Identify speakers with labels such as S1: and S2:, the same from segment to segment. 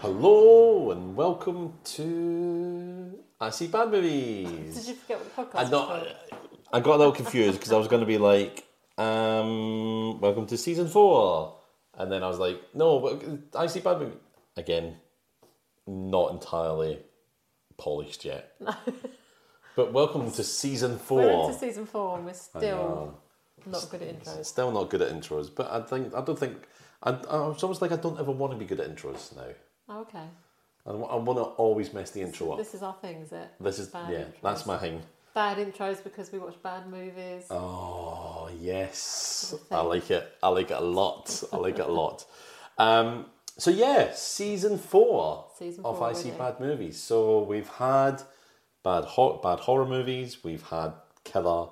S1: Hello and welcome to I See Bad Movies.
S2: Did you forget what the podcast
S1: I uh,
S2: was
S1: not.
S2: called?
S1: I got a little confused because I was going to be like, um, "Welcome to season four. and then I was like, "No, but I see bad movie again." Not entirely polished yet. but welcome to season
S2: We're
S1: four.
S2: into season four and we're
S1: I
S2: still
S1: know.
S2: not good at intros.
S1: still not good at intros, but I think I don't think I. I- It's almost like I don't ever want to be good at intros now.
S2: Oh, okay.
S1: I, wa- I want to always mess the intro up.
S2: This is our thing, is it?
S1: This is
S2: bad
S1: yeah,
S2: intros.
S1: that's my thing.
S2: Bad intros because we watch bad movies.
S1: Oh yes,
S2: Is it
S1: I
S2: fake?
S1: like it. I like it a lot. I like it a lot. Um, so yeah, season four
S2: Season
S1: of
S2: four
S1: I See
S2: already.
S1: Bad Movies. So we've had bad hor- bad horror movies. We've had killer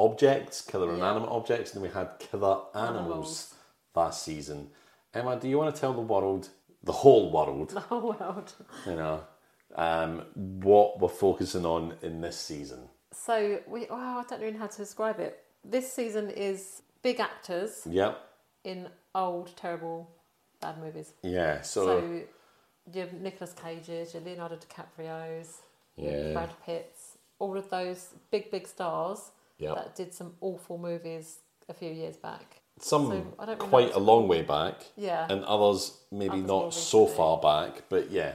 S1: objects, killer
S2: Yeah.
S1: inanimate objects, and we had killer animals,
S2: Animals.
S1: last season. Emma, do you want to tell the world, the whole world,
S2: The whole world.
S1: you know, um, what we're focusing on in this season?
S2: So we. Wow, I don't even know how to describe it. This season is big actors
S1: Yep.
S2: in old terrible bad movies.
S1: Yeah.
S2: So your Nicolas Cages, your Leonardo DiCaprio's,
S1: Yeah.
S2: your Brad Pitts, all of those big big stars
S1: Yep.
S2: that did some awful movies a few years back.
S1: some
S2: So, I don't really
S1: quite
S2: know.
S1: a long way back,
S2: Yeah.
S1: and others maybe
S2: Others more
S1: not so
S2: recently.
S1: far back. But yeah,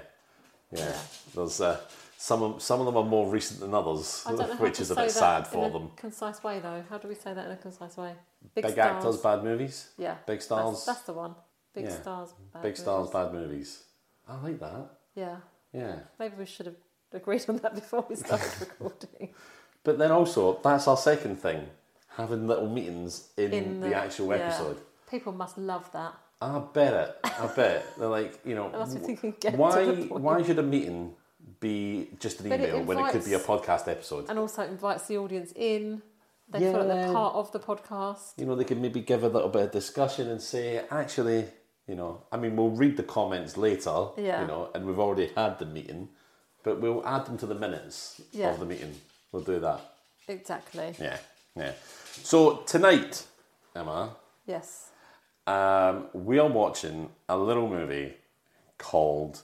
S1: yeah,
S2: Yeah.
S1: there's uh, some of, some of them are more recent than others,
S2: I don't know how
S1: which
S2: to
S1: is a
S2: say
S1: bit
S2: that
S1: sad
S2: in
S1: for
S2: a
S1: them.
S2: Concise way though. How do we say that in a concise way? Big,
S1: Big
S2: stars.
S1: actors, bad movies.
S2: Yeah.
S1: big
S2: that's-
S1: stars.
S2: That's, the one. Big
S1: Yeah.
S2: stars. Bad
S1: Big stars,
S2: movies.
S1: bad movies. I like that.
S2: Yeah.
S1: Yeah,
S2: Maybe we should have agreed on that before we started recording.
S1: but then also that's our second thing: having little meetings in,
S2: In
S1: the,
S2: the-
S1: actual
S2: yeah.
S1: episode.
S2: People must love that.
S1: I bet it. I bet it. they're like you know.
S2: must be
S1: w-
S2: thinking, "Get to
S1: why?
S2: the point."
S1: Why should a meeting be just an
S2: But it
S1: email when it could be a
S2: invites-
S1: podcast episode?
S2: And also it invites the audience in. They feel like
S1: Yeah.
S2: they're part of the podcast.
S1: you know, they could maybe give a little bit of discussion and say, actually, you know, I mean, we'll read the comments later,
S2: Yeah.
S1: you know, and we've already had the meeting, but we'll add them to the minutes
S2: Yeah.
S1: of the meeting. We'll do that.
S2: Exactly.
S1: Yeah, yeah. So tonight, Emma,
S2: Yes.
S1: um, we are watching a little movie called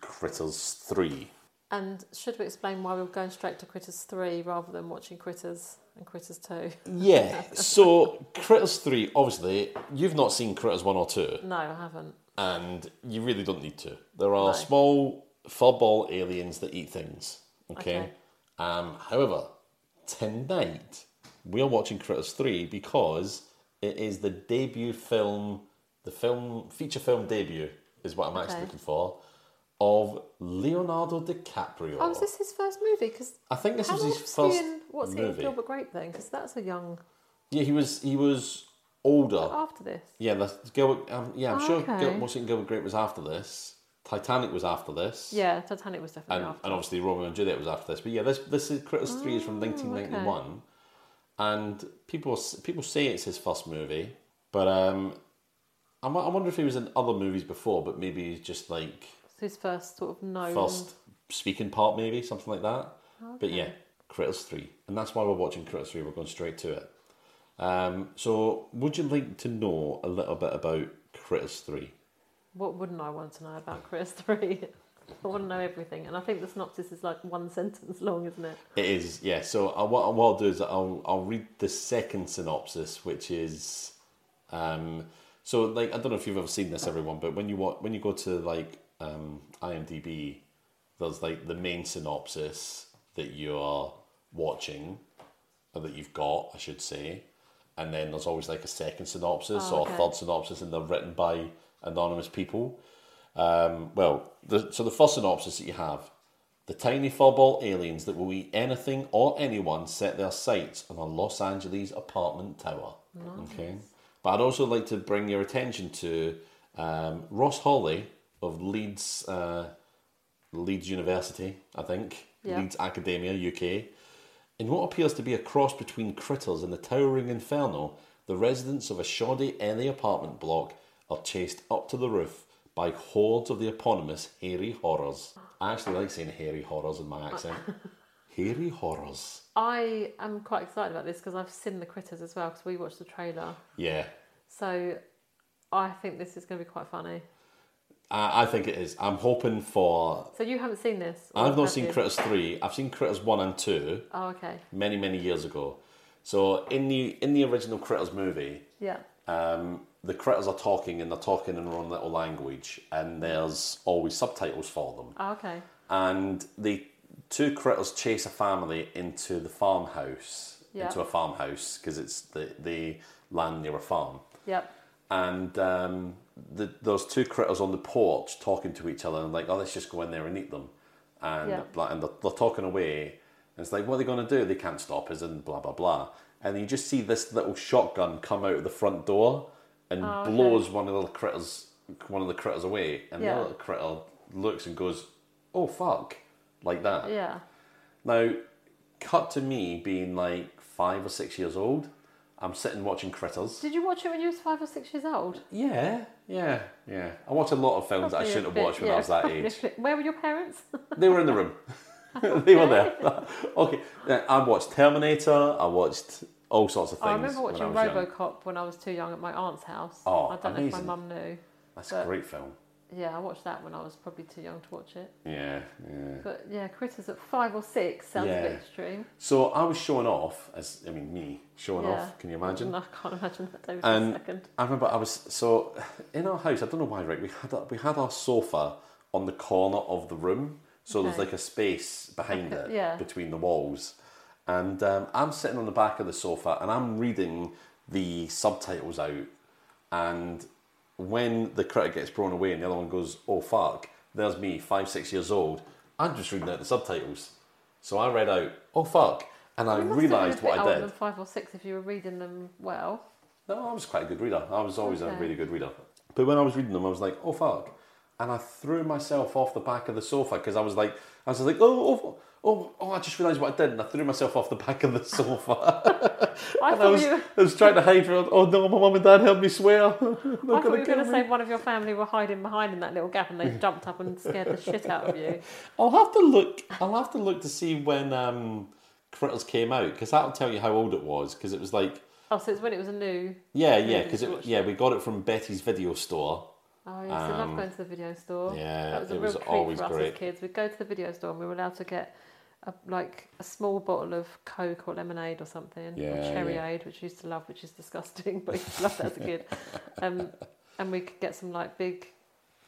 S1: Critters 3.
S2: And should we explain why we were going straight to Critters 3 rather than watching Critters and Critters 2?
S1: Yeah, so Critters 3, obviously, you've not seen Critters 1 or 2.
S2: No, I haven't.
S1: and you really don't need to. There are
S2: No.
S1: small furball aliens that eat things. Okay.
S2: Okay.
S1: Um, however, tonight we are watching Critters Three because it is the debut film, the film feature film debut is what I'm actually
S2: Okay.
S1: looking for, of Leonardo DiCaprio.
S2: Oh, is this his first movie? Because
S1: I think this
S2: how
S1: was
S2: old
S1: his
S2: was
S1: first
S2: he in, what's he in
S1: movie.
S2: Gilbert Grape then? Because that's a young
S1: yeah, he was he was older.
S2: after this.
S1: Yeah, that's Gilbert. Um, yeah, I'm sure
S2: Okay.
S1: Gil, Washington Gilbert Grape was after this. Titanic was after this.
S2: Yeah, Titanic was definitely
S1: and,
S2: after. Oh,
S1: and obviously Romeo and Juliet was after this. But yeah, this this is Critters Three is from 1991, and people s- people say it's his first movie, but um, I wo- I wonder if he was in other movies before, but maybe he's just like
S2: It's his first sort of known.
S1: first speaking part, maybe something like that. But yeah, Critters Three, and that's why we're watching Critters Three. We're going straight to it. Um, so would you like to know a little bit about Critters Three?
S2: What wouldn't I want to know about Critters 3? I want to know everything. And I think the synopsis is like one sentence long, isn't it?
S1: It is, yeah. So I, what, what I'll do is I'll I'll read the second synopsis, which is, um, so like I don't know if you've ever seen this, everyone, but when you wa- when you go to like um, IMDb, there's like the main synopsis that you are watching, or that you've got, I should say, and then there's always like a second synopsis
S2: Oh,
S1: or a
S2: okay.
S1: third synopsis, and they're written by anonymous people. Um, well, the, so the first synopsis that you have the tiny furball aliens that will eat anything or anyone set their sights on a Los Angeles apartment tower. Okay. But I'd also like to bring your attention to um, Ross Hawley of Leeds, uh, Leeds University, I think,
S2: Yeah.
S1: Leeds Academia, UK. In what appears to be a cross between Critters and the towering Inferno, the residents of a shoddy LA apartment block are chased up to the roof by hordes of the eponymous hairy horrors. I actually like saying hairy horrors in my accent. hairy horrors.
S2: I am quite excited about this because I've seen the Critters as well because we watched the trailer.
S1: Yeah.
S2: So I think this is going to be quite funny.
S1: I, I think it is. I'm hoping for.
S2: So you haven't seen this? or
S1: I've not
S2: have
S1: seen
S2: you?
S1: Critters 3. I've seen Critters 1 and 2
S2: Oh, okay.
S1: many, many years ago. So in the in the original Critters movie,
S2: Yeah.
S1: um, the critters are talking and they're talking in their own little language, and there's always subtitles for them.
S2: Oh, okay.
S1: And the two critters chase a family into the farmhouse,
S2: Yeah.
S1: into a farmhouse because it's the they land near a farm.
S2: Yep.
S1: And um, the, those two critters on the porch talking to each other and like, oh, let's just go in there and eat them. And
S2: Yeah.
S1: like, and they're, they're talking away. And it's like, what are they going to do? They can't stop us and blah blah blah. And you just see this little shotgun come out of the front door and
S2: Oh, okay.
S1: blows one of the critters, one of the critters away. And
S2: Yeah.
S1: the other critter looks and goes, oh fuck, like that.
S2: Yeah.
S1: Now, cut to me being like five or six years old. I'm sitting watching critters.
S2: Did you watch it when you was five or six years old?
S1: Yeah, yeah, yeah. I watched a lot of films that I
S2: Probably a
S1: shouldn't have
S2: bit-
S1: watched when
S2: yeah,
S1: I was that
S2: probably a
S1: age.
S2: bit- Where were your parents?
S1: They were in the room. they were there. okay, yeah, I watched Terminator. I watched all sorts of things.
S2: Oh, I remember
S1: when
S2: watching
S1: I was young.
S2: RoboCop when I was too young at my aunt's house.
S1: Oh,
S2: I don't
S1: amazing.
S2: know if my mum knew.
S1: That's a
S2: but-
S1: great film.
S2: Yeah, I watched that when I was probably too young to watch it.
S1: Yeah, yeah.
S2: But yeah, Critters at five or six sounds a
S1: Yeah.
S2: bit extreme.
S1: So I was showing off, as I mean, me showing
S2: Yeah.
S1: off. Can you imagine?
S2: No, I can't imagine that David
S1: And-
S2: second.
S1: I remember I was so in our house. I don't know why, right? We had a, we had our sofa on the corner of the room, so there's
S2: Okay.
S1: like a space behind
S2: Okay,
S1: it
S2: yeah.
S1: between the walls. And um, I'm sitting on the back of the sofa and I'm reading the subtitles out. And when the critter gets blown away and the other one goes, "Oh fuck," there's me, five six years old. I'm just reading out the subtitles, so I read out, "Oh fuck," and I
S2: You must have been a
S1: realised
S2: bit
S1: what I
S2: older
S1: did.
S2: Than five or six, if you were reading them well.
S1: No, I was quite a good reader. I was always a
S2: Okay.
S1: really good reader. But when I was reading them, I was like, oh fuck. And I threw myself off the back of the sofa because I was like, I was like, oh, oh, oh, oh, I just realised what I did. And I threw myself off the back of the sofa.
S2: I
S1: and I
S2: thought
S1: was,
S2: you.
S1: I was trying to hide from, oh no, my mum and dad heard me swear. They're
S2: I thought you
S1: going
S2: were
S1: to
S2: going
S1: kill
S2: to
S1: me.
S2: say one of your family were hiding behind in that little gap, and they jumped up and scared the shit out of you.
S1: I'll have to look. I'll have to look to see when um, Critters came out because that'll tell you how old it was. Because it was like,
S2: Oh, so it's when it was a new.
S1: yeah, yeah,
S2: you
S1: because
S2: watched
S1: yeah, we got it from Betty's video store.
S2: Oh yes, I love going to the video store.
S1: Um, yeah,
S2: Oh, that was
S1: Uh, it
S2: a real
S1: was
S2: treat
S1: always
S2: for us
S1: great.
S2: as kids. We'd go to the video store and we were allowed to get a, like a small bottle of Coke or lemonade or something, or
S1: Yeah,
S2: Cherryade,
S1: yeah.
S2: which I used to love, which is disgusting, but I used to love that as a kid. Um, and we could get some like big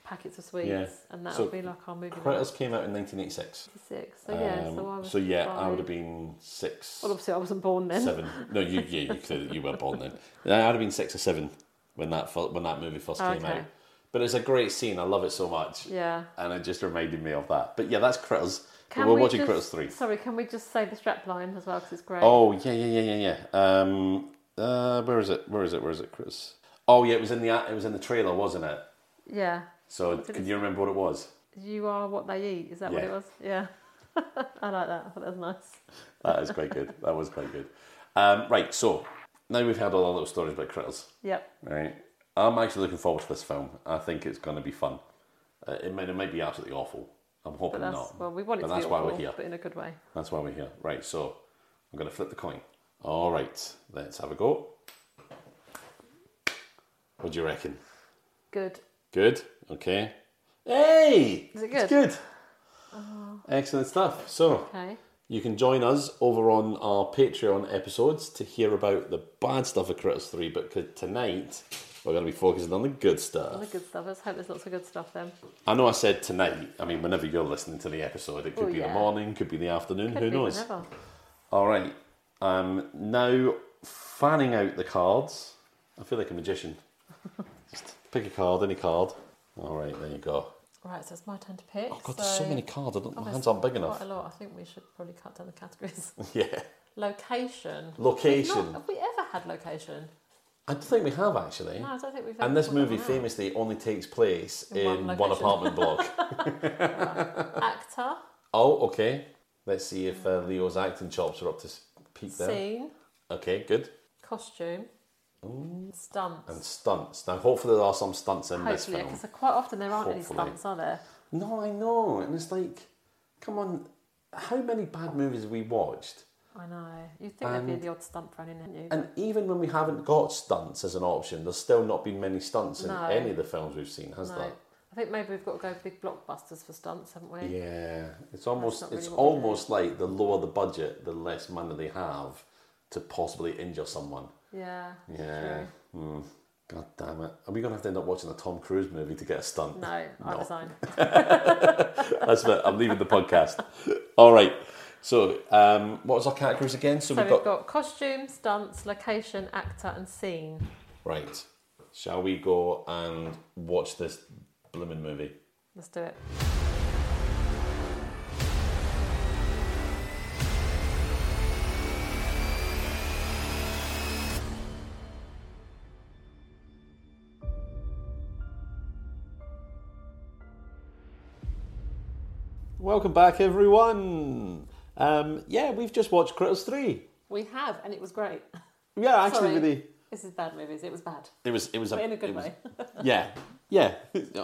S2: packets of sweets,
S1: Yeah.
S2: and that
S1: So,
S2: would be like our movie. night.
S1: Critters came out in 1986.
S2: 56. So yeah,
S1: Um,
S2: so I was.
S1: yeah, I
S2: five.
S1: would have been six,
S2: Well, obviously I wasn't born then.
S1: seven. No, you, yeah, you clearly you were born then. Yeah, I'd have been six or seven when that fir- when that movie first came
S2: Okay.
S1: out. But it's a great scene. I love it so much,
S2: Yeah.
S1: and it just reminded me of that. But yeah, that's Critters. But
S2: Can
S1: we're
S2: we
S1: watching
S2: just-
S1: Critters three.
S2: Sorry, can we just say the strap line as well? Because it's great.
S1: Oh yeah, yeah, yeah, yeah, yeah. Um, uh, where is it? Where is it? Where is it, Critters? Oh yeah, it was in the it was in the trailer, wasn't it?
S2: Yeah.
S1: So
S2: did
S1: can
S2: it
S1: you remember what it was?
S2: You are what they eat. Is that what
S1: Yeah.
S2: it was? Yeah. I like that. I thought that was nice.
S1: That is quite good. That was quite good. Um, right, so now we've had all our little stories about Critters.
S2: Yep.
S1: Right. I'm actually looking forward to this film. I think it's going to be fun. Uh, it, may, it may be absolutely awful. I'm
S2: But
S1: hoping
S2: that's
S1: not.
S2: well, we want it
S1: But
S2: to
S1: that's
S2: be
S1: why
S2: awful,
S1: we're here.
S2: but in a good way.
S1: That's why we're here. Right, so I'm going to flip the coin. All right, let's have a go. What do you reckon?
S2: Good.
S1: Good? Okay. Hey!
S2: Is it
S1: It's
S2: good? Uh-huh.
S1: good. Excellent stuff. So,
S2: Okay.
S1: you can join us over on our Patreon episodes to hear about the bad stuff of Critters 3, but c- tonight we're going to be focusing on the good stuff.
S2: All the good stuff. Let's hope there's lots of good stuff then.
S1: I know I said tonight. I mean, whenever you're listening to the episode, it could
S2: Well,
S1: be the
S2: Oh, yeah.
S1: morning, could be the afternoon.
S2: Could
S1: who
S2: be
S1: knows?
S2: whenever.
S1: All right. Um, now fanning out the cards. I feel like a magician. Just pick a card, any card. All right, there you go.
S2: Right, so it's my turn to pick.
S1: Oh God, there's so many cards. I don't.
S2: Oh,
S1: my
S2: there's
S1: hands aren't big
S2: Quite
S1: enough.
S2: a lot. I think we should probably cut down the categories.
S1: Yeah.
S2: location. We've not-
S1: Location.
S2: have we ever had location?
S1: I don't think we have actually.
S2: No, I don't think we've. ever
S1: And this
S2: thought that
S1: movie
S2: one out.
S1: famously only takes place
S2: In one
S1: in one
S2: location.
S1: apartment block.
S2: actor,
S1: oh, okay. Let's see if uh, Leo's acting chops are up to s- peak there.
S2: scene,
S1: Okay, good.
S2: costume, stunts.
S1: and stunts. Now, hopefully, there are some stunts in this
S2: Hopefully,
S1: film.
S2: because quite often there aren't
S1: Hopefully.
S2: any stunts, are there?
S1: No, I know, and it's like, come on, how many bad movies have we watched?
S2: I know. You'd think there'd be the odd stunt thrown in, wouldn't you?
S1: And even when we haven't got stunts as an option, there's still not been many stunts in
S2: No.
S1: any of the films we've seen, has
S2: No.
S1: there?
S2: I think maybe we've got to go big blockbusters for stunts, haven't we?
S1: Yeah, it's almost
S2: not really
S1: it's
S2: what we do.
S1: almost like the lower the budget, the less money they have to possibly injure someone.
S2: Yeah.
S1: Yeah. Hmm. God damn it! Are we gonna have to end up watching a Tom Cruise movie to get a stunt?
S2: True. No, I
S1: No.
S2: resign.
S1: That's it. I'm leaving the podcast. All right. So, um, what was our categories again? So,
S2: So
S1: we've got,
S2: we've got costume, stunts, location, actor, and scene.
S1: right. Shall we go and watch this blooming movie?
S2: Let's do it.
S1: Welcome back, everyone. Um, yeah, we've just watched Critters Three.
S2: We have, and it was great.
S1: Yeah, actually,
S2: Sorry.
S1: really,
S2: This is bad movies. It was bad,
S1: it was it was
S2: but in a
S1: it
S2: good
S1: was-
S2: way.
S1: Yeah, yeah.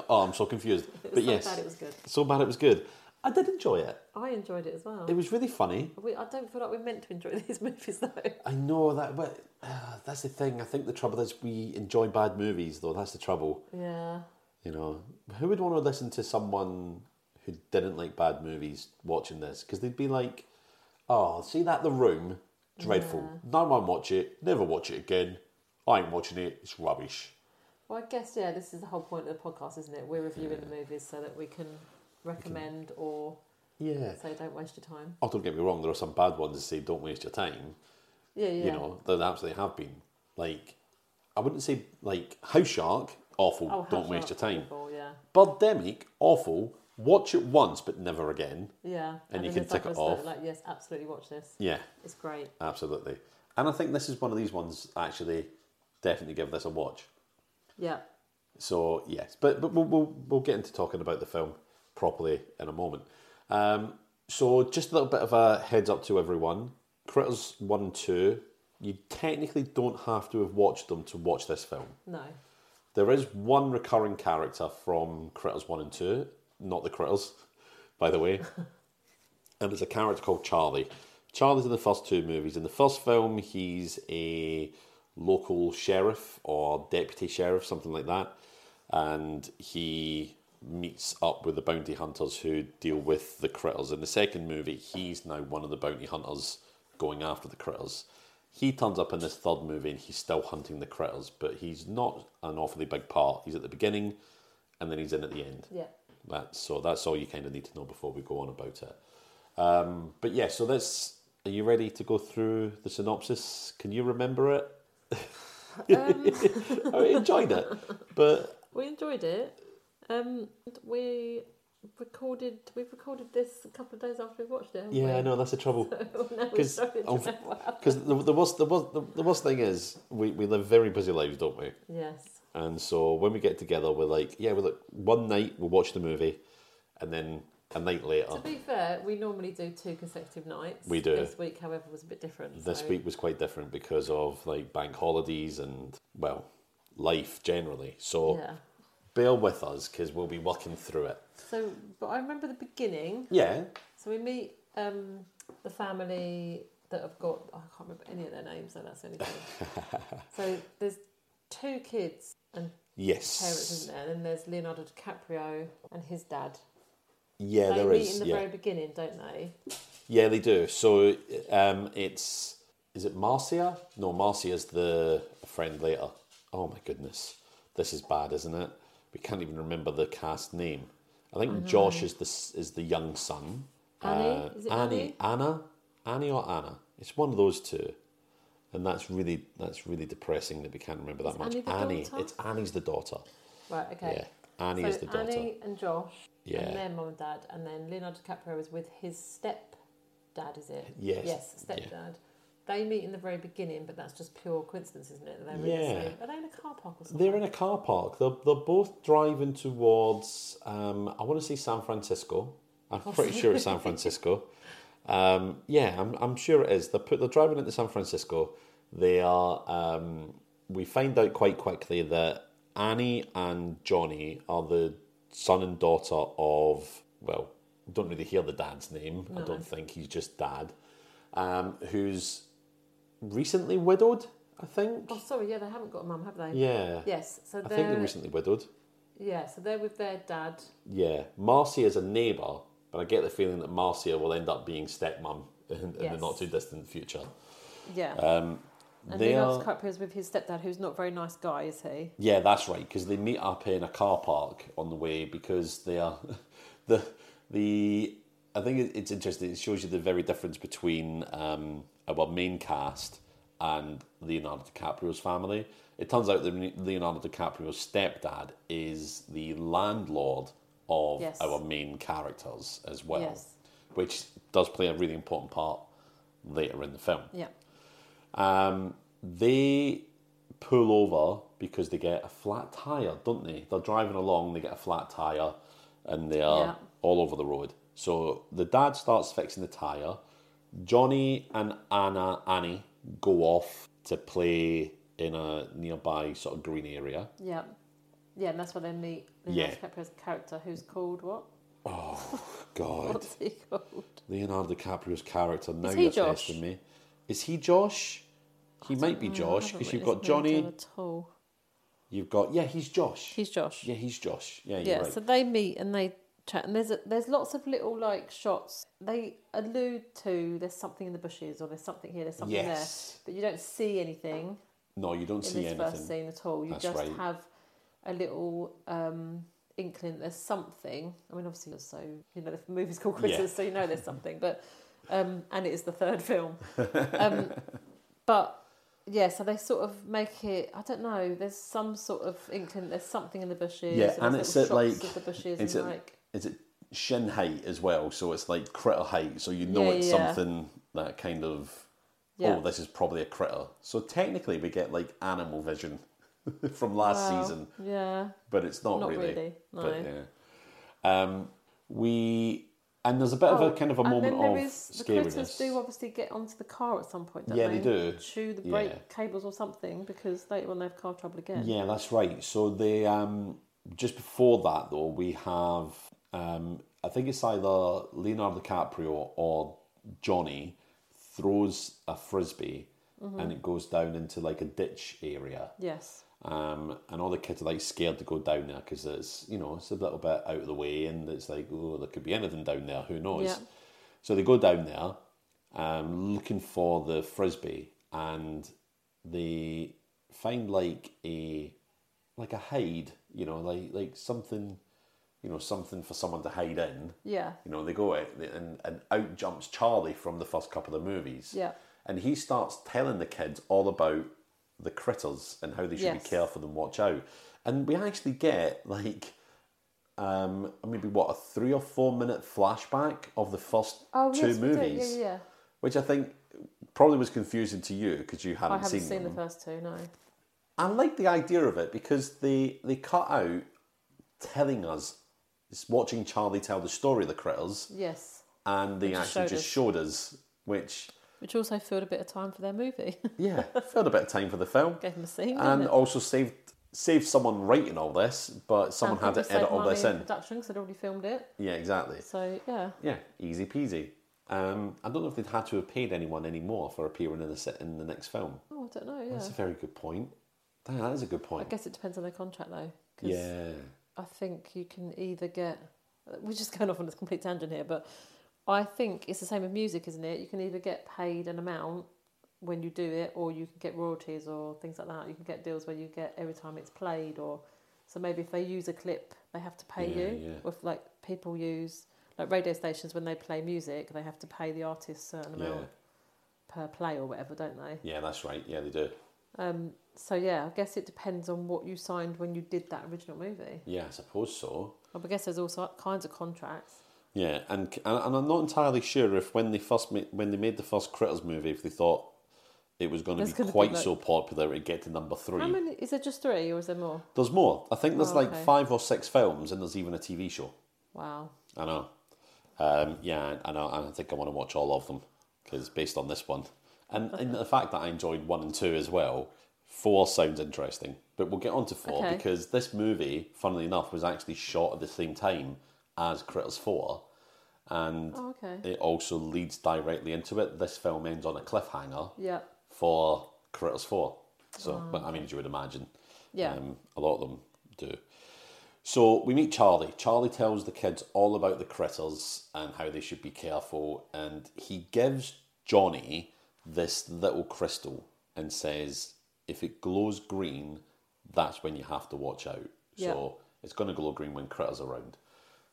S1: Oh, I'm so confused.
S2: It was
S1: but
S2: so
S1: yes,
S2: bad. It was good.
S1: so bad it was good. I did enjoy it.
S2: I enjoyed it as well.
S1: It was really funny.
S2: We, I don't feel like we're meant to enjoy these movies though.
S1: I know that, but uh, that's the thing. I think the trouble is we enjoy bad movies, though. That's the trouble.
S2: Yeah.
S1: You know, who would want to listen to someone who didn't like bad movies watching this? Because they'd be like, "Oh, see that The Room, dreadful. No one watch it. Never watch it again. I ain't watching it. It's rubbish."
S2: Well, I guess yeah. This is the whole point of the podcast, isn't it? We're reviewing the movies so that we can recommend or
S1: Yeah.
S2: say don't waste your time.
S1: Oh, don't get me wrong. There are some bad ones that say don't waste your time.
S2: Yeah, yeah.
S1: You know, there absolutely have been. Like, I wouldn't say like House Shark, awful.
S2: Oh,
S1: don't
S2: Hush
S1: waste your
S2: Up,
S1: time.
S2: People, yeah,
S1: Birdemic, awful. Watch it once, but never again.
S2: yeah.
S1: And you
S2: then
S1: can
S2: there's others
S1: tick it
S2: that are
S1: off.
S2: Like yes, absolutely watch this.
S1: Yeah,
S2: It's great.
S1: absolutely. And I think this is one of these ones. Actually, definitely give this a watch.
S2: Yeah.
S1: So yes, but but we'll we'll, we'll get into talking about the film properly in a moment. Um, so just a little bit of a heads up to everyone: Critters One and Two. You technically don't have to have watched them to watch this film.
S2: No.
S1: There is one recurring character from Critters 1 and 2, not the Critters, by the way. and it's a character called Charlie. Charlie's in the first two movies. In the first film, he's a local sheriff or deputy sheriff, something like that. And he meets up with the bounty hunters who deal with the critters. In the second movie, he's now one of the bounty hunters going after the critters. He turns up in this third movie and he's still hunting the critters, but he's not an awfully big part. He's at the beginning and then he's in at the end.
S2: Yeah.
S1: That's so that's all you kind of need to know before we go on about it. Um, but yeah, so that's. Are you ready to go through the synopsis? Can you remember it? I enjoyed it, but
S2: We enjoyed it. Um, we recorded. We've recorded this a couple of days after we watched it. haven't
S1: yeah,
S2: we?
S1: I know that's the trouble.
S2: now we
S1: 'Cause
S2: started to
S1: of-
S2: remember what happened.
S1: Because the, the worst, the worst, the, the worst thing is we, we live very busy lives, don't we?
S2: Yes.
S1: And so when we get together, we're like, yeah, we're like one night we'll watch the movie, and then a night later.
S2: To be fair, we normally do two consecutive nights.
S1: Oh. We do.
S2: This week, however, was a bit different.
S1: This
S2: so-
S1: week was quite different because of like bank holidays and well, life generally. So
S2: Yeah.
S1: bear with us because we'll be working through it.
S2: So, but I remember the beginning.
S1: Yeah,
S2: So we meet um, the family that have got. oh, I can't remember any of their names, so that's the only good. so there's two kids and parents,
S1: yes,
S2: isn't there? And then there's Leonardo DiCaprio and his dad.
S1: yeah,
S2: they
S1: there
S2: meet
S1: is.
S2: in the
S1: yeah,
S2: very beginning, don't they?
S1: yeah, they do. So um, it's is it Marcia? No, Marcia's the friend later. Oh my goodness, this is bad, isn't it? We can't even remember the cast name. I think Josh is the s- is the young son. Uh,
S2: Annie? Is it
S1: Annie, Anna, Annie or Anna? It's one of those two, and that's really that's really depressing that we can't remember that much.
S2: Annie the daughter?
S1: it's Annie's the daughter.
S2: Right. Okay.
S1: Yeah, Annie
S2: so
S1: is the daughter.
S2: Annie and Josh,
S1: Yeah.
S2: and their mum and dad, and then Leonardo DiCaprio is with his stepdad, is it?
S1: Yes.
S2: Yes,
S1: Yeah.
S2: stepdad. They meet in the very beginning, but that's just pure coincidence, isn't it? That They're in the
S1: Yeah.
S2: same. Are they in a car park or something?
S1: They're in a car park. They're, they're both driving towards, um, I want to say San Francisco. I'm pretty sure it's San Francisco. Um, yeah, I'm, I'm sure it is. They're, put, they're driving into San Francisco. They are, um, we find out quite quickly that Annie and Johnny are the son and daughter of, well, don't really hear the dad's name. I don't think he's just dad, um, who's recently widowed, I think.
S2: Oh, sorry. Yeah, they haven't got a mum, have they?
S1: Yeah.
S2: Yes. So
S1: I think
S2: they're
S1: they're recently widowed.
S2: Yeah, so they're with their dad.
S1: Yeah, Marcia is a neighbour, but I get the feeling that Marcia will end up being stepmom in, in the
S2: Yes.
S1: not too distant future.
S2: Yeah.
S1: Um,
S2: and
S1: they
S2: he
S1: are,
S2: loves Cutpier's with his stepdad, who's not a very nice guy, is he?
S1: yeah, that's right, because they meet up in a car park on the way because they are the the. I think it- it's interesting. It shows you the very difference between um, our main cast and Leonardo DiCaprio's family. It turns out that Leonardo DiCaprio's stepdad is the landlord of
S2: Yes.
S1: our main characters as well,
S2: Yes.
S1: which does play a really important part later in the film.
S2: Yeah.
S1: Um, they pull over because they get a flat tire, don't they? They're driving along, they get a flat tire, and they are
S2: Yeah.
S1: all over the road. So the dad starts fixing the tire. Johnny and Anna Annie go off to play in a nearby sort of green area.
S2: Yeah. Yeah, and that's where they meet
S1: Yeah.
S2: Leonardo DiCaprio's character, who's called what?
S1: God,
S2: What's he called?
S1: Leonardo DiCaprio's character now
S2: he
S1: you're
S2: Josh?
S1: testing me. Is he Josh? He might be Josh because you've got Johnny.
S2: At all.
S1: You've got yeah, he's Josh.
S2: He's Josh.
S1: yeah, he's Josh. Yeah, you're
S2: Yeah,
S1: right.
S2: so they meet and they chat, and there's a, there's lots of little like shots. They allude to there's something in the bushes, or there's something here, there's something
S1: Yes.
S2: there, but you don't see anything
S1: No, you don't
S2: in
S1: see
S2: this first
S1: anything.
S2: scene at all. You
S1: That's
S2: just
S1: right.
S2: have a little um, inkling there's something. I mean, obviously, you're so you know the movie's called Christmas, so you know there's something, but um, and it is the third film, um, but. Yeah, so they sort of make it. I don't know. There's some sort of inkling. There's something in the bushes.
S1: Yeah,
S2: there's
S1: and it's
S2: little
S1: at,
S2: shots
S1: like-
S2: of the bushes
S1: it's
S2: and
S1: at-
S2: like
S1: Is it shin height as well? So it's like critter height. So you know
S2: Yeah,
S1: it's
S2: yeah.
S1: something that kind of,
S2: Yeah.
S1: oh, this is probably a critter. So technically, we get like animal vision from last
S2: Wow.
S1: season,
S2: Yeah,
S1: but it's not,
S2: not really.
S1: really.
S2: no.
S1: But yeah, um, we and there's a bit
S2: Oh,
S1: of a kind of a
S2: and
S1: moment
S2: then there
S1: of
S2: is the critters
S1: scariness.
S2: do obviously get onto the car at some point. Don't
S1: Yeah,
S2: they?
S1: they do.
S2: Chew the
S1: Yeah.
S2: brake cables or something because later on they have car trouble again.
S1: Yeah, that's right. So they um just before that though we have um I think it's either Leonardo DiCaprio or Johnny throws a frisbee and it goes down into like a ditch area.
S2: Yes.
S1: Um, and all the kids are like scared to go down there because it's you know it's a little bit out of the way and it's like oh there could be anything down there who knows.
S2: Yeah.
S1: So they go down there, um, looking for the frisbee and they find like a like a hide you know like like something you know something for someone to hide in.
S2: Yeah.
S1: You know, they go out and, and out jumps Charlie from the first couple of movies.
S2: Yeah.
S1: And he starts telling the kids all about the critters and how they should
S2: Yes.
S1: be careful and watch out. And we actually get like um, maybe what a three or four minute flashback of the first
S2: Oh,
S1: two
S2: yes, we do.
S1: movies,
S2: Yeah, yeah.
S1: which I think probably was confusing to you because you
S2: I
S1: hadn't,
S2: haven't seen,
S1: them.
S2: the first two. No.
S1: I like the idea of it because they they cut out telling us, it's watching Charlie tell the story of the critters
S2: Yes.
S1: and they
S2: just
S1: actually
S2: showed
S1: just
S2: us.
S1: showed us, which
S2: Which also filled a bit of time for their movie.
S1: yeah, filled a bit of time for the film,
S2: Gave them a scene. didn't
S1: and
S2: it?
S1: also saved saved someone writing all this, but someone
S2: And
S1: had
S2: probably
S1: to edit
S2: saved
S1: all this
S2: money
S1: in.
S2: Production, because they'd already filmed it.
S1: Yeah, exactly.
S2: So yeah.
S1: Yeah, easy peasy. Um, I don't know if they'd had to have paid anyone anymore for appearing in the set in the next film.
S2: Oh, I don't know. Yeah.
S1: That's a very good point. Damn, that is a good
S2: I
S1: point.
S2: guess it depends on their contract though. 'cause
S1: Yeah,
S2: I think you can either get. We're just going off on a complete tangent here, but I think it's the same with music, isn't it? You can either get paid an amount when you do it, or you can get royalties or things like that. You can get deals where you get every time it's played, or so maybe if they use a clip, they have to pay
S1: Yeah,
S2: you.
S1: yeah.
S2: Or if like people use like radio stations when they play music, they have to pay the artist a certain amount
S1: yeah,
S2: per play or whatever, don't they?
S1: yeah. That's right. Yeah, they do.
S2: Um, so yeah, I guess it depends on what you signed when you did that original movie.
S1: Yeah, I suppose so.
S2: I guess there's all sor- kinds of contracts.
S1: Yeah, and and and I'm not entirely sure if when they first made, when they made the first Critters movie, if they thought it was going to
S2: It's
S1: be
S2: gonna be
S1: quite
S2: like-
S1: so popular it'd get to number three.
S2: How many? Is there just three, or is there more?
S1: There's more. I think there's
S2: Oh,
S1: like
S2: okay.
S1: five or six films, and there's even a TV show.
S2: Wow.
S1: I know. Um, yeah, I know. And I think I want to watch all of them because based on this one, and, and the fact that I enjoyed one and two as well, four sounds interesting. But we'll get on to four
S2: Okay.
S1: because this movie, funnily enough, was actually shot at the same time as Critters Four, and
S2: Oh, okay.
S1: it also leads directly into it. This film ends on a cliffhanger
S2: Yeah.
S1: for Critters 4. So, but I mean, as you would imagine,
S2: Ah, Yeah.
S1: um, a lot of them do. So we meet Charlie. Charlie tells the kids all about the critters and how they should be careful, and he gives Johnny this little crystal and says, if it glows green, that's when you have to watch out. So it's going to glow green when critters are around.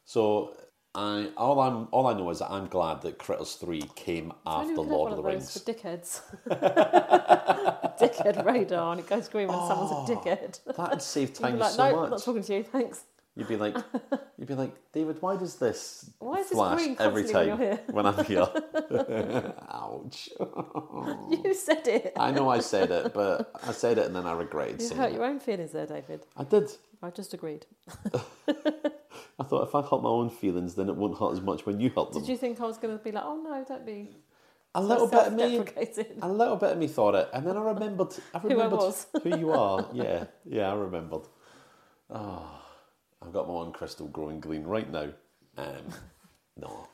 S1: So I all I'm all I know is that I'm glad that Critters Three came
S2: I
S1: after
S2: knew we could have
S1: Lord
S2: one
S1: of the
S2: those
S1: Rings.
S2: for dickheads. dickhead radar, and it goes green when someone's a dickhead.
S1: That'd save
S2: You'd be
S1: time
S2: like,
S1: Oh, so
S2: no, I'm not
S1: much.
S2: talking to you, thanks.
S1: You'd be like, you'd be like, David, why does this
S2: Why is this
S1: flash
S2: green
S1: every
S2: constantly
S1: time
S2: when you're
S1: when I'm here? Ouch!
S2: You said it.
S1: I know I said it, but I said it and then I regretted
S2: You
S1: saying
S2: hurt
S1: it.
S2: your own feelings there, David.
S1: I did.
S2: I just agreed.
S1: I thought if I hurt my own feelings, then it won't hurt as much when you hurt them.
S2: Did you think I was going to be like, oh no, don't be
S1: a
S2: so
S1: Hmm. little bit of me
S2: self-deprecating."
S1: A little bit of me thought it, and then I remembered. I
S2: I
S1: remembered
S2: was.
S1: who you are. Yeah, yeah, I remembered. Oh, I've got my own crystal growing green right now. Um, no,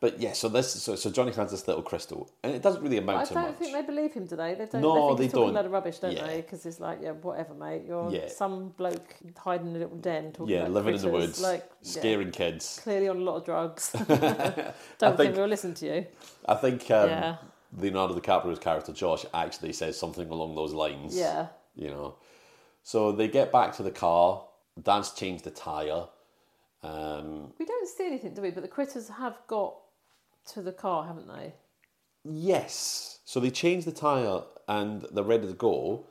S1: but yeah. So this, so, so Johnny has this little crystal, and it doesn't really amount
S2: I
S1: to
S2: don't
S1: much.
S2: think they believe him, do they? They don't.
S1: No,
S2: they, think
S1: they
S2: he's talking
S1: don't.
S2: A load of rubbish, don't
S1: Yeah.
S2: they? Because it's like, yeah, whatever, mate. You're
S1: Yeah.
S2: some bloke hiding in a little den talking.
S1: yeah,
S2: about
S1: living in the
S2: critters,
S1: woods,
S2: like yeah,
S1: scaring kids.
S2: clearly on a lot of drugs. don't think,
S1: think-
S2: we'll listen to you.
S1: I think um,
S2: Yeah.
S1: Leonardo DiCaprio's character Josh actually says something along those lines.
S2: Yeah,
S1: you know. So they get back to the car. Dan's changed the tire. Um,
S2: we don't see anything, do we? But the critters have got to the car, haven't they?
S1: Yes. So they changed the tire and they're ready to go.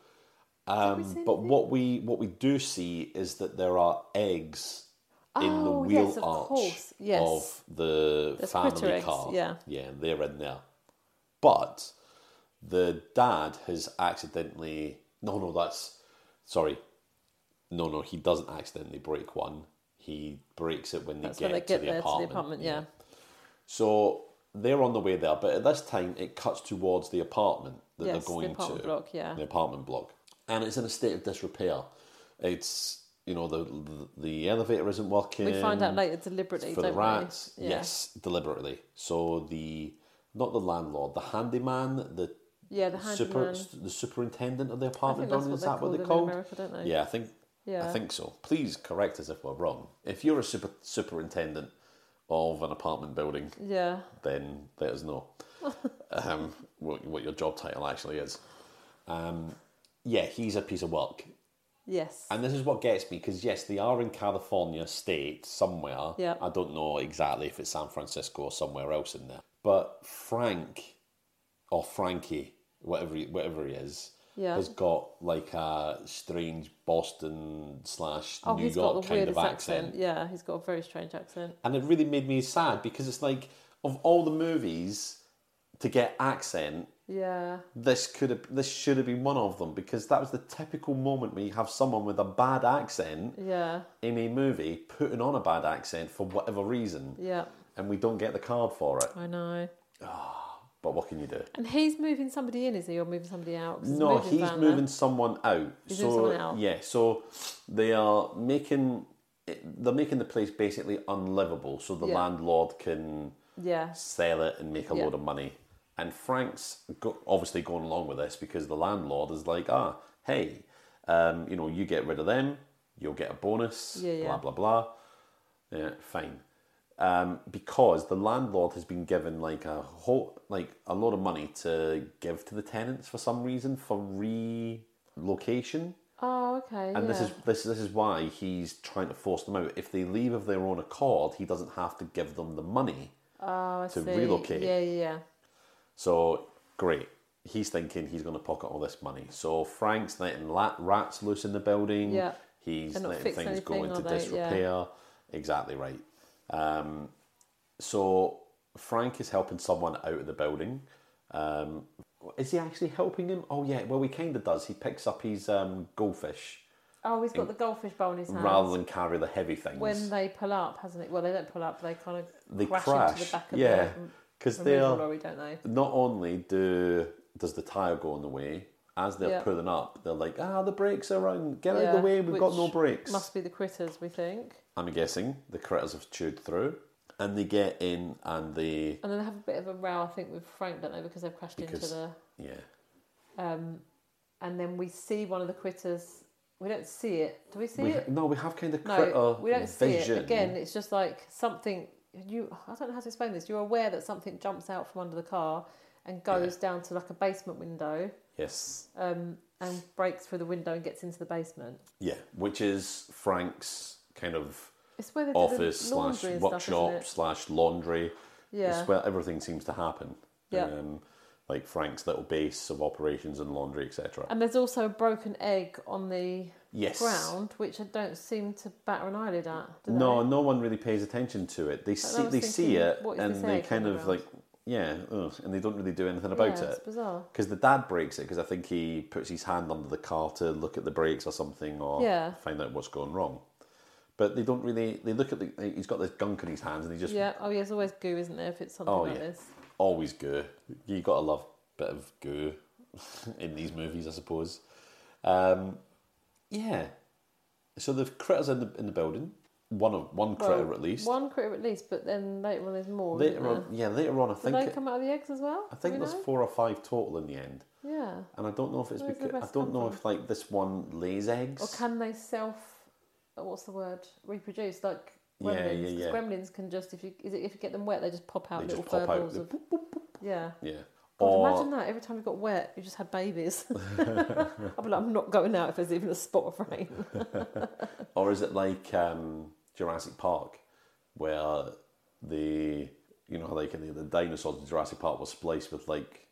S2: we
S1: Um,
S2: seen
S1: but what we what we do see is that there are eggs in the
S2: Oh,
S1: wheel
S2: yes, of
S1: arch
S2: course. Yes.
S1: of the
S2: There's critter
S1: family
S2: eggs,
S1: car.
S2: yeah.
S1: yeah, they're in there. But the dad has accidentally no no that's sorry. No no he doesn't accidentally break one. He breaks it when they,
S2: That's
S1: get,
S2: when they get
S1: to the
S2: there
S1: apartment.
S2: to the apartment. Yeah.
S1: So they're on the way there, but at this time it cuts towards the apartment that
S2: Yes,
S1: they're going
S2: the apartment
S1: to.
S2: block, yeah.
S1: The apartment block. And it's in a state of disrepair. It's you know, the the, the elevator isn't working.
S2: We find out later deliberately,
S1: for the
S2: don't
S1: rats.
S2: we? Yeah.
S1: Yes, deliberately. So the not the landlord, the handyman, the
S2: Yeah, the
S1: super
S2: handyman.
S1: the superintendent of the
S2: I think
S1: apartment
S2: that's
S1: building,
S2: what
S1: is
S2: they
S1: that
S2: call
S1: what
S2: them
S1: they're
S2: in
S1: called?
S2: America, don't they?
S1: Yeah, I think I
S2: Yeah.
S1: think so. Please correct us if we're wrong. If you're a super superintendent of an apartment building,
S2: Yeah.
S1: then let us know um, what, what your job title actually is. Um, yeah, he's a piece of work.
S2: Yes.
S1: And this is what gets me because, yes, they are in California state somewhere.
S2: Yeah.
S1: I don't know exactly if it's San Francisco or somewhere else in there. But Frank, or Frankie, whatever he, whatever he is,
S2: Yeah.
S1: has got like a strange Boston slash
S2: Oh,
S1: New
S2: he's
S1: York
S2: got the
S1: kind
S2: weirdest
S1: of accent.
S2: accent. Yeah, he's got a very strange accent.
S1: And it really made me sad because it's like, of all the movies to get accent,
S2: Yeah.
S1: this could have, this should have been one of them because that was the typical moment where you have someone with a bad accent
S2: Yeah.
S1: in a movie putting on a bad accent for whatever reason,
S2: Yeah.
S1: and we don't get the card for it.
S2: I know.
S1: But what can you do?
S2: And he's moving somebody in, is he, or moving somebody out? 'Cause it's
S1: No,
S2: moving
S1: he's
S2: van there.
S1: moving someone out.
S2: He's
S1: so
S2: moving someone out.
S1: yeah, so they are making it- they're making the place basically unlivable, so the
S2: Yeah.
S1: landlord can
S2: Yeah.
S1: sell it and make a
S2: Yeah.
S1: load of money. And Frank's go- obviously going along with this because the landlord is like, ah, hey, um, you know, you get rid of them, you'll get a bonus,
S2: Yeah, yeah.
S1: blah, blah, blah. Yeah, fine. Um, because the landlord has been given like a whole, like a lot of money to give to the tenants for some reason for relocation.
S2: Oh, okay.
S1: And
S2: yeah.
S1: this is this this is why he's trying to force them out. If they leave of their own accord, he doesn't have to give them the money.
S2: oh, I
S1: to
S2: see.
S1: relocate.
S2: Yeah, yeah, yeah.
S1: So great. He's thinking he's going to pocket all this money. So Frank's letting la- rats loose in the building.
S2: Yeah.
S1: He's
S2: They're not
S1: letting
S2: fixing
S1: things go
S2: anything,
S1: into
S2: are they? Yeah.
S1: disrepair. Exactly right. Um, so Frank is helping someone out of the building. Um, is he actually helping him? Oh yeah. Well, he kind of does. He picks up his um, goldfish
S2: Oh, he's got the goldfish bowl in his hand.
S1: rather than carry the heavy things.
S2: when they pull up, hasn't it? Well, they don't pull up. They kind of
S1: they
S2: crash,
S1: crash,
S2: into the back of
S1: yeah,
S2: the
S1: because
S2: removal
S1: they are
S2: lorry, don't they?
S1: not only do does the tire go on the way, as they're
S2: Yeah.
S1: pulling up, they're like, ah, the brakes are on. Get out of
S2: Yeah,
S1: the way. We've got
S2: which
S1: no brakes.
S2: Must be the critters, we think.
S1: I'm guessing the critters have chewed through, and they get in and they
S2: And then they have a bit of a row, I think, with Frank, don't they? Because they've crashed
S1: Because-
S2: into the.
S1: yeah
S2: Um, and then we see one of the critters we don't see it. Do we see
S1: We,
S2: it?
S1: no, we have kind of
S2: No,
S1: critter
S2: we don't see
S1: vision.
S2: it. Again, it's just like something. You, I don't know how to explain this. You're aware that something jumps out from under the car and goes down to like a basement window
S1: Yes.
S2: um, and breaks through the window and gets into the basement.
S1: Yeah, which is Frank's kind of
S2: It's where they do the
S1: office slash
S2: laundry and
S1: workshop
S2: stuff, isn't it?
S1: slash laundry.
S2: Yeah.
S1: It's where everything seems to happen.
S2: Yeah.
S1: Um, like Frank's little base of operations and laundry, etc.
S2: And there's also a broken egg on the
S1: Yes.
S2: ground, which I don't seem to batter an eyelid at. do
S1: No,
S2: they?
S1: no one really pays attention to it. They see,
S2: I was
S1: they see
S2: thinking,
S1: it,
S2: what is this
S1: and they
S2: egg
S1: kind
S2: on the
S1: of
S2: ground?
S1: like, yeah, ugh, and they don't really do anything about
S2: yeah,
S1: it.
S2: It's bizarre.
S1: Because the dad breaks it because I think he puts his hand under the car to look at the brakes or something or
S2: Yeah.
S1: find out what's going wrong. But they don't really. They look at the. He's got this gunk in his hands and he just
S2: Yeah. Oh, yeah. There's always goo, isn't there? If it's something
S1: Oh,
S2: like
S1: yeah.
S2: this.
S1: always goo. You gotta love a bit of goo in these movies, I suppose. Um, yeah. So the critters in the in the building. One of one critter
S2: Well,
S1: at least.
S2: One critter at least, but then later on there's more. isn't
S1: later
S2: there?
S1: on, yeah, later on, I
S2: Did
S1: think
S2: they
S1: it-
S2: come out of the eggs as well?
S1: I
S2: Do
S1: think
S2: we
S1: there's
S2: know?
S1: four or five total in the end,
S2: Yeah.
S1: and I don't know if it's
S2: Where's the
S1: because I
S2: rest
S1: don't
S2: come
S1: know
S2: from?
S1: if like this one lays eggs.
S2: Or can they self? oh, What's the word? Reproduce like
S1: Yeah,
S2: gremlins.
S1: yeah,
S2: 'cause
S1: yeah.
S2: Gremlins can just if you is it if you get them wet they just pop out
S1: They
S2: little
S1: just pop out,
S2: furballs
S1: they
S2: of yeah.
S1: Yeah.
S2: God,
S1: or
S2: imagine that every time you got wet you just had babies. I'd be like I'm not going out if there's even a spot of rain.
S1: or is it like um, Jurassic Park, where the you know how like the, the dinosaurs in Jurassic Park were spliced with like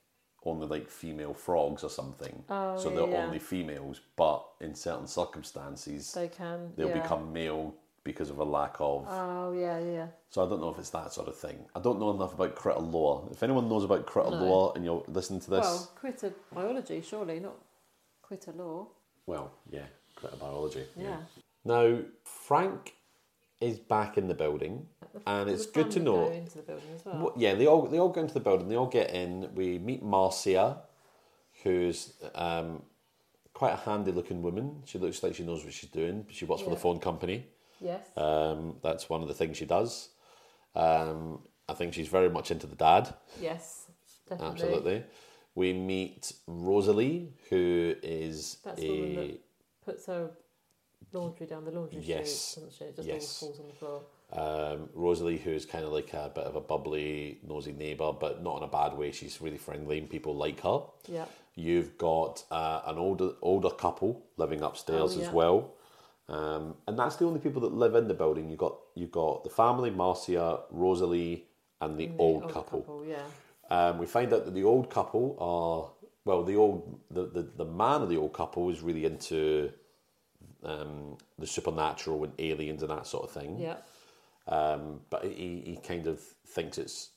S1: only like female frogs or something,
S2: Oh,
S1: so
S2: yeah,
S1: they're
S2: yeah.
S1: only females, but in certain circumstances
S2: they can.
S1: they'll
S2: yeah.
S1: become male because of a lack of.
S2: Oh yeah, yeah.
S1: So I don't know if it's that sort of thing. I don't know enough about critter lore. If anyone knows about critter
S2: No.
S1: lore and you're listening to this,
S2: Well, critter biology surely not critter law.
S1: well, yeah, critter biology.
S2: Yeah.
S1: Now, Frank is back in the building, and it's
S2: The
S1: good to
S2: family go
S1: know.
S2: into the building as well.
S1: Well, yeah, they all they all go into the building. They all get in. We meet Marcia, who's um, quite a handy looking woman. She looks like she knows what she's doing. She works for the
S2: Yeah.
S1: phone company.
S2: Yes.
S1: Um, that's one of the things she does. Um, I think she's very much into the dad.
S2: yes. Definitely.
S1: Absolutely. We meet Rosalie, who is
S2: That's the
S1: a
S2: woman that puts her laundry down the laundry
S1: Yes.
S2: chute, doesn't she? It just
S1: Yes.
S2: all falls on the floor.
S1: um, Rosalie, who's kind of like a bit of a bubbly, nosy neighbour, but not in a bad way. She's really friendly and people like her.
S2: Yeah.
S1: You've got uh, an older older couple living upstairs
S2: Oh,
S1: as
S2: yeah.
S1: well, um, and that's the only people that live in the building. You have got you've got the family, Marcia, Rosalie, and the, old, couple.
S2: Yeah.
S1: Um, we find out that the old couple are well, the old the, the, the man of the old couple is really into um, the supernatural and aliens and that sort of thing.
S2: Yeah.
S1: Um, but he, he kind of thinks it's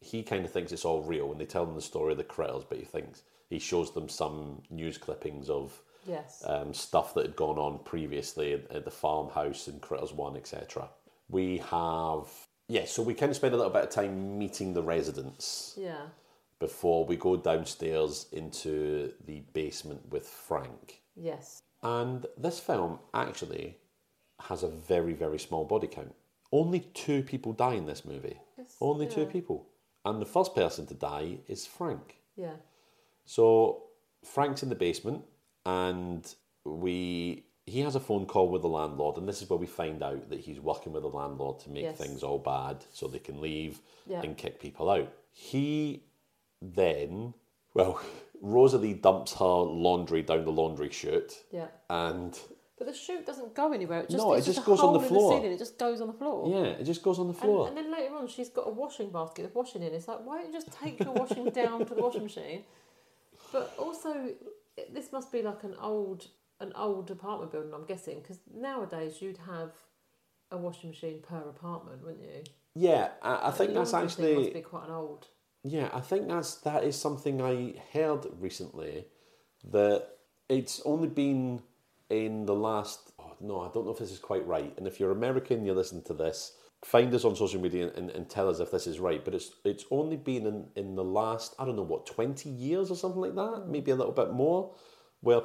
S1: he kind of thinks it's all real when they tell him the story of the critters, but he thinks he shows them some news clippings of
S2: Yes.
S1: um, stuff that had gone on previously at, at the farmhouse and Critters One, etc. We have yeah, so we kind of spend a little bit of time meeting the residents
S2: yeah.
S1: before we go downstairs into the basement with Frank.
S2: Yes.
S1: And this film actually has a very, very small body count. Only two people die in this movie.
S2: It's-
S1: Only two
S2: yeah.
S1: people. And the first person to die is Frank.
S2: Yeah.
S1: So Frank's in the basement, and we he has a phone call with the landlord, and this is where we find out that he's working with the landlord to make
S2: Yes.
S1: things all bad so they can leave
S2: Yeah.
S1: and kick people out. He then, well, Rosalie dumps her laundry down the laundry chute,
S2: Yeah.
S1: and
S2: But the chute doesn't go anywhere. It just,
S1: No,
S2: it's
S1: it
S2: just,
S1: just
S2: a
S1: goes on
S2: hole
S1: the floor.
S2: In the ceiling. It just goes on the floor.
S1: yeah, it just goes on the floor.
S2: And, and then later on, she's got a washing basket with washing in. It's like, why don't you just take your washing down to the washing machine? But also, it- this must be like an old, an old apartment building. I'm guessing because nowadays you'd have a washing machine per apartment, wouldn't you?
S1: yeah, I, I think
S2: The
S1: that's
S2: laundry thing
S1: actually
S2: must be quite an old.
S1: Yeah, I think that's that is something I heard recently that it's only been in the last. Oh, no, I don't know if this is quite right. And if you're American, you listen to this. Find us on social media and, and tell us if this is right. But it's it's only been in, in the last I don't know what twenty years or something like that, maybe a little bit more, where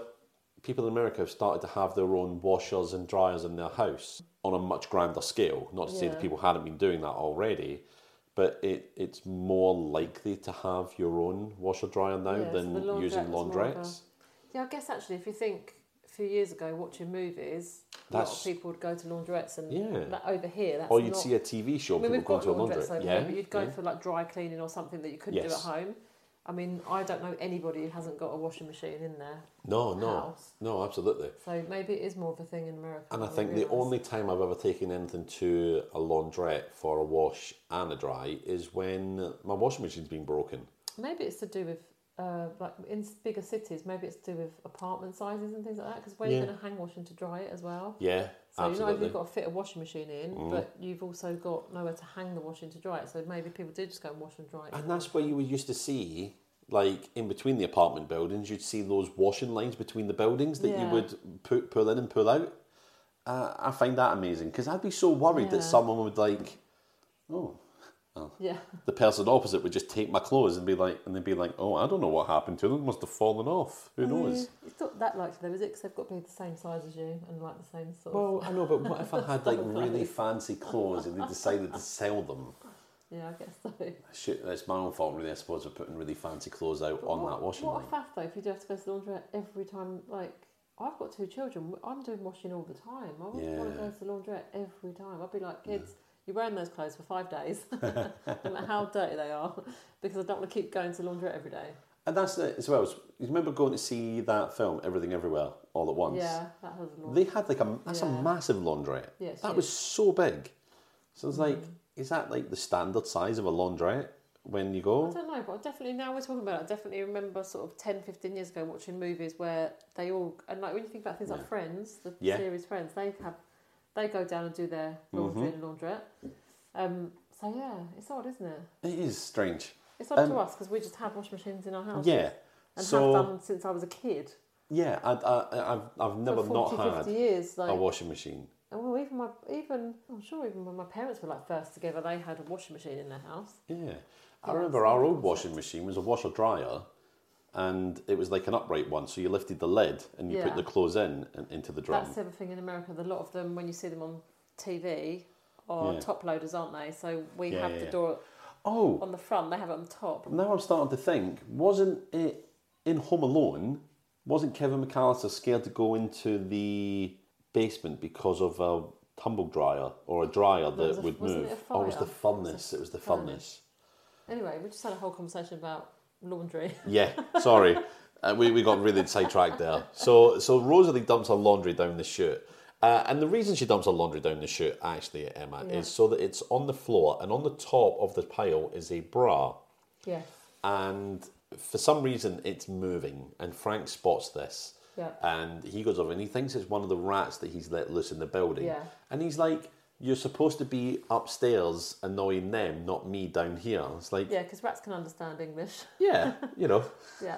S1: people in America have started to have their own washers and dryers in their house on a much grander scale. Not to say that
S2: Yeah.
S1: people hadn't been doing that already, but it it's more likely to have your own washer dryer now
S2: Yeah, so
S1: than
S2: the laundrette
S1: using
S2: was more of a-
S1: laundrettes.
S2: Yeah, I guess actually, if you think few years ago watching movies, a lot
S1: That's-
S2: of people would go to laundrettes and
S1: Yeah.
S2: that over here. That's
S1: Or you'd
S2: not,
S1: see a TV show,
S2: I mean,
S1: people
S2: we've
S1: going
S2: got
S1: to a
S2: laundrettes
S1: laundrette.
S2: over
S1: Yeah,
S2: here, but you'd go
S1: yeah.
S2: for like dry cleaning or something that you couldn't do at
S1: Yes.
S2: home. I mean, I don't know anybody who hasn't got a washing machine in their
S1: No, no,
S2: house.
S1: no, absolutely.
S2: So maybe it is more of a thing in America.
S1: And I
S2: than we
S1: think the
S2: realise.
S1: only time I've ever taken anything to a laundrette for a wash and a dry is when my washing machine's been broken.
S2: Maybe it's to do with uh, like in bigger cities. Maybe it's to do with apartment sizes and things like that. Because where
S1: Yeah.
S2: you're going to hang wash and to dry it as well.
S1: Yeah,
S2: Oh. So you know if
S1: absolutely. Mm.
S2: you've got to fit a washing machine in, but you've also got nowhere to hang the washing to dry it. So maybe people do just go and wash and dry it.
S1: And that's where you were used to see, like in between the apartment buildings, you'd see those washing lines between the buildings that you
S2: Yeah.
S1: would pu- pull in and pull out. Uh, I find that amazing because I'd be so worried
S2: Yeah.
S1: that someone would like, oh,
S2: yeah,
S1: the person opposite would just take my clothes and be like, and they'd be like, oh, I don't know what happened to them. Must have fallen off. Who knows?
S2: it's not that likely though, is it? Because they've got to be the same size as you and like the same sort. of...
S1: Well, I know, but what if I had like really fancy clothes and they decided to sell them?
S2: Yeah, I guess so.
S1: Shit, it's my own fault, really. I suppose for putting really fancy clothes out
S2: But
S1: on
S2: what,
S1: that washing
S2: What
S1: line.
S2: a faff though! If you do have to go to the laundrette every time, like I've got two children, I'm doing washing all the time. I wouldn't want to
S1: Yeah.
S2: go to the laundrette every time. I'd be like, kids, you're wearing those clothes for five days, no matter how dirty they are, because I don't want to keep going to the laundrette every day.
S1: And that's it as well. You remember going to see that film, Everything Everywhere, all at once?
S2: Yeah, that has a laundrette.
S1: They had like a that's
S2: Yeah.
S1: a massive laundrette.
S2: Yeah, it's
S1: that
S2: huge. Mm.
S1: was so big. So it's like, is that like the standard size of a laundrette when you
S2: I
S1: go?
S2: don't know, but I definitely now we're talking about it. I definitely remember sort of 10, 15 years ago watching movies where they all and like when you think about things
S1: Yeah.
S2: like Friends, the
S1: Yeah. Mm-hmm.
S2: series Friends, they have they go down and do their laundry and laundrette. Um, so yeah, it's odd, isn't it?
S1: It is strange.
S2: It's odd to
S1: Um,
S2: us because we just have washing machines in our house.
S1: Yeah.
S2: and
S1: so
S2: Oh. have done since I was a kid.
S1: yeah, I, I, I've I've
S2: For
S1: never
S2: 40,
S1: not
S2: 50
S1: had
S2: years. Like,
S1: a washing machine.
S2: and well, even my even I'm sure even when my parents were like first together, they had a washing machine in their house.
S1: Yeah. I
S2: Yeah,
S1: remember
S2: it's
S1: our
S2: not
S1: old washing machine was a washer dryer and it was like an upright one. So you lifted the lid and you put
S2: Yeah.
S1: the clothes in and into the drum.
S2: That's the other thing in America. A lot of them, when you see them on TV, are
S1: Yeah.
S2: top loaders, aren't they? So we
S1: Yeah,
S2: have
S1: yeah,
S2: the
S1: yeah.
S2: door
S1: oh,
S2: on the front; they have it on top.
S1: Now I'm starting to think, wasn't it in Home Alone? Wasn't Kevin McAllister scared to go into the basement because of a tumble dryer or a dryer
S2: There was
S1: that
S2: a-
S1: would
S2: wasn't
S1: move?
S2: it a
S1: oh, it was the
S2: fire?
S1: furnace. It was the furnace.
S2: Anyway, we just had a whole conversation about laundry.
S1: Yeah, sorry, uh, we, we got really sidetracked there. So so Rosalie dumps her laundry down the chute. Uh, and the reason she dumps her laundry down the chute, actually, Emma,
S2: Yeah.
S1: is so that it's on the floor, and on the top of the pile is a bra.
S2: yes.
S1: and for some reason it's moving and frank spots this
S2: Yeah.
S1: and he goes over and he thinks it's one of the rats that he's let loose in the building
S2: Yeah.
S1: and he's like you're supposed to be upstairs annoying them not me down here it's like yeah,
S2: Yeah, because rats can understand English.
S1: you know
S2: Yeah.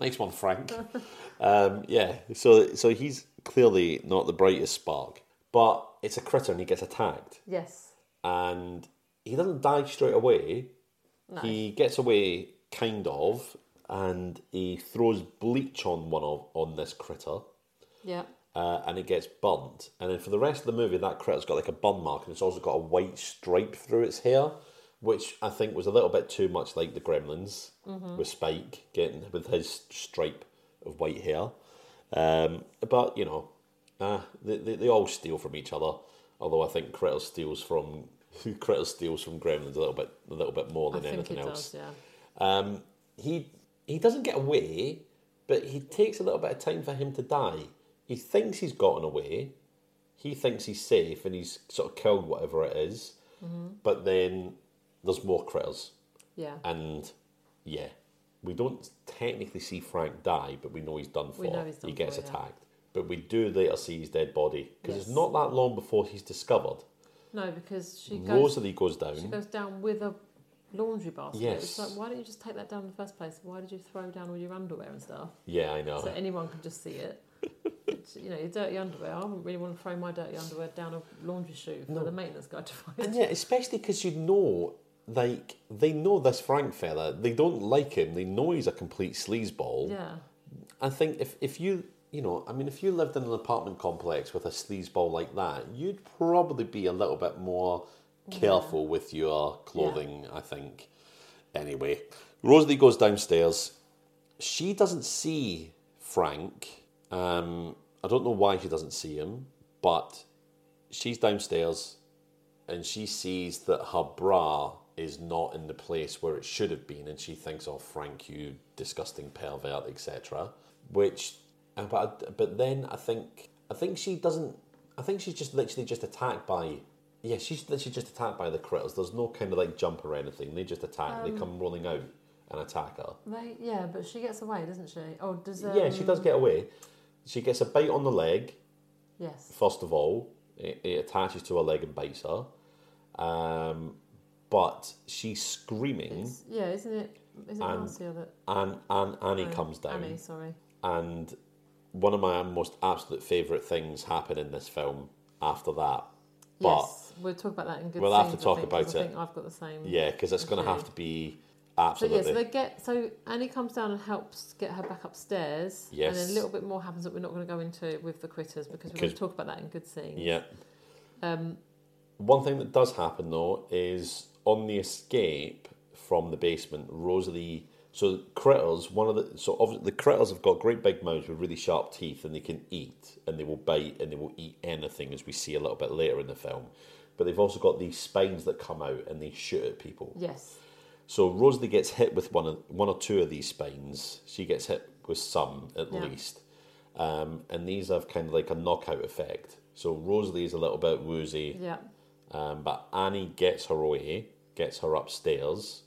S1: nice one frank um, yeah so so he's clearly not the brightest spark but it's a critter and he gets attacked
S2: Yes.
S1: and he doesn't die straight away.
S2: No.
S1: He gets away kind of, and he throws bleach on one of on this critter,
S2: Yeah.
S1: uh, and it gets burnt. And then for the rest of the movie, that critter's got like a burn mark, and it's also got a white stripe through its hair, which I think was a little bit too much like the Gremlins
S2: Mm-hmm.
S1: with Spike getting with his stripe of white hair. Um, but you know, uh, they, they they all steal from each other. Although I think Critter steals from Critter steals from Gremlins a little bit a little bit more
S2: I
S1: than
S2: think
S1: anything
S2: it
S1: else
S2: does. Yeah.
S1: he he doesn't get away, but he takes a little bit of time for him to die. He thinks he's gotten away. He thinks he's safe and he's sort of killed whatever it is.
S2: Mm-hmm.
S1: But then there's more critters,
S2: Yeah.
S1: and yeah, we don't technically see Frank die, but we know he's done for.
S2: We know he's done
S1: he gets
S2: for, yeah.
S1: attacked, but we do later see his dead body because it's
S2: Yes.
S1: not that long before he's discovered.
S2: No, because she goes
S1: Rosalie goes down.
S2: she goes down with a laundry basket.
S1: Yes.
S2: It's like why don't you just take that down in the first place? Why did you throw down all your underwear and stuff?
S1: yeah, I know.
S2: so anyone can just see it. It's, you know, your dirty underwear. I wouldn't really want to throw my dirty underwear down a laundry chute for the maintenance guy to
S1: And
S2: find.
S1: yeah, especially because you know, like, they know this Frank fella. They don't like him. They know he's a complete sleazeball.
S2: Yeah,
S1: I think if, if you, you know, I mean, if you lived in an apartment complex with a sleazeball like that, you'd probably be a little bit more careful with your clothing, I think. Anyway, Rosalie goes downstairs. She doesn't see Frank Um, I don't know why she doesn't see him, but she's downstairs and she sees that her bra is not in the place where it should have been, and she thinks, "Oh, Frank, you disgusting pervert, etc." Which, uh, but but then I think I think she doesn't. I think she's just literally just attacked by. Yeah, she's literally just attacked by the critters. There's no kind of like jump or anything. They just attack. they come rolling out and attack her.
S2: They, yeah, but she gets away, doesn't she? Oh, does um,
S1: yeah, she does get away. She gets a bite on the leg.
S2: Yes.
S1: first of all, it, it attaches to her leg and bites her. Um, but she's screaming,
S2: It's, yeah, isn't it? Is it
S1: And-
S2: Marcia that?
S1: and, and Annie
S2: no,
S1: comes down.
S2: Annie, sorry.
S1: And one of my most absolute favourite things happen in this film after that. But
S2: yes, we'll talk about that in good.
S1: we'll have to
S2: scenes, I
S1: talk
S2: think, 'cause
S1: about
S2: I
S1: it.
S2: think I've got the same.
S1: yeah, because it's going to have to be absolutely.
S2: Mm. So yeah, so they get so Annie comes down and helps get her back upstairs. And
S1: Yes.
S2: then a little bit more happens that we're not going to go into with the critters because we're going
S1: Because-
S2: to talk about that in good scenes.
S1: yeah.
S2: Um,
S1: One thing that does happen though is on the escape from the basement, Rosalie. So critters, one of the so obviously the critters have got great big mouths with really sharp teeth, and they can eat, and they will bite, and they will eat anything, as we see a little bit later in the film. But they've also got these spines that come out, and they shoot at people.
S2: yes.
S1: So Rosalie gets hit with one of, one or two of these spines. She gets hit with some at
S2: Yeah.
S1: least, um, and these have kind of like a knockout effect. So Rosalie is a little bit woozy.
S2: Yeah.
S1: Um, but Annie gets her away, gets her upstairs,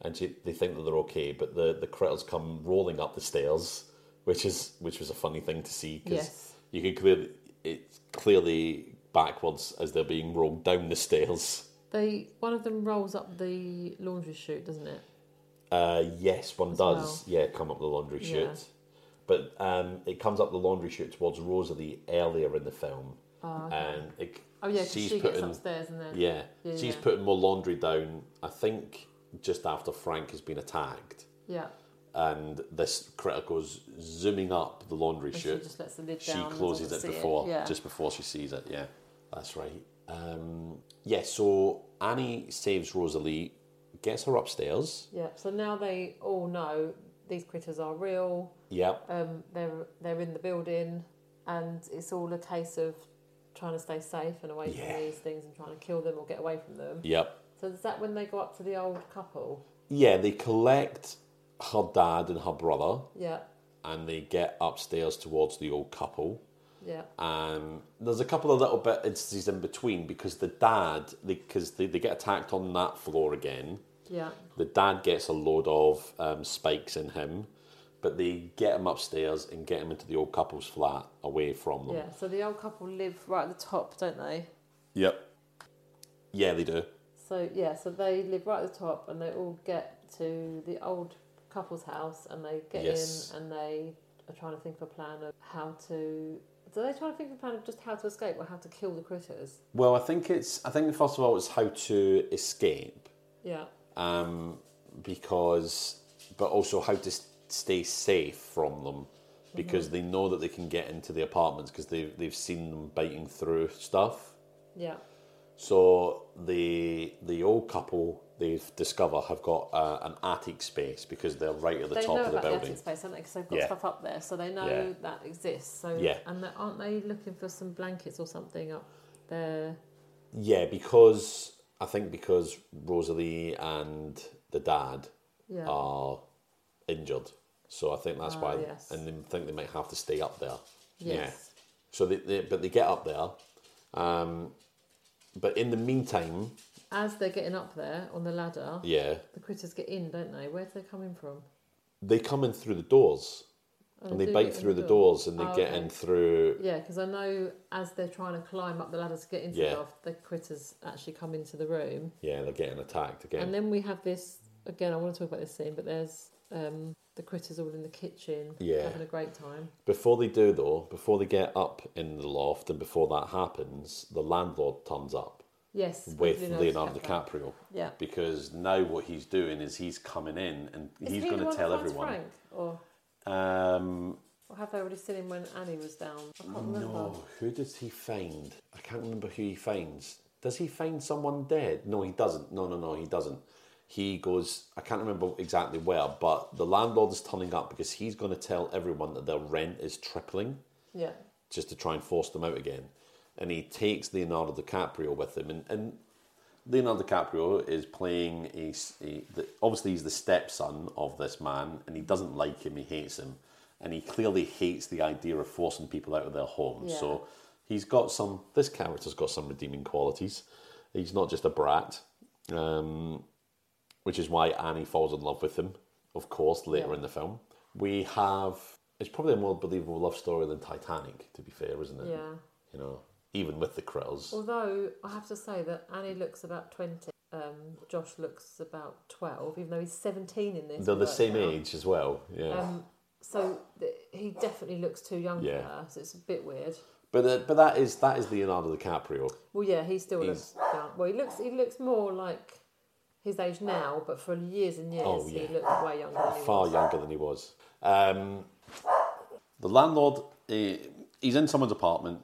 S1: and she, they think that they're okay. But the, the critters come rolling up the stairs, which is which was a funny thing to see because
S2: Yes.
S1: you can clearly it's clearly backwards as they're being rolled down the stairs.
S2: They one of them rolls up the laundry chute, doesn't it?
S1: Uh, yes, one
S2: As
S1: does. Yeah, come up the laundry chute.
S2: Yeah.
S1: But um, it comes up the laundry chute towards Rosalie earlier in the film,
S2: Oh, okay.
S1: and it,
S2: oh yeah, 'cause
S1: she's
S2: she gets
S1: putting-
S2: upstairs and then
S1: Yeah.
S2: Yeah,
S1: She's
S2: yeah.
S1: putting more laundry down, I think, just after Frank has been attacked.
S2: yeah.
S1: And this critter goes zooming up the laundry
S2: And
S1: chute.
S2: She just lets the lid
S1: She,
S2: down. and
S1: closes it
S2: doesn't see
S1: before,
S2: Yeah.
S1: just before she sees it. Yeah, that's right. Um, yeah, so Annie saves Rosalie, gets her upstairs.
S2: yeah. So now they all know these critters are real.
S1: Yep.
S2: Um, they're they're in the building, and it's all a case of trying to stay safe and away
S1: Yeah.
S2: from these things and trying to kill them or get away from them.
S1: Yep.
S2: So is that when they go up to the old couple?
S1: Yeah, they collect her dad and her brother
S2: Yeah.
S1: and they get upstairs towards the old couple.
S2: Yeah.
S1: Um, there's a couple of little bit instances in between because the dad, because they, they get attacked on that floor again.
S2: Yeah.
S1: The dad gets a load of um, spikes in him, but they get him upstairs and get him into the old couple's flat away from them.
S2: Yeah. So the old couple live right at the top, don't they?
S1: Yep. Yeah, they do.
S2: So yeah, so they live right at the top, and they all get to the old couple's house, and they get
S1: Yes.
S2: in, and they are trying to think of a plan of how to. Do they try to think of a plan of just how to escape or how to kill the critters?
S1: Well, I think it's, I think first of all, it's how to escape
S2: Yeah,
S1: um, because, but also how to s- stay safe from them because
S2: Mm-hmm.
S1: they know that they can get into the apartments because they've, they've seen them biting through stuff.
S2: yeah,
S1: So the the old couple they've discover have got uh, an attic space because they're right at the
S2: they
S1: top
S2: know
S1: of the
S2: about the
S1: building.
S2: attic space, don't they? Because they've got
S1: Yeah.
S2: stuff up there, so they know
S1: Yeah.
S2: that exists. So
S1: Yeah.
S2: and they, aren't they looking for some blankets or something up there?
S1: yeah, because I think because Rosalie and the dad
S2: Yeah,
S1: are injured, so I think that's
S2: Ah,
S1: why,
S2: yes.
S1: and they think they might have to stay up there. Yeah.
S2: yes,
S1: So they, they but they get up there, um, but in the meantime,
S2: as they're getting up there on the ladder,
S1: yeah,
S2: the critters get in, don't they? Where do they come in from?
S1: they come in through the doors
S2: Oh,
S1: and they
S2: do
S1: bite
S2: get in
S1: through the
S2: door.
S1: doors and they
S2: Oh,
S1: get
S2: okay.
S1: in through
S2: Yeah, because I know as they're trying to climb up the ladder to get into
S1: Yeah.
S2: the loft, the critters actually come into the room.
S1: Yeah, they're getting attacked again.
S2: And then we have this again, I want to talk about this scene, but there's um, the critters all in the kitchen
S1: Yeah.
S2: having a great time.
S1: before they do, though, before they get up in the loft and before that happens, the landlord turns up
S2: Yes,
S1: with Leonardo DiCaprio
S2: Yeah.
S1: because now what he's doing is he's coming in and
S2: Is
S1: he's
S2: he the
S1: going to
S2: one that
S1: tell
S2: finds
S1: everyone.
S2: Frank, or,
S1: Um,
S2: or have they already seen him when Annie was down? I can't remember.
S1: no, who does he find? I can't remember who he finds. Does he find someone dead? No, he doesn't. No, no, no, he doesn't. he goes, I can't remember exactly where, but the landlord is turning up because he's going to tell everyone that their rent is tripling
S2: Yeah.
S1: just to try and force them out again. And he takes Leonardo DiCaprio with him, and, and Leonardo DiCaprio is playing a, s- a- the, obviously he's the stepson of this man, and he doesn't like him. He hates him, and he clearly hates the idea of forcing people out of their homes.
S2: Yeah.
S1: So he's got some. This character's got some redeeming qualities. He's not just a brat, um, which is why Annie falls in love with him. Of course, later
S2: Yeah.
S1: in the film, we have. It's probably a more believable love story than Titanic, to be fair, isn't it?
S2: Yeah.
S1: You know, even with the critters.
S2: Although I have to say that Annie looks about twenty. Um, Josh looks about twelve, even though he's seventeen in this.
S1: They're
S2: we
S1: the
S2: worked
S1: same
S2: out.
S1: age as well. Yeah.
S2: Um, so th- he definitely looks too young
S1: Yeah.
S2: for her. So it's a bit weird.
S1: But the, but that is that is Leonardo DiCaprio.
S2: Well, yeah, he still
S1: He's-
S2: looks young. Well, he looks he looks more like his age now, but for years and years
S1: Oh, yeah.
S2: he looked way younger. Than he
S1: far
S2: was.
S1: younger than he was. Um, the landlord, eh, he's in someone's apartment,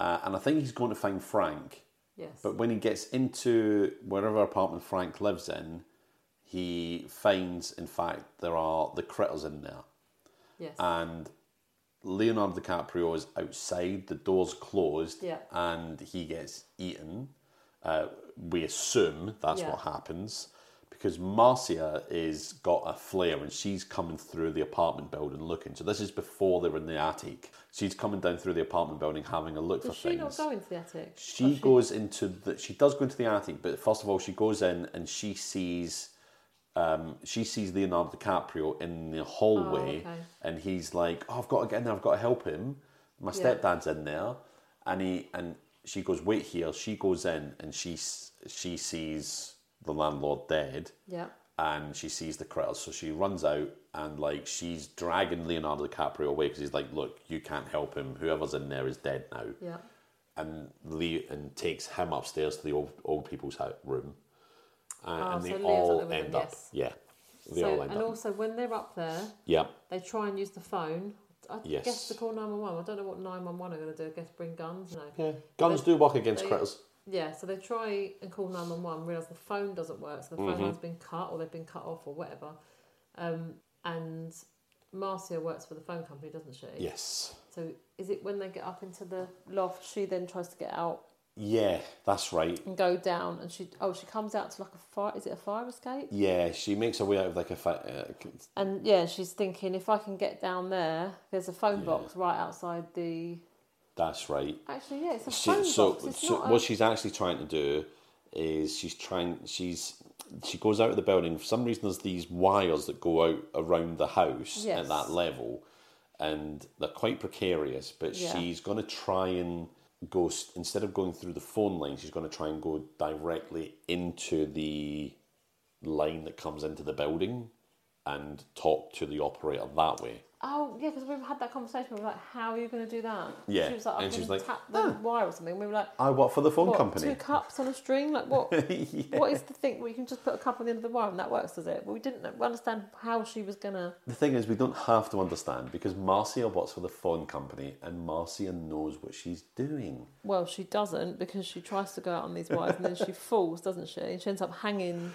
S1: uh, and I think he's going to find Frank.
S2: Yes.
S1: But when he gets into wherever apartment Frank lives in, he finds, in fact, there are the critters in there,
S2: yes.
S1: and Leonardo DiCaprio is outside. The door's closed,
S2: Yeah.
S1: and he gets eaten. Uh, we assume that's
S2: Yeah.
S1: what happens because Marcia is got a flare and she's coming through the apartment building looking. So this is before they were in the attic. She's coming down through the apartment building having a look
S2: Does
S1: for
S2: she
S1: things.
S2: not go into the attic?
S1: She goes into the. She does go into the attic, but first of all, she goes in and she sees, um, she sees Leonardo DiCaprio in the hallway,
S2: Oh, okay.
S1: and he's like, "Oh, I've got to get in there. I've got to help him. My
S2: Yeah.
S1: stepdad's in there," and he and she goes, "Wait here." She goes in and she s- she sees the landlord dead,
S2: Yeah.
S1: and she sees the critters. So she runs out and like she's dragging Leonardo DiCaprio away because he's like, "Look, you can't help him. Whoever's in there is dead now."
S2: Yeah.
S1: and Lee and takes him upstairs to the old, old people's hou- room, uh,
S2: Ah,
S1: and
S2: so
S1: they
S2: Leo's
S1: all
S2: at the
S1: end
S2: room,
S1: up.
S2: yes.
S1: Yeah, they
S2: so
S1: all end
S2: and
S1: up.
S2: also when they're up there,
S1: yeah,
S2: They try and use the phone. I
S1: Yes.
S2: guess to call 911. I don't know what 911 are going to do. I guess bring guns. No.
S1: yeah. Guns do work against
S2: they-
S1: critters.
S2: Yeah, so they try and call 911, realise the phone doesn't work, so the
S1: Mm-hmm.
S2: phone line's been cut or they've been cut off or whatever. Um, and Marcia works for the phone company, doesn't she?
S1: Yes.
S2: So is it when they get up into the loft, she then tries to get out
S1: Yeah, that's right.
S2: and go down and she, oh, she comes out to like a fire, is it a fire escape?
S1: Yeah, she makes her way out of like a. Fa- uh, c-
S2: And yeah, she's thinking, if I can get down there, there's a phone
S1: Yeah.
S2: box right outside the,
S1: that's right.
S2: actually, yeah, it's a
S1: She,
S2: phone
S1: so,
S2: box. It's
S1: so
S2: not a-
S1: what she's actually trying to do is she's trying. She's she goes out of the building. For some reason, there's these wires that go out around the house at
S2: Yes.
S1: that level, and they're quite precarious. But
S2: Yeah.
S1: she's going to try and go s- instead of going through the phone line. She's going to try and go directly into the line that comes into the building and talk to the operator that way.
S2: Oh yeah, because we've had that conversation. We were like, "How are you going to do that?"
S1: Yeah,
S2: she was like, "I
S1: and she was
S2: can
S1: like,
S2: tap the
S1: "Ah."
S2: wire or something." We were like,
S1: I work for the phone
S2: "What? Two
S1: company.
S2: cups on a string? Like what?
S1: Yeah.
S2: What is the thing? Well, you can just put a cup on the end of the wire, and that works, does it?" But we didn't know- understand how she was gonna.
S1: The thing is, we don't have to understand because Marcia works for the phone company and Marcia knows what she's doing.
S2: Well, she doesn't because she tries to go out on these wires and then she falls, doesn't she? And she ends up hanging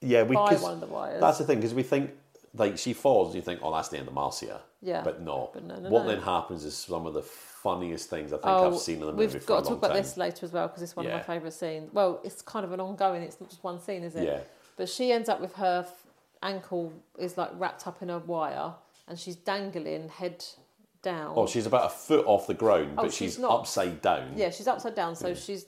S1: Yeah, we.
S2: by
S1: 'cause
S2: one of the wires.
S1: That's the thing because we think like she falls and you think, oh, that's the end of Marcia.
S2: Yeah.
S1: But no.
S2: But no, no,
S1: what
S2: no. Oh,
S1: then happens is some of the funniest things I think I've seen in the movie
S2: we've
S1: for a
S2: got to
S1: long
S2: talk about
S1: time.
S2: this later as well because it's one
S1: Yeah.
S2: of my favourite scenes. Well, it's kind of an ongoing. It's not just one scene, is it?
S1: Yeah.
S2: But she ends up with her f- ankle is like wrapped up in a wire, and she's dangling head down.
S1: Oh, she's about a foot off the ground,
S2: Oh,
S1: but she's,
S2: she's not-
S1: upside down.
S2: yeah, she's upside down, so she's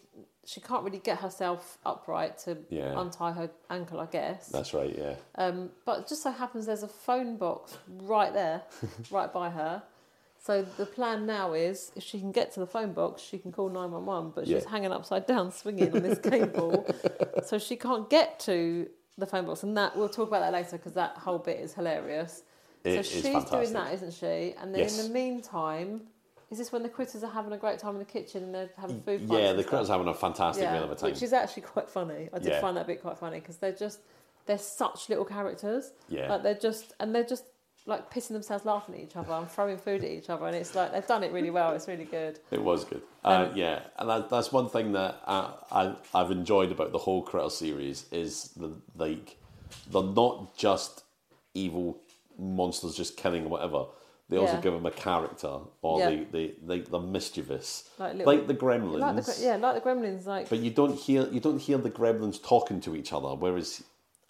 S2: she can't really get herself upright to
S1: Yeah.
S2: untie her ankle, I guess.
S1: That's right. Yeah.
S2: Um, but it just so happens there's a phone box right there, right by her. So the plan now is if she can get to the phone box, she can call 911, but she's
S1: Yeah.
S2: hanging upside down swinging on this cable. so she can't get to the phone box. And that we'll talk about that later because that whole bit is hilarious.
S1: It
S2: so
S1: is
S2: she's
S1: fantastic.
S2: doing that, isn't she? And then
S1: Yes.
S2: in the meantime, is this when the critters are having a great time in the kitchen and they're having food fights?
S1: yeah,
S2: and
S1: the
S2: stuff?
S1: crowd's having a fantastic meal of a time.
S2: Which is actually quite funny. I did
S1: Yeah.
S2: find that bit quite funny because they're just they're such little characters.
S1: Yeah.
S2: Like they're just and they're just like pissing themselves laughing at each other and throwing food at each other, and it's like they've done it really well. It's really good.
S1: It was good.
S2: Um,
S1: Uh, yeah, and that, that's one thing that I, I, I've enjoyed about the whole Critter series is the like they're not just evil monsters just killing or whatever. They also
S2: Yeah.
S1: give them a character, or
S2: Yeah.
S1: they, they, they, they're mischievous,
S2: Like
S1: like,
S2: little-
S1: the gremlins.
S2: Like the Gre- yeah, like the Gremlins, like
S1: But you don't hear you don't hear the gremlins talking to each other, whereas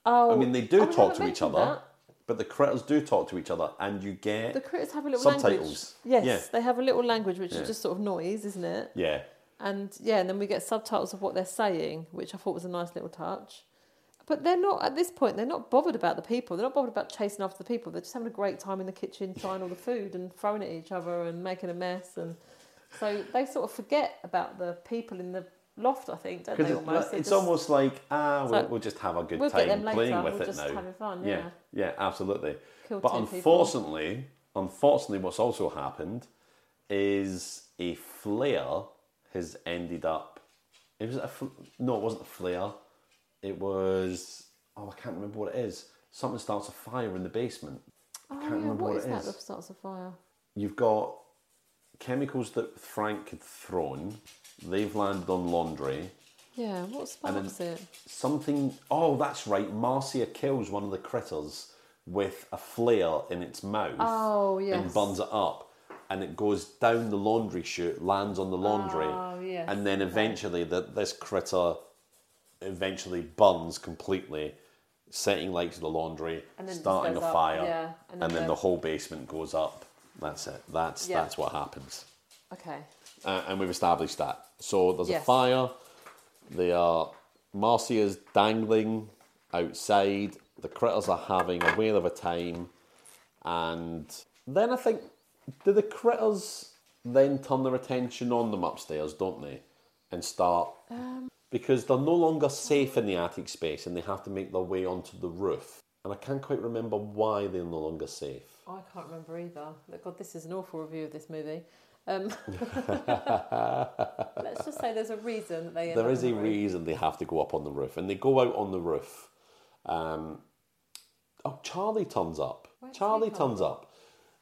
S2: oh,
S1: I mean they do
S2: oh, we
S1: talk
S2: haven't
S1: to each
S2: mentioned
S1: other,
S2: that.
S1: but the critters do talk to each other, and you get
S2: The critters have a little
S1: Subtitles.
S2: language. Yes,
S1: Yeah.
S2: they have a little language which
S1: Yeah.
S2: is just sort of noise, isn't it?
S1: yeah,
S2: And yeah, and then we get subtitles of what they're saying, which I thought was a nice little touch. But they're not at this point. They're not bothered about the people. They're not bothered about chasing after the people. They're just having a great time in the kitchen, trying all the food and throwing it at each other and making a mess. And so they sort of forget about the people in the loft. I think, don't
S1: because
S2: they?
S1: it's,
S2: Almost.
S1: like-
S2: They're
S1: it's
S2: just-
S1: almost like ah, we'll,
S2: like,
S1: we'll just have a good
S2: We'll
S1: time
S2: get them later.
S1: playing with
S2: we're
S1: it
S2: just
S1: now.
S2: having fun. Yeah.
S1: yeah, yeah, absolutely.
S2: Killed
S1: but
S2: 10 people.
S1: unfortunately, unfortunately, what's also happened is a flare has ended up. It was a fl- no, it wasn't a flare. It was oh, I can't remember what it is. Something starts a fire in the basement. I
S2: Oh, yeah.
S1: can't remember
S2: what
S1: what
S2: is
S1: it
S2: that
S1: is.
S2: that starts a fire?
S1: You've got chemicals that Frank had thrown. They've landed on laundry.
S2: Yeah. What sparks it?
S1: Something. Oh, that's right. Marcia kills one of the critters with a flare in its mouth.
S2: Oh,
S1: And
S2: yes.
S1: burns it up, and it goes down the laundry chute, lands on the laundry,
S2: Oh, yes,
S1: and then
S2: okay.
S1: eventually that this critter eventually burns completely, setting light to the laundry,
S2: And then it just
S1: starting a
S2: goes up,
S1: fire,
S2: yeah,
S1: and
S2: and
S1: then,
S2: then
S1: the
S2: the-
S1: whole basement goes up. That's it. That's
S2: Yeah.
S1: that's what happens
S2: Okay.
S1: uh, and we've established that. So there's a
S2: Yes.
S1: fire. They are Marcia's dangling outside. The critters are having a whale of a time, and then I think do the critters then turn their attention on them upstairs, don't they, and start because they're no longer safe in the attic space, and they have to make their way onto the roof. And I can't quite remember why they're no longer safe.
S2: I can't remember either. Look, God, this is an awful review of this movie. Um, let's just say there's a reason that they. End
S1: there
S2: up
S1: is
S2: on
S1: a
S2: the roof.
S1: reason they have to go up on the roof, and they go out on the roof. Um, oh, Charlie turns up.
S2: Where does he
S1: Charlie
S2: come
S1: turns up.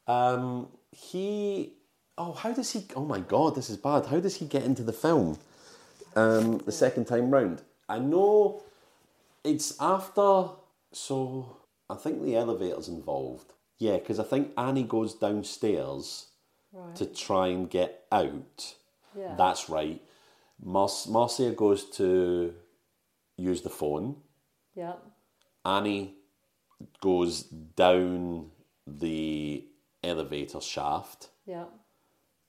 S1: Um, he. Oh, how does he? Oh my God, this is bad. How does he get into the film? Um, the second time round. I know. It's after. So I think the elevator's involved. Yeah, because I think Annie goes downstairs
S2: Right.
S1: to try and get out.
S2: Yeah.
S1: That's right. Mar- Marcia goes to use the phone.
S2: Yeah.
S1: Annie goes down the elevator shaft
S2: Yeah.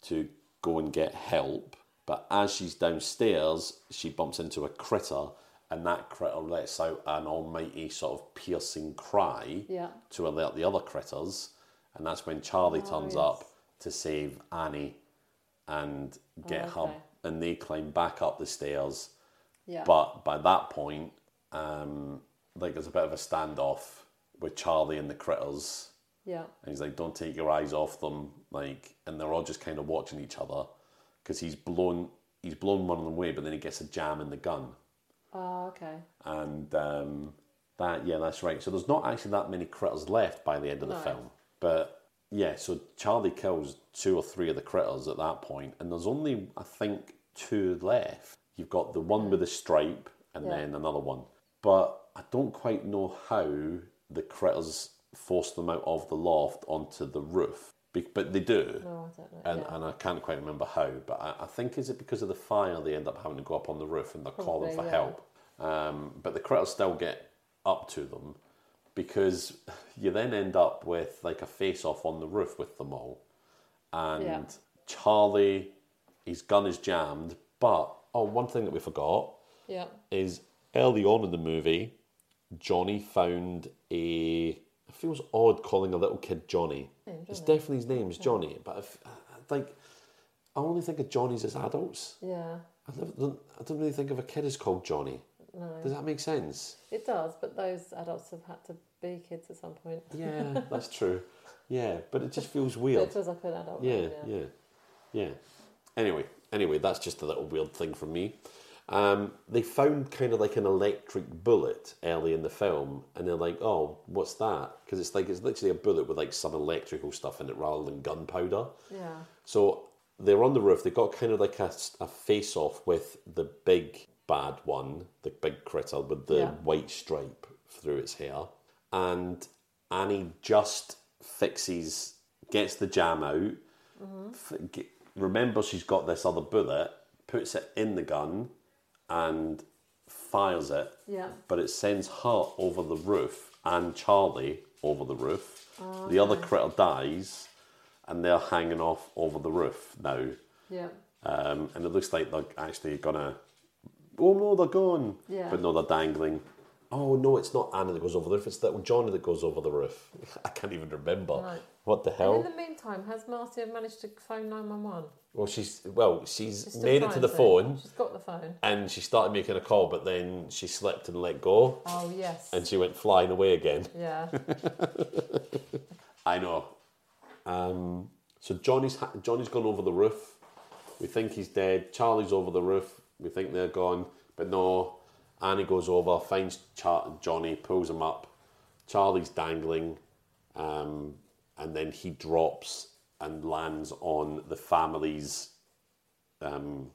S1: to go and get help. But as she's downstairs, she bumps into a critter, and that critter lets out an almighty sort of piercing cry
S2: Yeah.
S1: to alert the other critters. And that's when Charlie turns
S2: yes.
S1: up to save Annie and get
S2: okay.
S1: her, and they climb back up the stairs.
S2: Yeah.
S1: But by that point, um, like there's a bit of a standoff with Charlie and the critters.
S2: Yeah.
S1: And he's like, "Don't take your eyes off them." Like, and they're all just kind of watching each other because he's blown he's blown one of them away, but then he gets a jam in the gun,
S2: Oh, okay.
S1: and um, that yeah, that's right. So there's not actually that many critters left by the end of the
S2: No.
S1: film, but yeah. So Charlie kills two or three of the critters at that point, and there's only I think two left. You've got the one with the stripe, and
S2: Yeah.
S1: then another one, but I don't quite know how the critters force them out of the loft onto the roof, Be- but they do.
S2: No, I don't know.
S1: And,
S2: yeah.
S1: and I can't quite remember how, but I, I think is it because of the fire they end up having to go up on the roof and they're calling for
S2: Probably, yeah.
S1: help. Um, but the critters still get up to them because you then end up with like a face off on the roof with them all. And
S2: Yeah.
S1: Charlie, his gun is jammed. But oh, one thing that we forgot
S2: yeah.
S1: is early on in the movie, Johnny found a. It feels odd calling a little kid Johnny. It's definitely his name's Johnny, but if, like, I only think of Johnnies as adults.
S2: Yeah.
S1: I don't, I don't really think of a kid as called Johnny.
S2: No.
S1: Does that make sense?
S2: It does, but those adults have had to be kids at some point.
S1: Yeah, that's true. Yeah, but it just feels
S2: So
S1: weird.
S2: It feels like an adult.
S1: Yeah,
S2: now,
S1: yeah, yeah. Anyway, anyway, that's just a little weird thing from me. Um, they found kind of like an electric bullet early in the film, and they're like, "Oh, what's that?" Because it's like it's literally a bullet with like some electrical stuff in it rather than gunpowder.
S2: Yeah.
S1: So they're on the roof. They got kind of like a, a face off with the big bad one, the big critter with the
S2: Yeah.
S1: white stripe through its hair. And Annie just fixes, gets the jam out, f- g- remembers she's got this other bullet, puts it in the gun, and fires it.
S2: Yeah.
S1: But it sends her over the roof and Charlie over the roof.
S2: Oh,
S1: The other critter dies, and they're hanging off over the roof now.
S2: Yeah.
S1: Um, and it looks like they're actually gonna. Oh no, they're gone.
S2: Yeah.
S1: But no, they're dangling. Oh no, it's not Anna that goes over the roof. It's little Johnny that goes over the roof. I can't even remember.
S2: Right.
S1: What the
S2: And in
S1: hell?
S2: the meantime, has Marcia managed to phone 911?
S1: Well, she's well, she's,
S2: She's still
S1: made it to
S2: trying
S1: the phone
S2: She's got the phone.
S1: and she started making a call, but then she slipped and let go,
S2: Oh, yes.
S1: and she went flying away again.
S2: yeah.
S1: I know. Um, so Johnny's ha- Johnny's gone over the roof. We think he's dead. Charlie's over the roof. We think they're gone, but no. Annie goes over, finds Char- Johnny, pulls him up. Charlie's dangling, um, and then he drops and lands on the family's. Um,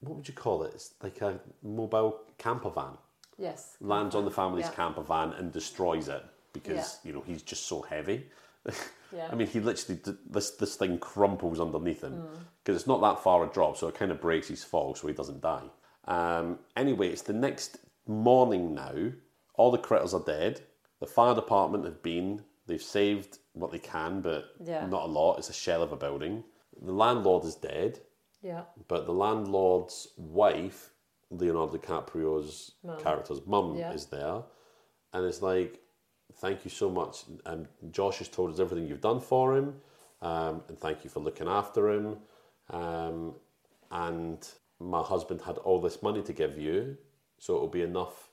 S1: what would you call it? It's like a mobile camper van
S2: yes.
S1: lands on the family's
S2: Yeah.
S1: camper van and destroys it because you know he's just so heavy.
S2: Yeah.
S1: I mean, he literally d- this this thing crumples underneath him
S2: Mm.
S1: because it's not that far a drop, so it kind of breaks his fall, so he doesn't die. Um, anyway, it's the next morning now. All the critters are dead. The fire department have been. They've saved what they can, but
S2: Yeah.
S1: not a lot. It's a shell of a building. The landlord is dead,
S2: Yeah.
S1: but the landlord's wife, Leonardo DiCaprio's
S2: Mum.
S1: character's mum,
S2: Yeah.
S1: is there, and it's like, thank you so much. Um, Josh has told us everything you've done for him, um, and thank you for looking after him. Um, and my husband had all this money to give you, so it'll be enough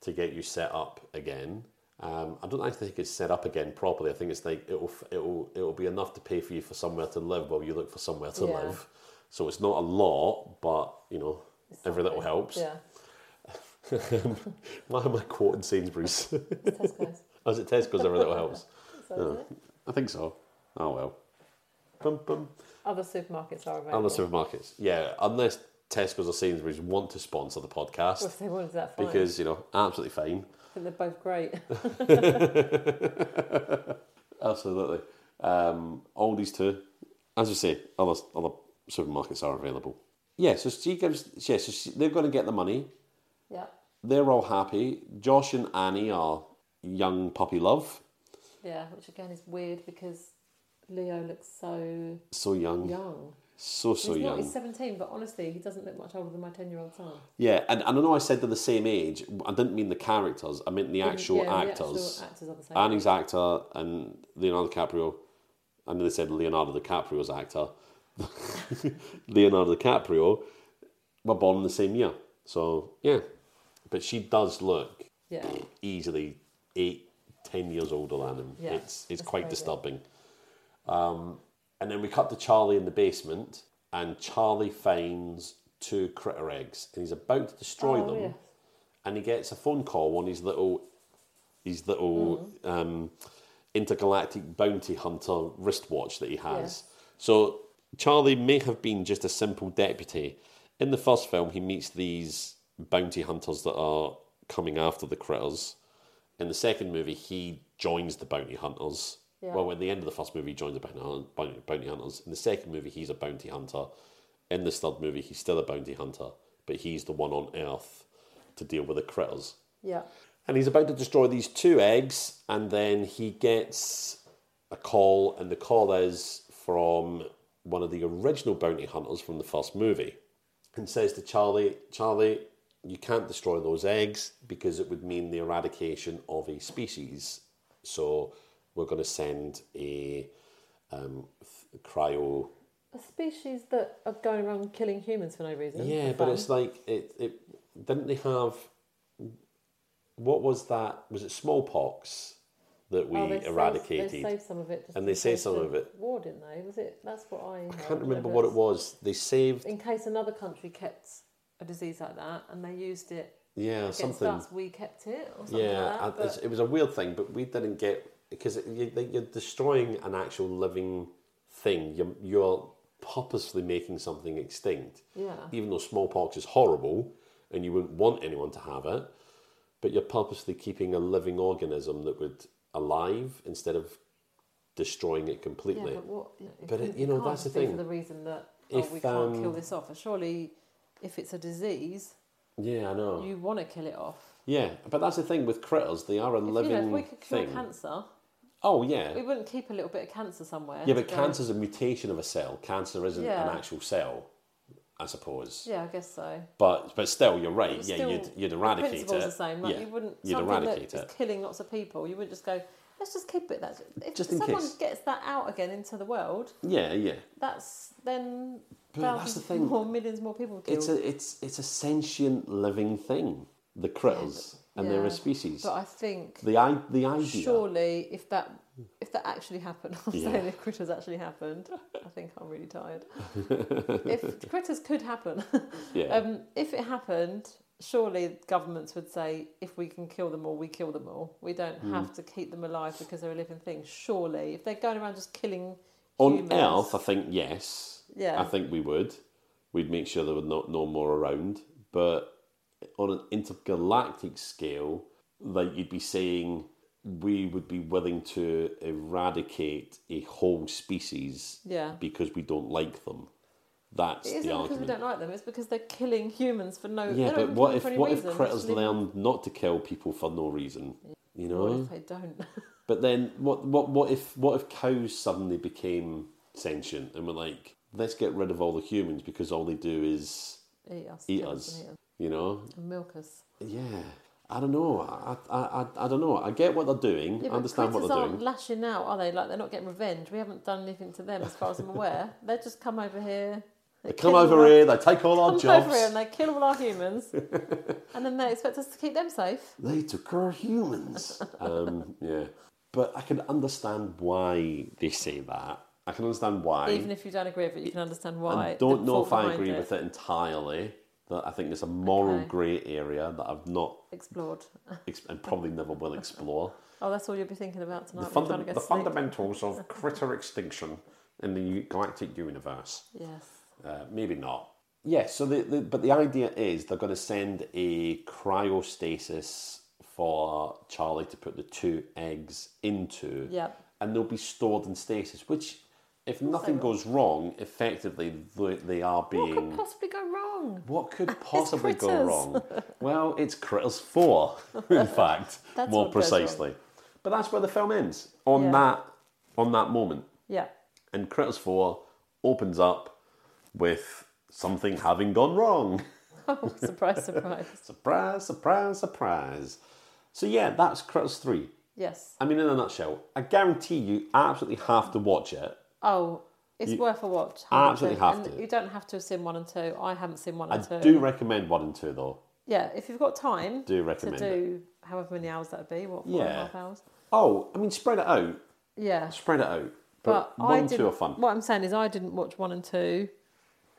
S1: to get you set up again. Um, I don't actually think it's set up again properly. I think it's like it'll it'll it'll be enough to pay for you for somewhere to live while you look for somewhere to
S2: Yeah.
S1: live. So it's not a lot, but you know, every little helps.
S2: Yeah.
S1: Why am I quoting Sainsbury's?
S2: It's Tesco's.
S1: As it Tesco's, every little helps.
S2: So,
S1: Yeah.
S2: isn't it?
S1: I think so. Oh well. Bum, bum.
S2: Other supermarkets are available.
S1: Unless supermarkets, yeah, unless Tesco's or Sainsbury's want to sponsor the
S2: Well,
S1: podcast
S2: if they wanted that fine.
S1: because you know, absolutely fine.
S2: I think they're both great.
S1: Absolutely. Um, all these two, as we say, other other supermarkets are available. Yeah, so she gives. Yeah, so she, they're going to get the money.
S2: yeah.
S1: They're all happy. Josh and Annie are young puppy love.
S2: Yeah. Which again is weird because Leo looks so
S1: So young,
S2: young.
S1: so so
S2: he's
S1: young.
S2: not. He's 17, but honestly, he doesn't look much older than my 10 year old son.
S1: Yeah, and, and I know I said they're the same age. I didn't mean the characters. I meant the actual
S2: Yeah, the
S1: actors.
S2: actual actors are the same.
S1: Annie's actor and Leonardo DiCaprio. I know they said Leonardo DiCaprio's actor. Leonardo DiCaprio were born in the same year. So, yeah. But she does look
S2: yeah.
S1: easily eight, ten years older than him.
S2: Yeah,
S1: it's it's
S2: that's
S1: quite
S2: crazy.
S1: disturbing. Um, and then we cut to Charlie in the basement, and Charlie finds two critter eggs, and he's about to destroy
S2: Oh,
S1: them,
S2: yes.
S1: and he gets a phone call on his little, his little um, intergalactic bounty hunter wristwatch that he has. So Charlie may have been just a simple deputy. In the first film, he meets these bounty hunters that are coming after the critters. In the second movie, he joins the bounty hunters.
S2: Yeah.
S1: Well, at the end of the first movie, he joins the bounty, hun- bounty, bounty hunters. In the second movie, he's a bounty hunter. In the third movie, he's still a bounty hunter, but he's the one on Earth to deal with the critters.
S2: Yeah.
S1: And he's about to destroy these two eggs, and then he gets a call, and the call is from one of the original bounty hunters from the first movie, and says to Charlie, Charlie, you can't destroy those eggs because it would mean the eradication of a species. So we're going to send a um, th- cryo.
S2: A species that are going around killing humans for no reason.
S1: Yeah,
S2: for
S1: but
S2: fun.
S1: it's like it. It didn't they have. What was that? Was it smallpox that we
S2: Oh, they saved-
S1: eradicated?
S2: they saved some of it. Just
S1: And
S2: in
S1: they saved
S2: case
S1: some of it.
S2: War, didn't they? Was it? That's what I.
S1: I can't remember what it was. They saved.
S2: In case another country kept a disease like that, and they used it
S1: Yeah,
S2: against
S1: something.
S2: us. We kept it, or something
S1: Yeah,
S2: like that.
S1: I- it's- it was a weird thing, but we didn't get because it, you, you're destroying an actual living thing. You're, you're purposely making something extinct.
S2: Yeah.
S1: Even though smallpox is horrible, and you wouldn't want anyone to have it, but you're purposely keeping a living organism that would alive instead of destroying it
S2: yeah,
S1: completely.
S2: but what? You know,
S1: But it- you know,
S2: can't
S1: that's the
S2: just be
S1: thing.
S2: For the reason that
S1: If,
S2: oh, we can't
S1: um,
S2: kill this off, and surely, if it's a disease,
S1: yeah, I know.
S2: you want to kill it off.
S1: yeah, but that's the thing with critters; they are a
S2: If,
S1: living
S2: you know, if we could cure
S1: thing.
S2: cancer,
S1: oh yeah,
S2: we wouldn't keep a little bit of cancer somewhere.
S1: Yeah,
S2: to
S1: but
S2: go-
S1: cancer's a mutation of a cell. Cancer isn't
S2: Yeah.
S1: an actual cell, I suppose.
S2: Yeah, I guess so.
S1: But but still, you're right.
S2: But
S1: yeah, you'd
S2: still,
S1: you'd
S2: The
S1: eradicate it.
S2: principle's the same. Like
S1: yeah,
S2: you wouldn't
S1: you'd
S2: something
S1: eradicate
S2: that is
S1: it.
S2: killing lots of people. You wouldn't just go. Let's just keep it. That if
S1: Just in
S2: someone
S1: case.
S2: gets that out again into the world,
S1: Yeah, yeah.
S2: that's then
S1: But that's
S2: thousands
S1: the thing.
S2: more, millions more people killed.
S1: It's a it's it's a sentient living thing. The critters and they're
S2: yeah,
S1: a species.
S2: but I think
S1: the i the idea.
S2: surely if that if that actually happened, I'm
S1: Yeah.
S2: saying if critters actually happened, I think I'm really tired. if critters could happen,
S1: Yeah.
S2: um, if it happened, surely governments would say if we can kill them all, we kill them all. We don't
S1: Hmm.
S2: have to keep them alive because they're a living thing. Surely, if they're going around just killing
S1: On
S2: humans,
S1: Earth, I think yes.
S2: Yeah.
S1: I think we would. We'd make sure there were not no more around. But on an intergalactic scale, like you'd be saying, we would be willing to eradicate a whole species
S2: Yeah.
S1: because we don't like them. That's
S2: it isn't
S1: the
S2: because we
S1: argument.
S2: don't like them. It's because they're killing humans for no.
S1: Yeah,
S2: they
S1: but
S2: don't even
S1: what
S2: kill
S1: if
S2: for any
S1: what if
S2: reason,
S1: critters
S2: just leave-
S1: learned not to kill people for no reason? You know.
S2: What if they don't?
S1: But then, what, what, what if, what if cows suddenly became sentient and were like, let's get rid of all the humans because all they do is
S2: eat us.
S1: eat
S2: kill
S1: us,
S2: and eat us.
S1: you know?
S2: And milk us.
S1: Yeah, I don't know. I, I, I, I don't know. I get what they're doing.
S2: Yeah,
S1: I
S2: but
S1: understand what
S2: critters
S1: they're
S2: aren't
S1: doing.
S2: lashing out, are they? Like they're not getting revenge. We haven't done anything to them, as far as I'm aware. they just come over here.
S1: They come
S2: kill
S1: over
S2: all-
S1: here. They take all
S2: Come
S1: our jobs.
S2: over here and they kill all our humans, and then they expect us to keep them safe.
S1: They took our humans. um, yeah, but I can understand why they say that. I can understand why.
S2: Even if you don't agree with it, you can understand why.
S1: I Mm. don't
S2: the
S1: know
S2: thought
S1: if I
S2: behind
S1: agree with it entirely. That I think there's a moral
S2: Okay.
S1: grey area that I've not
S2: Explored.
S1: ex- and probably never will explore.
S2: Oh, that's all you'll be thinking about
S1: the
S2: tonight. when you're
S1: funda-
S2: trying to
S1: the
S2: go to sleep.
S1: fundamentals of critter extinction in the u- galactic universe.
S2: Yes.
S1: Uh, maybe not. Yeah, so the, the, but the idea is they're going to send a cryostasis for Charlie to put the two eggs into.
S2: Yep.
S1: And they'll be stored in stasis, which, if nothing goes wrong, effectively they, they are
S2: What
S1: being.
S2: could possibly go wrong?
S1: What could possibly go
S2: critters.
S1: wrong? Well, it's Critters 4, in fact,
S2: That's
S1: more
S2: what goes wrong.
S1: precisely. But that's where the film ends, on
S2: Yeah.
S1: that on that moment.
S2: Yeah.
S1: And Critters 4 opens up with something having gone wrong.
S2: Oh, surprise, surprise.
S1: Surprise, surprise, surprise. So yeah, that's Critters 3.
S2: Yes.
S1: I mean, in a nutshell, I guarantee you absolutely have to watch it.
S2: Oh, it's worth a watch. 100%.
S1: absolutely have
S2: And
S1: to.
S2: You don't have to have seen one and two. I haven't seen one
S1: I
S2: and two.
S1: do recommend 1 and 2 though.
S2: Yeah, if you've got time
S1: Do
S2: to
S1: recommend it.
S2: do however many hours that would be, what, four and a
S1: Yeah.
S2: half hours?
S1: Oh, I mean, spread it out.
S2: Yeah.
S1: Spread it out.
S2: But,
S1: But, one
S2: I
S1: and
S2: didn't,
S1: two are fun.
S2: What I'm saying is, I didn't watch one and two,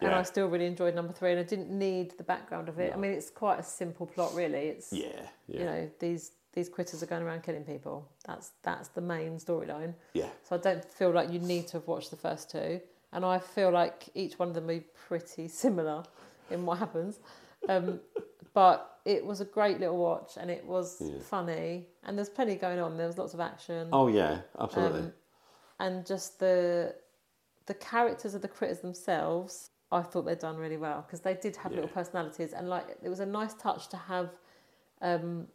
S2: and
S1: Yeah.
S2: I still really enjoyed number three, and I didn't need the background of it. I mean, it's quite a simple plot, really. It's
S1: Yeah, yeah,
S2: you know these these critters are going around killing people. That's that's the main storyline.
S1: yeah.
S2: So I don't feel like you need to have watched the first two, and I feel like each one of them will be pretty similar in what happens. Um, but it was a great little watch, and it was
S1: Yeah.
S2: funny, and there's plenty going on. There was lots of action,
S1: Oh yeah, absolutely.
S2: Um, and just the the characters of the critters themselves. I thought they'd done really well because they did have
S1: Yeah.
S2: little personalities, and like it was a nice touch to have, um,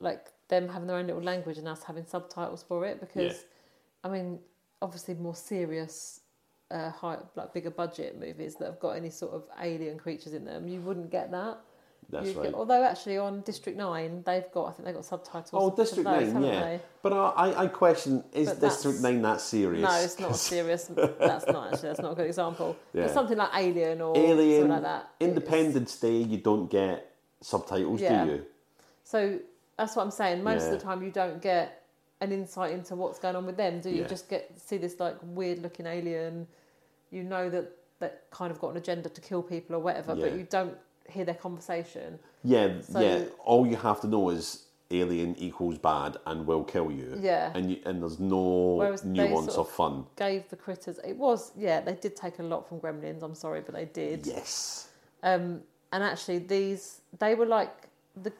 S2: like them having their own little language and us having subtitles for it because. I mean, obviously more serious, uh, high, like bigger budget movies that have got any sort of alien creatures in them, you wouldn't get that.
S1: That's
S2: You'd
S1: right.
S2: get- although actually on District Nine, they've got I think they've got subtitles.
S1: oh,
S2: for
S1: District
S2: those,
S1: Nine,
S2: haven't
S1: yeah.
S2: they?
S1: But I, I, I question: Is
S2: But
S1: District
S2: that's-
S1: Nine that serious?
S2: No, it's not serious. that's not actually. That's not a good example.
S1: Yeah.
S2: But something like Alien or
S1: Alien,
S2: something like that. it's-
S1: Independence Day. You don't get subtitles,
S2: Yeah.
S1: do you?
S2: So that's what I'm saying. Most of
S1: Yeah.
S2: the time, you don't get an insight into what's going on with them, do you?
S1: Yeah.
S2: You just get see this like weird looking alien. You know that that kind of got an agenda to kill people or whatever,
S1: Yeah.
S2: but you don't hear their conversation.
S1: Yeah,
S2: So-
S1: yeah. All you have to know is alien equals bad and will kill you.
S2: Yeah.
S1: And you, and there's no
S2: Whereas they
S1: nuance
S2: sort
S1: or fun.
S2: Gave the critters. It was yeah. They did take a lot from Gremlins. I'm sorry, but they did.
S1: Yes.
S2: Um, and actually, these they were like the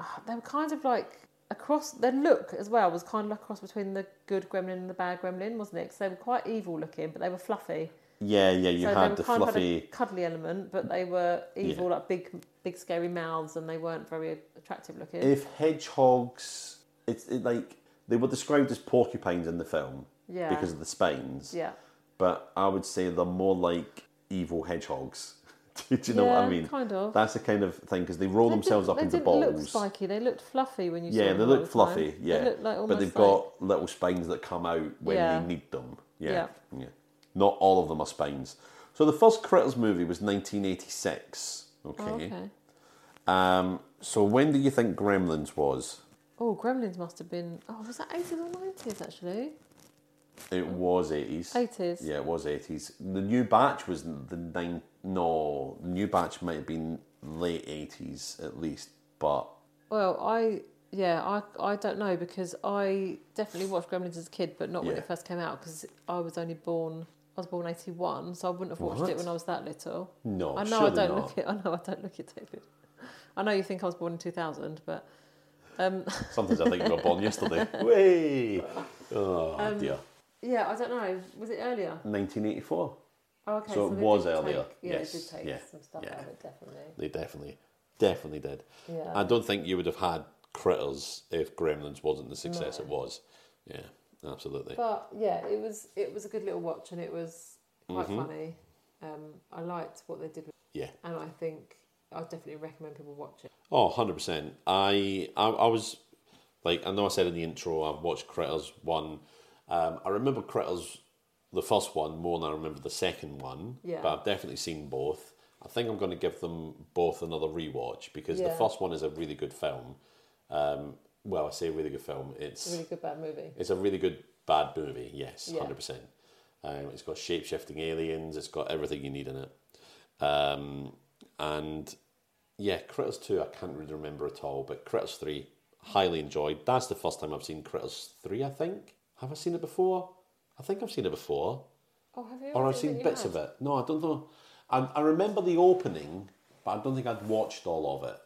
S2: ah, they were kind of like a cross. Their look as well was kind of like a cross between the good gremlin and the bad gremlin, wasn't it? Because they were quite evil looking, but they were fluffy.
S1: Yeah, yeah. You
S2: so they were
S1: had the
S2: kind of had
S1: fluffy.
S2: a cuddly element, but they were evil, like big, big scary mouths, and they weren't very attractive looking.
S1: If hedgehogs, it's it, like they were described as porcupines in the film
S2: yeah,
S1: because of the spines.
S2: yeah.
S1: But I would say they're more like evil hedgehogs. do, you know what I
S2: Yeah,
S1: mean?
S2: Kind of.
S1: That's the kind of thing because they roll
S2: They
S1: themselves
S2: didn't-
S1: up into
S2: They didn't look
S1: balls.
S2: spiky. They looked fluffy when you saw
S1: yeah,
S2: them
S1: they
S2: all the
S1: look
S2: time.
S1: fluffy. Yeah,
S2: they looked like almost
S1: but they've
S2: like,
S1: got little spines that come out when
S2: Yeah.
S1: you need them. Yeah. yeah,
S2: Yeah.
S1: Not all of them are spines. So the first Critters movie was 1986. Okay.
S2: Oh, okay.
S1: Um, so when do you think Gremlins was?
S2: Oh, Gremlins must have been. Oh, was that eighties or nineties? Actually,
S1: It was 80s.
S2: eighties.
S1: Yeah, it was 80s. The new batch was the nine. No, the new batch might have been late 80s at least, but
S2: Well, I yeah, I I don't know because I definitely watched Gremlins as a kid, but not when
S1: Yeah.
S2: it first came out because I was only born. I was born eighty one, so I wouldn't have watched
S1: What?
S2: it when I was that little.
S1: no.
S2: I know I
S1: surely
S2: don't
S1: not.
S2: look it. I know I don't look it, David. I know you think I was born in two thousand, but um,
S1: Sometimes I think we were born yesterday. Way. Oh
S2: Um,
S1: dear.
S2: yeah, I don't know. Was it earlier?
S1: 1984.
S2: Oh, okay.
S1: So it
S2: they
S1: was
S2: did
S1: earlier.
S2: Take, yeah,
S1: Yes,
S2: they did take
S1: yeah,
S2: some stuff
S1: yeah.
S2: out of it, definitely.
S1: They definitely, definitely did.
S2: Yeah.
S1: I don't think you would have had Critters if Gremlins wasn't the success it was. Yeah, absolutely.
S2: But yeah, it was it was a good little watch, and it was quite
S1: Mm-hmm.
S2: funny. Um, I liked what they did, with
S1: Yeah.
S2: and I think I definitely recommend people watch it.
S1: Oh, 100%. I, I, I was, like, I know I said in the intro, I've watched Critters 1. Um, I remember Critters, the first one, more than I remember the second one.
S2: Yeah.
S1: But I've definitely seen both. I think I'm going to give them both another rewatch because the
S2: Yeah.
S1: first one is a really good film. Um, well, I say really good film. It's
S2: Really good bad movie.
S1: It's a really good bad movie. Yes,
S2: Yeah.
S1: hundred percent. Um, it's got shape shifting aliens. It's got everything you need in it. Um, and yeah, Critters two I can't really remember at all, but Critters three highly enjoyed. That's the first time I've seen Critters three. I think have I seen it before? I think I've seen it before,
S2: Oh, have you?
S1: or
S2: ever
S1: I've
S2: seen
S1: seen
S2: it? You
S1: bits
S2: have?
S1: of it. No, I don't know. I, I remember the opening, but I don't think I'd watched all of it.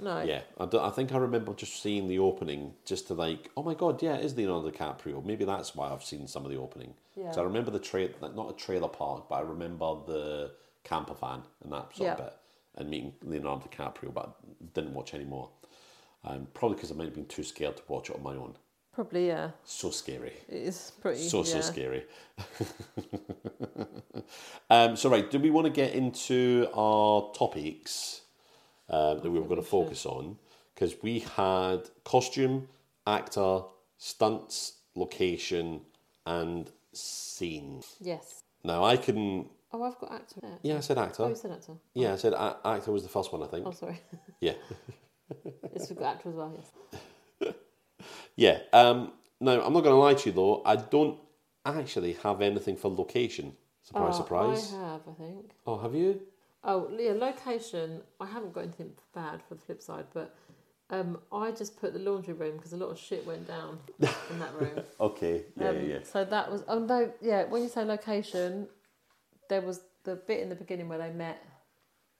S2: No.
S1: Yeah, I, don't- I think I remember just seeing the opening, just to like, oh my god, yeah, it is Leonardo DiCaprio. Maybe that's why I've seen some of the opening. Because
S2: Yeah.
S1: I remember the trail, not a trailer park, but I remember the camper van and that sort of
S2: Yeah.
S1: bit, and meeting Leonardo DiCaprio, but I didn't watch any more. Um, probably because I might have been too scared to watch it on my own.
S2: Probably. Yeah.
S1: So scary
S2: It is pretty.
S1: so so
S2: yeah.
S1: scary. um, so right, do we want to get into our topics uh, that we were going to focus on? Because we had costume, actor, stunts, location, and scene.
S2: Yes.
S1: Now I can.
S2: Oh, I've got actor there.
S1: Yeah, I said
S2: Oh,
S1: actor.
S2: you said actor.
S1: Yeah, I said a- actor was the first one. I think.
S2: Oh, sorry.
S1: Yeah.
S2: it's we've got actor as well. Yes.
S1: Yeah. Um, now, I'm not going to lie to you though. I don't actually have anything for location. Surprise,
S2: Oh,
S1: surprise.
S2: I have, I think.
S1: Oh, have you?
S2: Oh, yeah, location. I haven't got anything bad for the flip side, but um, I just put the laundry room because a lot of shit went down in that room.
S1: Okay. Yeah,
S2: um,
S1: yeah, yeah.
S2: So that was. Oh no, yeah. When you say location, there was the bit in the beginning where they met,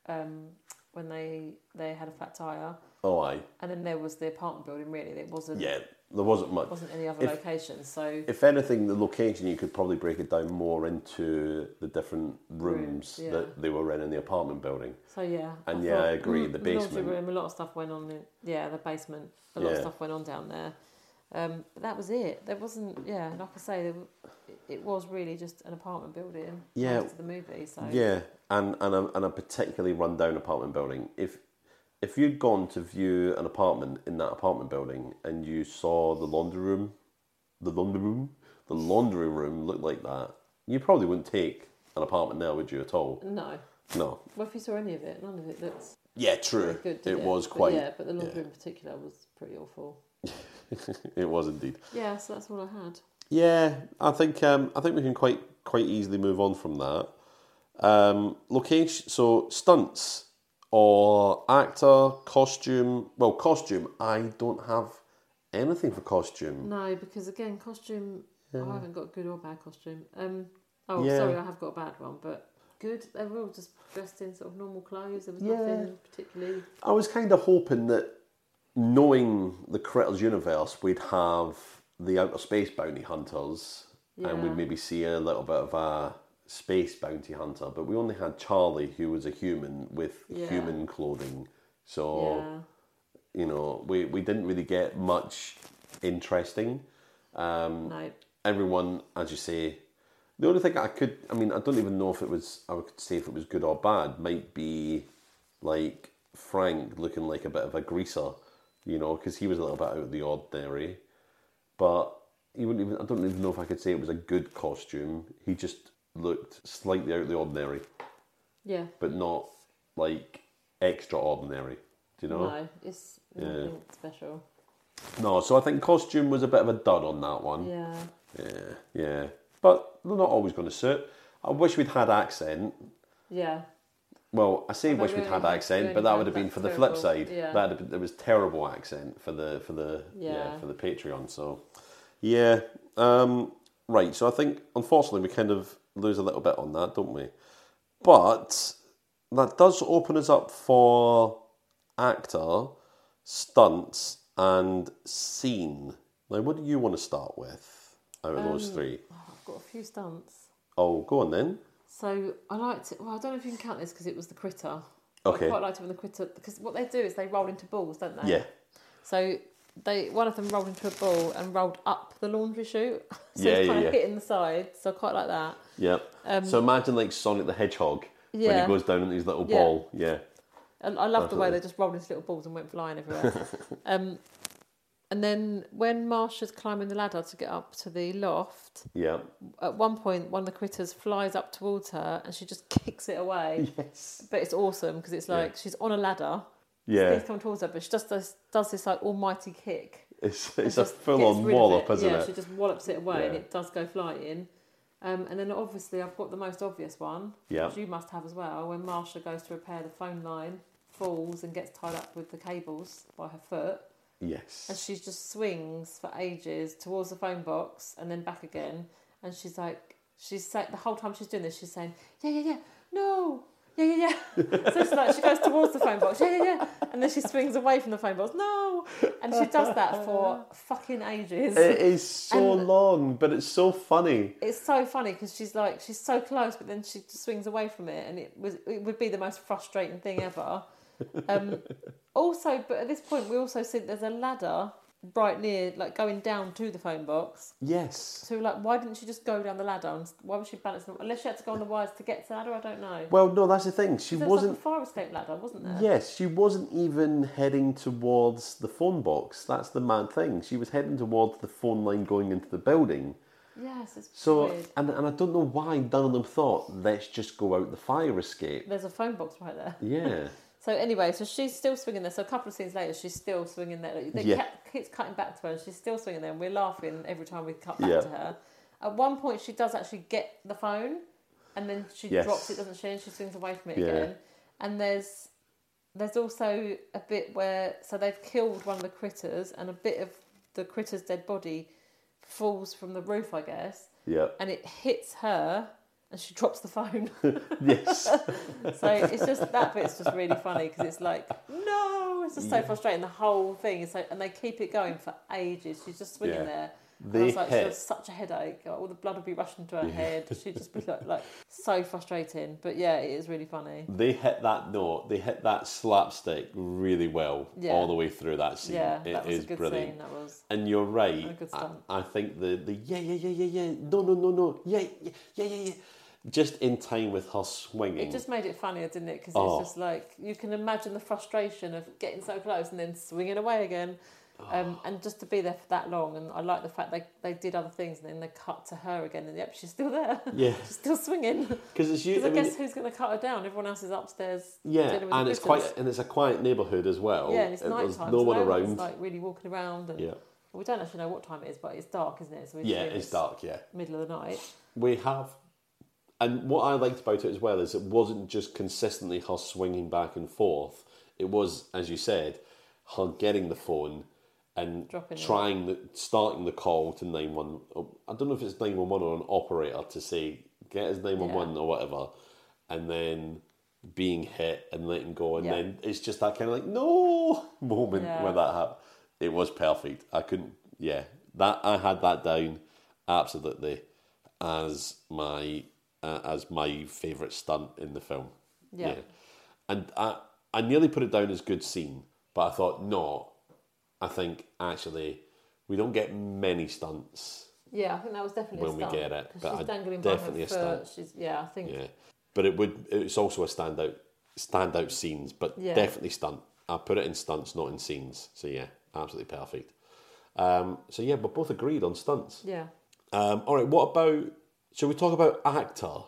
S2: um, when they they had a flat tire,
S1: Oh, aye.
S2: and then there was the apartment building. Really, there wasn't
S1: Yeah, there wasn't much.
S2: wasn't any other
S1: If-
S2: location. So
S1: If anything, the location you could probably break it down more into the different rooms
S2: Rooms, yeah.
S1: that they were in in the apartment building.
S2: so yeah.
S1: And yeah, I
S2: thought,
S1: agree,
S2: mm,
S1: the
S2: laundry
S1: basement.
S2: room. A lot of stuff went on. In, yeah, the basement. A lot
S1: Yeah.
S2: of stuff went on down there. Um, but that was it. There wasn't. Yeah, like I say, there, w- it- it was really just an apartment building.
S1: Yeah.
S2: after the movie. So
S1: Yeah, and and a, and a particularly run-down apartment building. If if you'd gone to view an apartment in that apartment building and you saw the laundry room, the laundry room, the laundry room looked like that, you probably wouldn't take an apartment there, would you at all?
S2: No.
S1: No.
S2: Well, if you saw any of it, none of it looked
S1: Yeah, true.
S2: very good.
S1: it
S2: did it
S1: was
S2: But
S1: quite.
S2: yeah, but the laundry
S1: yeah.
S2: in particular was pretty awful.
S1: it was indeed.
S2: Yeah, so that's all I had.
S1: Yeah, I think um, I think we can quite quite easily move on from that. Um, location, so stunts. or actor, costume. Well, costume, I don't have anything for costume.
S2: No, because again, costume. I haven't got a good or bad costume. Um, oh,
S1: Yeah.
S2: sorry, I have got a bad one, but good. They were all just dressed in sort of normal clothes. There was nothing particularly.
S1: I was kind of hoping that knowing the Critters universe, we'd have the outer space bounty hunters and
S2: Yeah.
S1: we'd maybe see a little bit of a space bounty hunter, but we only had Charlie, who was a human with
S2: Yeah.
S1: human clothing. So,
S2: Yeah.
S1: you know, we, we didn't really get much interesting. mm.
S2: No.
S1: everyone, as you say, the only thing I could, I mean, I don't even know if it was, I could say if it was good or bad, might be like Frank looking like a bit of a greaser, you know, because he was a little bit out of the ordinary. But he wouldn't even, I don't even know if I could say it was a good costume. He just looked slightly out of the ordinary,
S2: Yeah.
S1: but not like extraordinary. Do you know?
S2: No. It's nothing special.
S1: No, so I think costume was a bit of a dud on that one.
S2: Yeah.
S1: Yeah, yeah. But they're not always going to suit. I wish we'd had accent.
S2: Yeah.
S1: Well, I say
S2: But
S1: wish
S2: we
S1: we'd had
S2: only- we
S1: accent,
S2: only
S1: but that
S2: had
S1: would have been
S2: that
S1: for the flip
S2: terrible-
S1: side.
S2: yeah.
S1: That had been, there was terrible accent for the for the yeah.
S2: Yeah.
S1: for the Patreon. So yeah, um, right. So I think unfortunately we kind of lose a little bit on that, don't we? But that does open us up for actor, stunts, and scene. Now, what do you want to start with out of those three?
S2: Oh, I've got a few stunts.
S1: Oh, go on then.
S2: So I liked it. Well, I don't know if you can count this because it was the critter.
S1: Okay.
S2: I quite liked it when the critter because what they do is they roll into balls, don't they?
S1: Yeah.
S2: So they one of them rolled into a ball and rolled up the laundry chute. so
S1: Yeah,
S2: it's
S1: yeah,
S2: kind
S1: yeah.
S2: of hitting the side. So I quite like that.
S1: Yep. so imagine like Sonic the Hedgehog when he
S2: Um, Yeah.
S1: goes down into his little
S2: Yeah.
S1: ball. Yeah.
S2: And I love the
S1: Absolutely.
S2: way they just rolled into little balls and went flying everywhere. um, and then when Marsha's climbing the ladder to get up to the loft,
S1: Yeah.
S2: at one point one of the critters flies up towards her and she just kicks it away.
S1: Yes.
S2: But it's awesome because it's
S1: Yeah.
S2: like she's on a ladder.
S1: Yeah.
S2: Things come towards her, but she just does, does this like almighty kick.
S1: It's it's a
S2: and just
S1: full
S2: gets
S1: on
S2: rid of
S1: wallop,
S2: it.
S1: isn't
S2: yeah,
S1: it?
S2: she just wallops it away and
S1: Yeah.
S2: it does go flying. Um, and then obviously I've got the most obvious one,
S1: Yeah.
S2: which you must have as well, when Marsha goes to repair the phone line, falls and gets tied up with the cables by her foot, and
S1: Yes.
S2: she just swings for ages towards the phone box and then back again. And she's like, she's saying the whole time she's doing this, she's saying, yeah, yeah, yeah, no, yeah, yeah, yeah. so she's like, she goes towards the phone box, yeah, yeah, yeah, and then she swings away from the phone box, no, and she does that for fucking ages.
S1: It is so
S2: and-
S1: long, but it's so funny.
S2: It's so funny because she's like she's so close, but then she just swings away from it, and it was it would be the most frustrating thing ever. Um, also, but at this point, we also see that there's a ladder right near, like going down to the phone box.
S1: Yes.
S2: So we're like, why didn't she just go down the ladder? And why was she balancing? Unless she had to go on the wires to get to the ladder, I don't know.
S1: Well, no, that's the thing. She
S2: There was
S1: wasn't.
S2: like a fire escape ladder, wasn't there?
S1: Yes, she wasn't even heading towards the phone box. That's the mad thing. She was heading towards the phone line going into the building.
S2: Yes, it's
S1: So, uh,
S2: weird.
S1: and, and I don't know why none of them thought, let's just go out the fire escape.
S2: There's a phone box right there.
S1: Yeah.
S2: So anyway, so she's still swinging there. So a couple of scenes later, she's still swinging there. Like, They
S1: Yeah.
S2: kept, keeps cutting back to her, and she's still swinging there. And we're laughing every time we cut back
S1: Yeah.
S2: to her. At one point, she does actually get the phone, and then she
S1: Yes.
S2: drops it, doesn't she? And she swings away from it
S1: Yeah.
S2: again. And there's there's also a bit where so they've killed one of the critters, and a bit of the critter's dead body falls from the roof, I guess,
S1: Yeah.
S2: and it hits her, and she drops the phone.
S1: Yes.
S2: So it's just that bit's just really funny because it's like no, it's just so frustrating. The whole thing is like, and they keep it going for ages. She's just swinging
S1: Yeah.
S2: there. And I
S1: They
S2: was like, she
S1: hit.
S2: was such a headache. Like, all the blood would be rushing to her head. She'd just be like, like, so frustrating. But yeah, it is really funny.
S1: they hit that note, they hit that slapstick really well
S2: Yeah.
S1: all the way through that scene.
S2: Yeah,
S1: It
S2: that was
S1: is
S2: a good
S1: brilliant.
S2: scene. That was
S1: And you're
S2: A
S1: right.
S2: good
S1: I,
S2: stunt.
S1: I think the, the yeah, yeah, yeah, yeah, yeah, no, no, no, no, yeah, yeah, yeah, yeah, yeah, just in time with her swinging.
S2: It just made it funnier, didn't it? Because
S1: Oh.
S2: it's just like you can imagine the frustration of getting so close and then swinging away again,
S1: Oh.
S2: um, and just to be there for that long. And I like the fact they they did other things and then they cut to her again, and yep, she's still there.
S1: Yeah.
S2: she's still swinging.
S1: Because it's you.
S2: Because
S1: I
S2: I,
S1: mean,
S2: guess who's going to cut her down? Everyone else is upstairs.
S1: yeah,
S2: dealing with the
S1: and it's
S2: critters.
S1: quite and it's a quiet neighbourhood as well.
S2: yeah, and it's
S1: And
S2: night
S1: There's
S2: time.
S1: no
S2: so
S1: one
S2: no one's,
S1: around.
S2: Like really walking around, and
S1: yeah,
S2: well, we don't actually know what time it is, but it's dark, isn't it? So we
S1: yeah,
S2: assume
S1: it's dark. Yeah,
S2: middle of the night.
S1: we have And what I liked about it as well is it wasn't just consistently her swinging back and forth. It was, as you said, her getting the phone and
S2: Dropping it.
S1: trying the, starting the call to 911. I don't know if it's 911 or an operator to say, get his 911 or whatever, and then being hit and letting go. And
S2: Yeah.
S1: then it's just that kind of like, no moment
S2: Yeah.
S1: where that happened. It was perfect. I couldn't, yeah, that I had that down absolutely as my uh, as my favorite stunt in the film.
S2: Yeah.
S1: and I I nearly put it down as good scene, but I thought no. I think actually we don't get many stunts,
S2: Yeah, I think that was definitely
S1: When we
S2: a stunt.
S1: get it,
S2: 'cause
S1: but I-
S2: she's dangling
S1: definitely a
S2: by her
S1: stunt.
S2: foot. She's, yeah, I think.
S1: yeah, but it would it's also a standout standout scenes, but
S2: Yeah.
S1: definitely stunt. I put it in stunts, not in scenes. So yeah, absolutely perfect. Um, so yeah, we're both agreed on stunts.
S2: yeah.
S1: Um, all right, what about? Shall we talk about actor?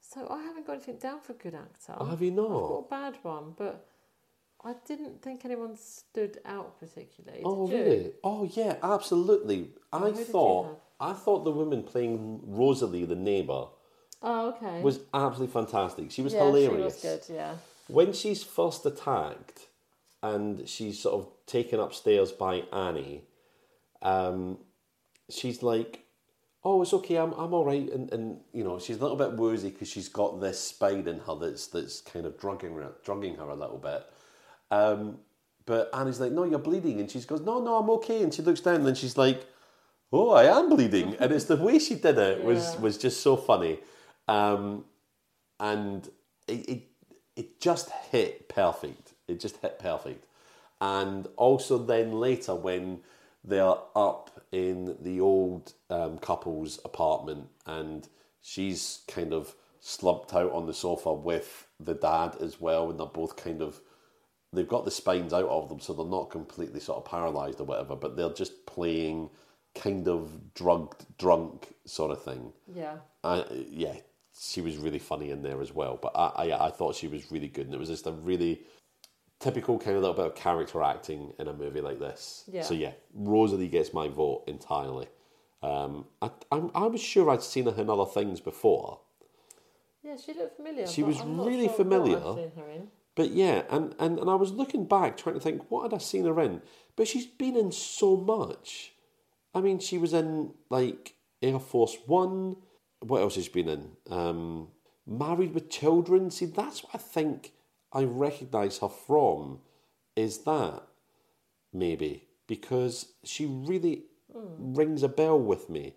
S2: So I haven't got anything down for good actor.
S1: Have you not?
S2: I've got a bad one, but I didn't think anyone stood out particularly.
S1: Oh
S2: did you? Oh,
S1: really? Oh yeah, absolutely. I
S2: who did you
S1: thought I thought the woman playing Rosalie, the neighbour,
S2: Oh, okay.
S1: was absolutely fantastic. She was
S2: yeah,
S1: hilarious.
S2: She was good, yeah.
S1: When she's first attacked and she's sort of taken upstairs by Annie, um, she's like, "Oh, it's okay. I'm I'm all right." And and you know, she's a little bit woozy because she's got this spine in her that's that's kind of drugging her, drugging her a little bit. Um, but Annie's like, "No, you're bleeding," and she goes, "No, no, I'm okay." And she looks down, and then she's like, "Oh, I am bleeding," and it's the way she did it was
S2: Yeah.
S1: was just so funny. Um, and it, it it just hit perfect. It just hit perfect. And also then later when they're up in the old um, couple's apartment and she's kind of slumped out on the sofa with the dad as well, and they're both kind of they've got the spines out of them, so they're not completely sort of paralyzed or whatever, but they're just playing kind of drugged, drunk sort of thing.
S2: Yeah.
S1: I, yeah, she was really funny in there as well. But I, I, I thought she was really good, and it was just a really typical kind of little bit of character acting in a movie like this.
S2: Yeah.
S1: So yeah, Rosalie gets my vote entirely. Um, I, I'm, I was sure I'd seen her in other things before,
S2: Yeah, she looked familiar.
S1: She
S2: but
S1: was
S2: I'm not
S1: really
S2: sure
S1: familiar.
S2: What I've seen her in.
S1: but yeah, and, and, and I was looking back trying to think what had I seen her in, but she's been in so much. I mean, she was in like Air Force One. What else has she been in? Um, Married with Children. See, that's what I think I recognise her from. Is that maybe because she really rings a bell with me,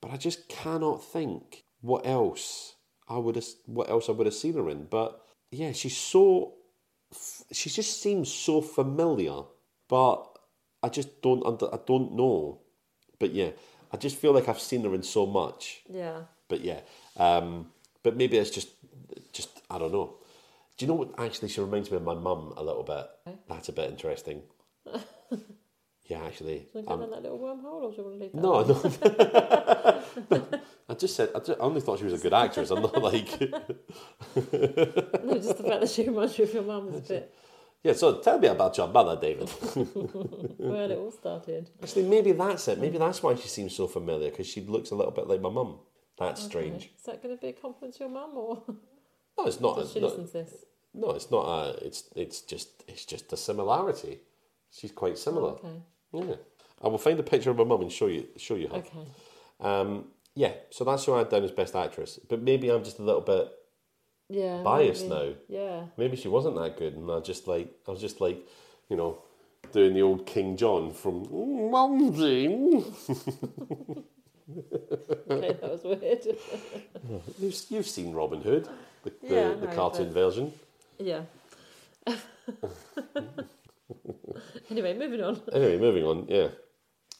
S1: but I just cannot think what else I would have what else I would have seen her in. But yeah, she's so f- she just seems so familiar, but I just don't under I don't know. But yeah, I just feel like I've seen her in so much.
S2: Yeah.
S1: But yeah, um, but maybe it's just just I don't know. Do you know what? Actually, she reminds me of my mum a little bit. That's a bit interesting. yeah, actually,
S2: Do you want to go
S1: I'm-
S2: down that little wormhole or do you want to leave that?
S1: no, no. I just said I, ju- I only thought she was a good actress. I'm not like
S2: No, just the fact that she reminds you of your mum was a bit
S1: yeah. So tell me about your mother, David.
S2: where it all started.
S1: Actually, maybe that's it. Maybe that's why she seems so familiar because she looks a little bit like my mum. That's strange.
S2: Is that going to be a compliment to your mum or
S1: No, it's not.
S2: does she
S1: no,
S2: listen to this?
S1: no, it's not. A, it's it's just it's just a similarity. She's quite similar.
S2: Oh, Okay.
S1: Yeah, I will find a picture of my mum and show you show you her.
S2: Okay.
S1: Um, yeah, so that's who I had down as best actress. But maybe I'm just a little bit.
S2: Yeah.
S1: Bias
S2: maybe.
S1: now.
S2: Yeah.
S1: Maybe she wasn't that good, and I just like I was just like, you know, doing the old King John from "Mm, Mumsy.
S2: Okay, that was weird.
S1: You've, you've seen Robin Hood, the, the,
S2: Yeah, I
S1: the
S2: know,
S1: cartoon
S2: but-
S1: version.
S2: yeah. anyway, moving on.
S1: Anyway, moving on. Yeah.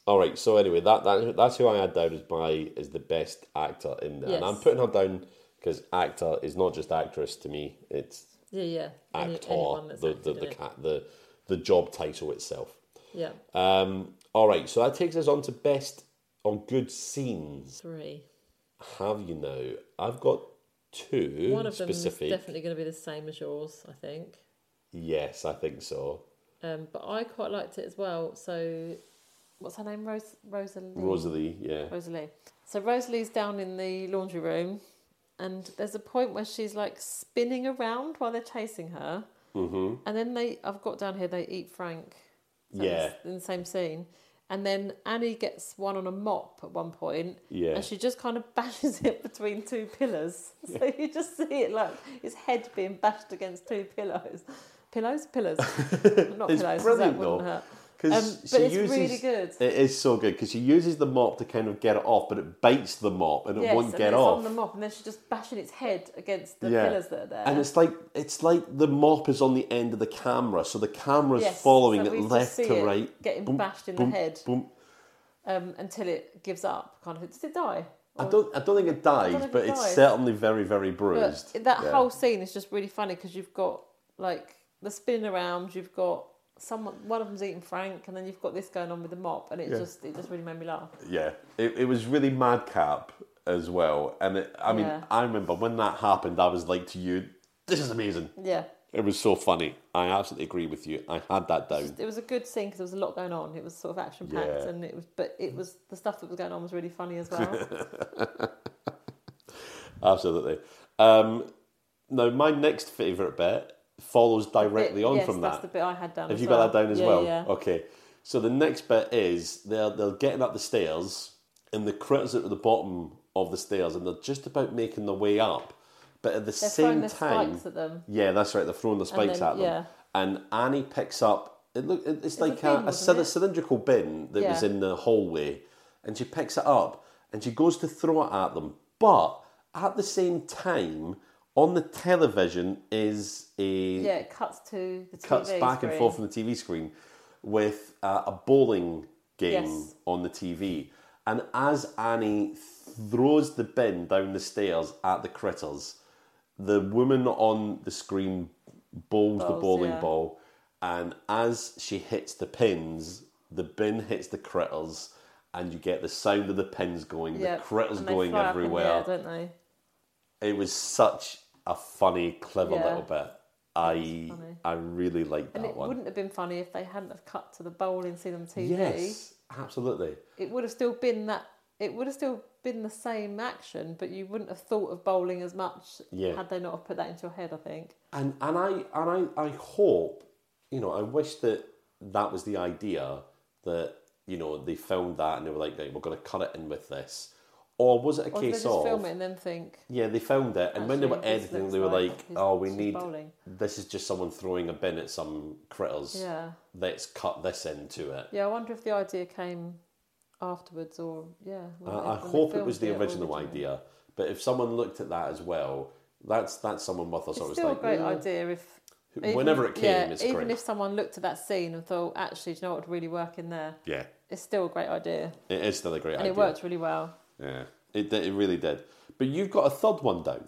S1: All right. So anyway, that, that that's who I had down as my as the best actor in there, and I'm
S2: Yes.
S1: putting her down because actor is not just actress to me. It's
S2: Yeah, yeah. Any-
S1: actor,
S2: anyone that's
S1: the,
S2: acted
S1: the,
S2: in
S1: the,
S2: it.
S1: ca- the, the job title itself.
S2: Yeah.
S1: Um, all right, so that takes us on to best on good scenes.
S2: Three.
S1: Have you now? I've got two
S2: One of them is
S1: specific.
S2: definitely going to be the same as yours, I think.
S1: Yes, I think so.
S2: Um, but I quite liked it as well. So, what's her name? Rose Rosalie.
S1: Rosalie, yeah.
S2: Rosalie. So Rosalie's down in the laundry room, and there's a point where she's like spinning around while they're chasing her.
S1: Mm-hmm.
S2: And then they, I've got down here, they eat Frank.
S1: Yeah.
S2: it's In the same scene. And then Annie gets one on a mop at one point,
S1: Yeah.
S2: and she just kind of bashes it between two pillars. So you just see it like its head being bashed against two pillows. Pillows? Pillars. Not
S1: It's
S2: pillows,
S1: brilliant,
S2: 'cause that wouldn't
S1: though.
S2: hurt.
S1: Because
S2: Um,
S1: she
S2: but it's
S1: uses
S2: really good.
S1: It is so good because she uses the mop to kind of get it off, but it bites the mop and it
S2: Yes,
S1: won't
S2: and
S1: get
S2: it's
S1: off.
S2: on the mop, and then she's just bashing its head against the
S1: Yeah.
S2: pillars that are there.
S1: and it's like it's like the mop is on the end of the camera, so the camera's
S2: Yes,
S1: following it
S2: so we just
S1: left
S2: see
S1: to
S2: it
S1: right.
S2: getting
S1: Boom,
S2: bashed in
S1: boom,
S2: the head
S1: boom.
S2: um, until it gives up. Kind of, does it die?
S1: I don't I don't think it dies,
S2: Oh. think it
S1: but it's
S2: dies.
S1: certainly very very
S2: But
S1: bruised.
S2: that
S1: Yeah.
S2: whole scene is just really funny because you've got like the spinning around, you've got someone, one of them's eating Frank, and then you've got this going on with the mop, and it
S1: Yeah.
S2: just it just really made me laugh.
S1: yeah, it, it was really madcap as well. And it, I mean,
S2: Yeah.
S1: I remember when that happened, I was like to you, "This is amazing."
S2: Yeah,
S1: It was so funny. I absolutely agree with you. I had that down.
S2: it was a good scene because there was a lot going on. It was sort of action packed,
S1: Yeah.
S2: and it was but it was the stuff that was going on was really funny as well.
S1: Absolutely. Um, now, my next favourite bit follows directly
S2: It-
S1: on
S2: yes,
S1: from
S2: that's
S1: that.
S2: the bit I had down.
S1: Have
S2: as
S1: you
S2: well.
S1: got that down as
S2: yeah,
S1: well?
S2: Yeah,
S1: Okay. So the next bit is they're, they're getting up the stairs and the critters are at the bottom of the stairs and they're just about making their way up. But at the
S2: they're throwing
S1: same
S2: their
S1: time,
S2: spikes at them.
S1: yeah, that's right. They're throwing the spikes
S2: then-
S1: at them,
S2: yeah.
S1: and Annie picks up. It look, it- it's, like
S2: bin,
S1: a, a,
S2: wasn't
S1: cyl-
S2: it?
S1: cylindrical bin that was
S2: Yeah.
S1: in the hallway, and she picks it up and she goes to throw it at them. But at the same time, on the television is a
S2: Yeah, it cuts to the
S1: cuts
S2: TV
S1: back and
S2: screen.
S1: forth from the TV screen with uh, a bowling game
S2: Yes.
S1: on the TV. And as Annie throws the bin down the stairs at the critters, the woman on the screen bowls, the
S2: Bowls,
S1: bowling
S2: yeah.
S1: ball. And as she hits the pins, the bin hits the critters. And you get the sound of the pins going,
S2: Yeah,
S1: the critters
S2: and they
S1: going
S2: fly up in the
S1: everywhere.
S2: air, don't they?
S1: it was such a funny, clever
S2: Yeah.
S1: little bit. I
S2: funny.
S1: I really liked that
S2: And it
S1: one.
S2: wouldn't have been funny if they hadn't have cut to the bowling scene on TV.
S1: Yes, absolutely.
S2: It would have still been that. It would have still been the same action, but you wouldn't have thought of bowling as much
S1: Yeah.
S2: had they not have put that into your head. I think.
S1: And and I and I, I hope, you know, I wish that that was the idea that you know they found that and they were like, right, we're going to cut it in with this, or was it a
S2: Or did they
S1: case
S2: just
S1: of
S2: film it and then think?
S1: yeah they found it and when they were
S2: Actually, this
S1: editing
S2: looks
S1: they were
S2: like
S1: like,
S2: he's-
S1: oh we
S2: she's
S1: need
S2: bowling.
S1: this is just someone throwing a bin at some critters.
S2: Yeah,
S1: Let's cut this into it.
S2: yeah. I wonder if the idea came afterwards or yeah.
S1: I,
S2: when they-
S1: I
S2: when they
S1: hope it
S2: filmed
S1: was the
S2: or
S1: original
S2: originally.
S1: idea, but if someone looked at that as well, that's that's someone with us.
S2: It's
S1: I was
S2: still
S1: like,
S2: a great
S1: "Yeah."
S2: idea if. even-
S1: Whenever it came,
S2: yeah,
S1: it's
S2: even
S1: great.
S2: if someone looked at that scene and thought, actually, do you know what would really work in there?
S1: yeah,
S2: It's still a great idea,
S1: it is still a great
S2: and
S1: idea.
S2: it worked really well.
S1: Yeah, it did- it really did. But you've got a third one down.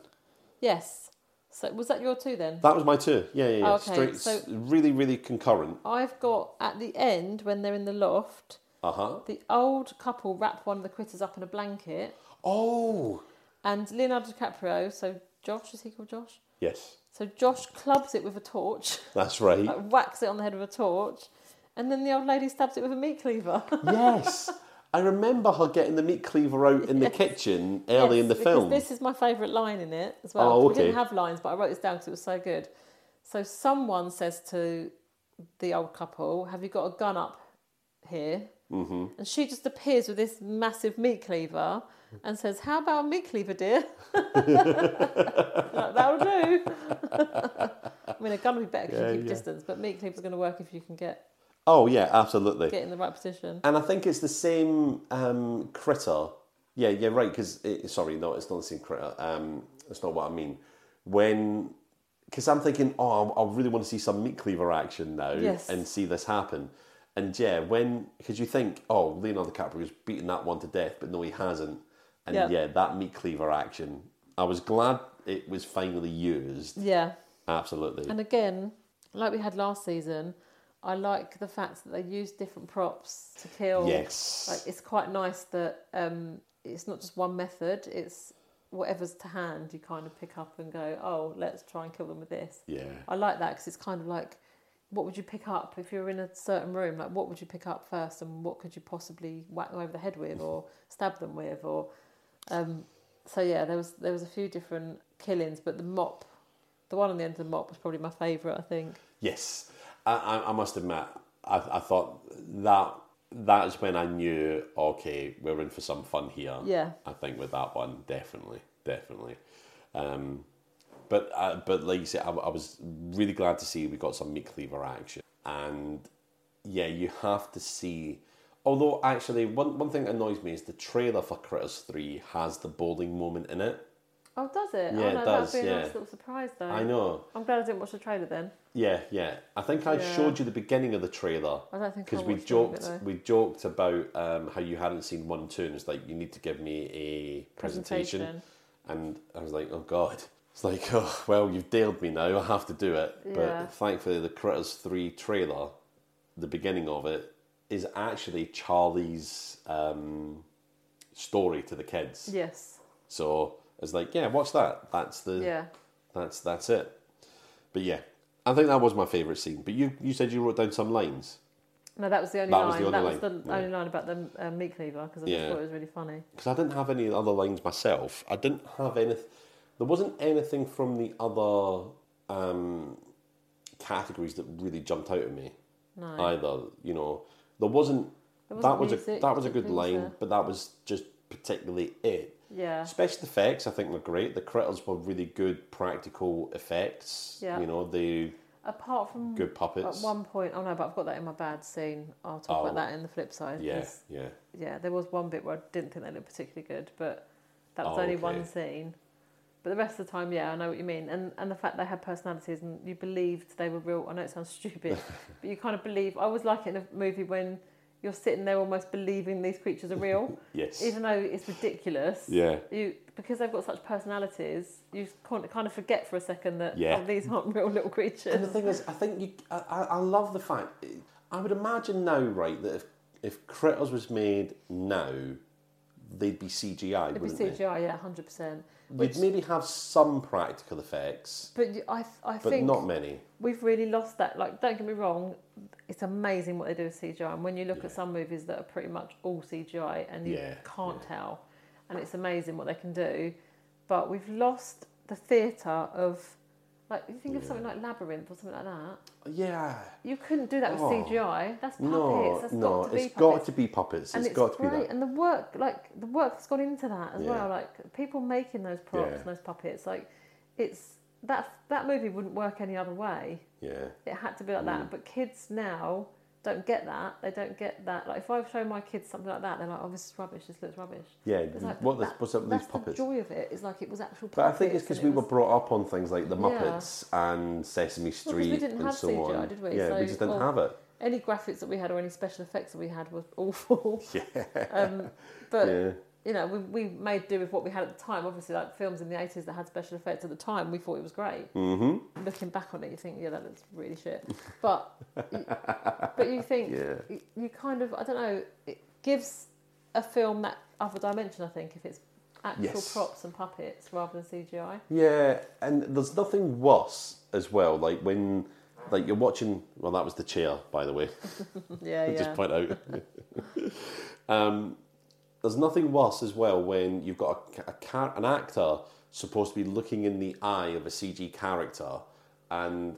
S2: Yes. So was that your two then?
S1: That was my two. Yeah, yeah, yeah.
S2: Okay,
S1: Straight,
S2: so-
S1: really, really concurrent.
S2: I've got at the end when they're in the loft,
S1: Uh huh.
S2: the old couple wrap one of the critters up in a blanket,
S1: Oh,
S2: and Leonardo DiCaprio, so Josh is he called Josh?
S1: yes,
S2: So Josh clubs it with a torch,
S1: that's right.
S2: like whacks it on the head with a torch, and then the old lady stabs it with a meat cleaver.
S1: yes, I remember her getting the meat cleaver out in the kitchen early
S2: Yes,
S1: in the
S2: because
S1: film.
S2: This is my favourite line in it as well.
S1: Oh,
S2: We
S1: okay.
S2: didn't have lines, but I wrote this down because it was so good. So someone says to the old couple, "Have you got a gun up here?" Mm-hmm. And she just appears with this massive meat cleaver and says, "How about a meat cleaver, dear?" Like, That'll do. I mean, a gun would be better because
S1: Yeah,
S2: you keep
S1: yeah.
S2: distance, but meat cleaver's going to work if you can get
S1: Oh yeah, absolutely.
S2: get in the right position.
S1: And I think it's the same um, critter. Yeah, yeah, right. Because sorry, no, it's not the same critter. Um, that's not what I mean. When because I'm thinking, oh, I, I really want to see some meat cleaver action now
S2: Yes.
S1: and see this happen. And yeah, when because you think, oh, Leonardo DiCaprio's beaten that one to death, but no, he hasn't. And
S2: Yeah.
S1: yeah, that meat cleaver action. I was glad it was finally used.
S2: Yeah.
S1: Absolutely.
S2: And again, like we had last season, I like the fact that they use different props to kill.
S1: Yes.
S2: Like it's quite nice that um, it's not just one method, it's whatever's to hand you kind of pick up and go, oh, let's try and kill them with this.
S1: yeah.
S2: I like that because it's kind of like, what would you pick up if you were in a certain room? Like, what would you pick up first, and what could you possibly whack them over the head with, or stab them with, or um, So yeah, there was there was a few different killings, but the mop, the one on the end of the mop was probably my favourite. I think.
S1: Yes, I, I, I must admit, I, I thought that that is when I knew, okay, we're in for some fun here.
S2: Yeah.
S1: I think with that one, definitely, definitely. Um, but uh, but like you said, I, I was really glad to see we got some meat cleaver action, and yeah, you have to see. Although actually, one one thing that annoys me is the trailer for Critters Three has the bowling moment in it.
S2: Oh, does it?
S1: Yeah,
S2: oh,
S1: it
S2: no,
S1: does,
S2: That'd be a
S1: yeah.
S2: nice little surprise, though.
S1: I know.
S2: I'm glad I didn't watch the trailer then.
S1: Yeah, yeah. I think I
S2: Yeah.
S1: showed you the beginning of the trailer.
S2: I don't think I
S1: because we
S2: watched any of
S1: joked
S2: it, though.
S1: we joked about um, how you hadn't seen one two, and it's like you need to give me a presentation.
S2: Presentation.
S1: and I was like, oh god. It's like, oh well, you've dailed me now. I have to do it.
S2: Yeah.
S1: But thankfully, the Critters Three trailer, the beginning of it, is actually Charlie's um, story to the kids.
S2: Yes.
S1: So it's like, yeah, watch that. That's the
S2: Yeah.
S1: that's that's it. But yeah, I think that was my favourite scene. But you you said you wrote down some lines
S2: No, that was the only
S1: That
S2: line.
S1: was the
S2: that
S1: only
S2: was
S1: line,
S2: the
S1: yeah.
S2: only line about the uh, meat cleaver because I
S1: Yeah.
S2: just thought it was really funny.
S1: because I didn't have any other lines myself. I didn't have anything. There wasn't anything from the other um, categories that really jumped out at me
S2: No.
S1: either. You know, there wasn't.
S2: There
S1: that
S2: wasn't
S1: was a
S2: music,
S1: that was a good
S2: things
S1: line,
S2: there.
S1: but that was just particularly it.
S2: Yeah.
S1: Special effects, I think, were great. The critters were really good practical effects.
S2: Yeah.
S1: You know, the
S2: Apart from
S1: good
S2: at
S1: puppets.
S2: one point, oh no, but I've got that in my bad scene. I'll talk
S1: Oh.
S2: about that in the flip side.
S1: Yeah,
S2: 'cause,
S1: yeah.
S2: Yeah. There was one bit where I didn't think they looked particularly good, but that was
S1: Oh,
S2: only
S1: okay.
S2: one scene. But the rest of the time, yeah, I know what you mean, and and the fact they had personalities and you believed they were real. I know it sounds stupid, but you kind of believe. I always like it in a movie when you're sitting there almost believing these creatures are real.
S1: Yes.
S2: even though it's ridiculous.
S1: Yeah.
S2: You because they've got such personalities, you can't kind of forget for a second that
S1: Yeah.
S2: oh, these aren't real little
S1: And the
S2: creatures.
S1: thing is, I think you. I, I I love the fact. I would imagine now, right, that if if Critters was made now, they'd be CGI,
S2: It'd be
S1: wouldn't
S2: CGI,
S1: they?
S2: yeah, hundred percent.
S1: They'd maybe have some practical effects,
S2: But you- I, I
S1: but
S2: think
S1: not many.
S2: we've really lost that. Like, don't get me wrong, it's amazing what they do with CGI. And when you look
S1: Yeah.
S2: at some movies that are pretty much all CGI, and you
S1: Yeah,
S2: can't
S1: yeah.
S2: tell, and it's amazing what they can do. But we've lost the theatre of, like, you think of
S1: Yeah.
S2: something like Labyrinth or something like that.
S1: Yeah.
S2: You couldn't do that with
S1: Oh.
S2: CGI. That's puppets.
S1: No,
S2: That's
S1: no,
S2: got to be
S1: it's
S2: puppets.
S1: got to be puppets.
S2: and
S1: it's got to
S2: great.
S1: be that.
S2: And the work, like the work that's gone into that as
S1: Yeah.
S2: well, like people making those props
S1: Yeah.
S2: and those puppets, like it's that that movie wouldn't work any other way.
S1: Yeah.
S2: It had to be like
S1: Mm.
S2: that. But kids now don't get that. They don't get that. Like if I show my kids something like that, they're like, "Oh, this is rubbish. This looks rubbish."
S1: Yeah.
S2: It's like,
S1: what
S2: that-
S1: the, what's up with
S2: that's
S1: these puppets?
S2: The joy of it is like it was actual.
S1: But I think it's
S2: puppets
S1: because
S2: and
S1: we
S2: it
S1: were
S2: was-
S1: brought up on things like the
S2: Yeah.
S1: Muppets and Sesame Street
S2: we didn't
S1: and
S2: have
S1: so
S2: CGI,
S1: on.
S2: did we?
S1: Yeah, we
S2: So-
S1: just didn't
S2: or-
S1: have it.
S2: any graphics that we had or any special effects that we had were awful. Yeah. Um, but
S1: Yeah.
S2: you know, we, we made do with what we had at the time. Obviously, like films in the eighties that had special effects at the time, we thought it was great. Mm-hmm. Looking back on it, you think, yeah, that looks really shit. But you- but you think
S1: Yeah.
S2: you, you kind of I don't know. It gives a film that other dimension. I think if it's actual
S1: Yes.
S2: props and puppets rather than CGI.
S1: Yeah, and there's nothing worse as well. Like when, like you're watching. Well, that was the chair, by the way.
S2: Yeah, yeah.
S1: Just point out. um, there's nothing worse as well when you've got a, ca- a car- an actor supposed to be looking in the eye of a CG character, and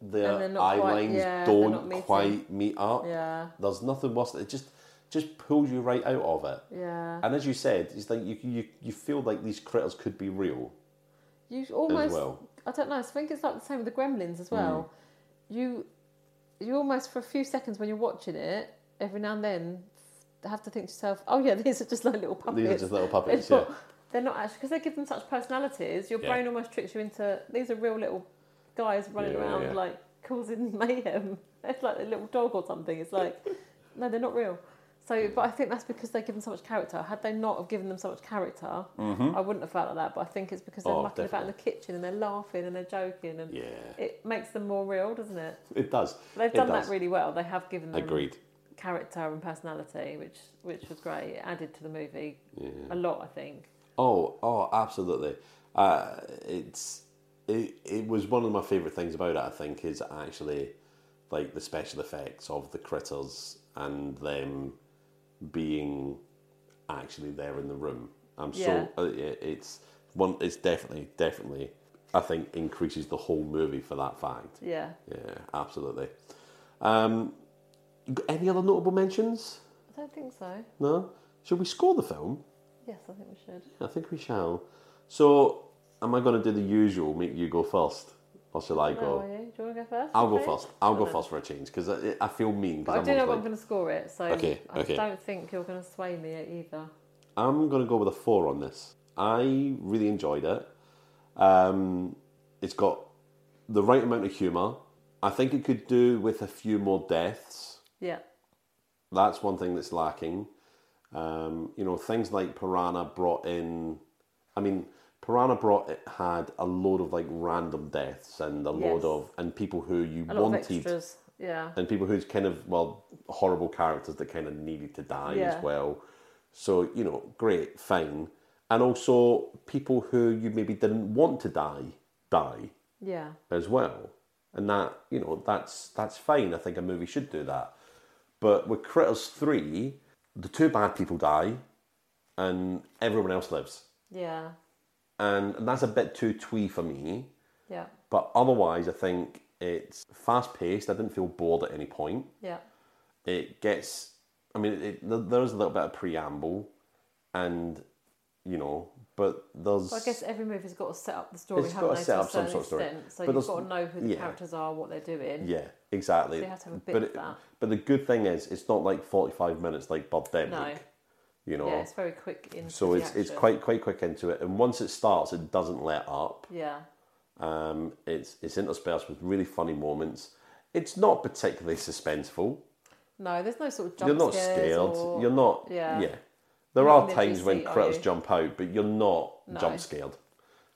S2: And
S1: their
S2: they're not
S1: eye
S2: quite-
S1: lines
S2: yeah, they're not
S1: don't
S2: meeting.
S1: quite meet up.
S2: yeah,
S1: There's nothing worse. It just just pulls you right out of it.
S2: yeah.
S1: And as you said, it's like you you you feel like these critters could be real.
S2: You almost
S1: well.
S2: I don't know. I think it's like the same with the Gremlins
S1: Hmm.
S2: as well. You you almost for a few seconds when you're watching it, every now and then have to think to yourself, "Oh yeah, these are just like little puppets."
S1: These are just little puppets.
S2: they're,
S1: Yeah.
S2: not, they're not actually because they give them such personalities. Your
S1: Yeah.
S2: brain almost tricks you into these are real little guys running
S1: Yeah, yeah,
S2: around
S1: yeah.
S2: like causing mayhem. It's like a little dog or something. It's like no, they're not real. So, but I think that's because they give them so much character. Had they not have given them so much character,
S1: Mm-hmm.
S2: I wouldn't have felt like that. But I think it's because they're
S1: Oh,
S2: mucking about in the kitchen and they're laughing and they're joking, and
S1: Yeah,
S2: it makes them more real, doesn't it?
S1: it does.
S2: They've
S1: It
S2: done
S1: does.
S2: that really well. They have given them
S1: Agreed.
S2: character and personality, which which was great. It added to the movie
S1: Yeah.
S2: a lot, I think.
S1: Oh, oh, absolutely. Uh, it's it, it was one of my favorite things about it. I think is actually like the special effects of the critters and them being actually there in the room. I'm
S2: Yeah.
S1: so uh, it- it's one. It's definitely definitely. I think increases the whole movie for that fact.
S2: Yeah.
S1: Yeah, absolutely. Um, g- any other notable mentions?
S2: I don't think so.
S1: No. Should we score the film?
S2: Yes, I think we should.
S1: I think we shall. So, am I going to do the usual? Make you go first, or shall I
S2: How
S1: go?
S2: are you? Do you want to go first?
S1: I'll go
S2: Okay.
S1: first. I'll go
S2: Okay.
S1: first for a change because I, I feel mean.
S2: But I
S1: Because
S2: do
S1: I'm, always
S2: know I'm
S1: like,
S2: going to score it, so
S1: Okay,
S2: I
S1: okay.
S2: don't think you're going to sway me either.
S1: I'm going to go with a four on this. I really enjoyed it. Um, it's got the right amount of humour. I think it could do with a few more deaths.
S2: Yeah.
S1: that's one thing that's lacking. Um, you know, things like Piranha brought in. I mean, Piranha brought it had a load of like random deaths and a
S2: Yes.
S1: load of and people who you
S2: A lot of
S1: wanted
S2: extras. Yeah.
S1: and people who's kind of well horrible characters that kind of needed to die
S2: Yeah.
S1: as well. So you know, great, fine, and also people who you maybe didn't want to die die
S2: Yeah.
S1: as well. And that, you know, that's that's fine. I think a movie should do that. But with Critters 3, the two bad people die and everyone else lives.
S2: Yeah.
S1: And, and that's a bit too twee for me.
S2: Yeah.
S1: But otherwise, I think it's fast paced. I didn't feel bored at any point.
S2: Yeah.
S1: It gets, I mean, it, it, there's a little bit of preamble and, you know, but there's.
S2: Well, I guess every movie's got to set up the story,
S1: It's
S2: haven't
S1: got to
S2: they,
S1: set
S2: to a
S1: up some
S2: certain
S1: sort of story.
S2: extent. So
S1: But
S2: you've
S1: there's-
S2: got to know who the
S1: yeah.
S2: characters are, what they're doing.
S1: Yeah, exactly.
S2: So you have to have a bit
S1: but
S2: of
S1: it-
S2: that.
S1: But the good thing is, it's not like forty-five minutes like Bob Denwick.
S2: No.
S1: You know,
S2: Yeah, it's very quick in
S1: so it's it's quite quite quick into it, and once it starts, it doesn't let up.
S2: Yeah.
S1: Um, it's it's interspersed with really funny moments. It's not particularly suspenseful.
S2: No, there's no sort of jump
S1: You're not
S2: scares
S1: scared.
S2: or-
S1: You're not.
S2: Yeah.
S1: Yeah. There
S2: Not in
S1: are
S2: the
S1: times when
S2: GC, are
S1: critters
S2: you?
S1: jump out, but you're not
S2: No.
S1: jump scared.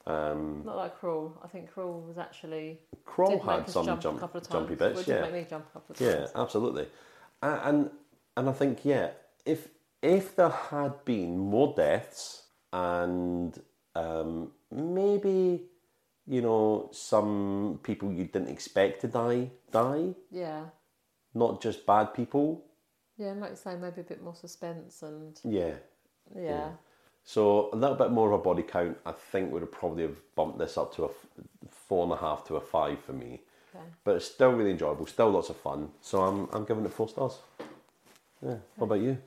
S2: Not like Crawl. I think Crawl was actually
S1: Crawl
S2: did make
S1: had
S2: us
S1: some
S2: jump,
S1: jump,
S2: a couple of times.
S1: jumpy bits.
S2: Well,
S1: yeah.
S2: did make me jump a couple of
S1: Yeah,
S2: times.
S1: absolutely. A- And and I think yeah, if if there had been more deaths and um, maybe you know some people you didn't expect to die die,
S2: Yeah.
S1: not just bad people.
S2: Yeah, and like you say, maybe a bit more suspense and
S1: Yeah.
S2: yeah.
S1: So a little bit more of a body count, I think would have probably have bumped this up to a f- four and a half to a five for me.
S2: Okay.
S1: But it's still really enjoyable, still lots of fun. So I'm I'm giving it four stars. Yeah. What about you?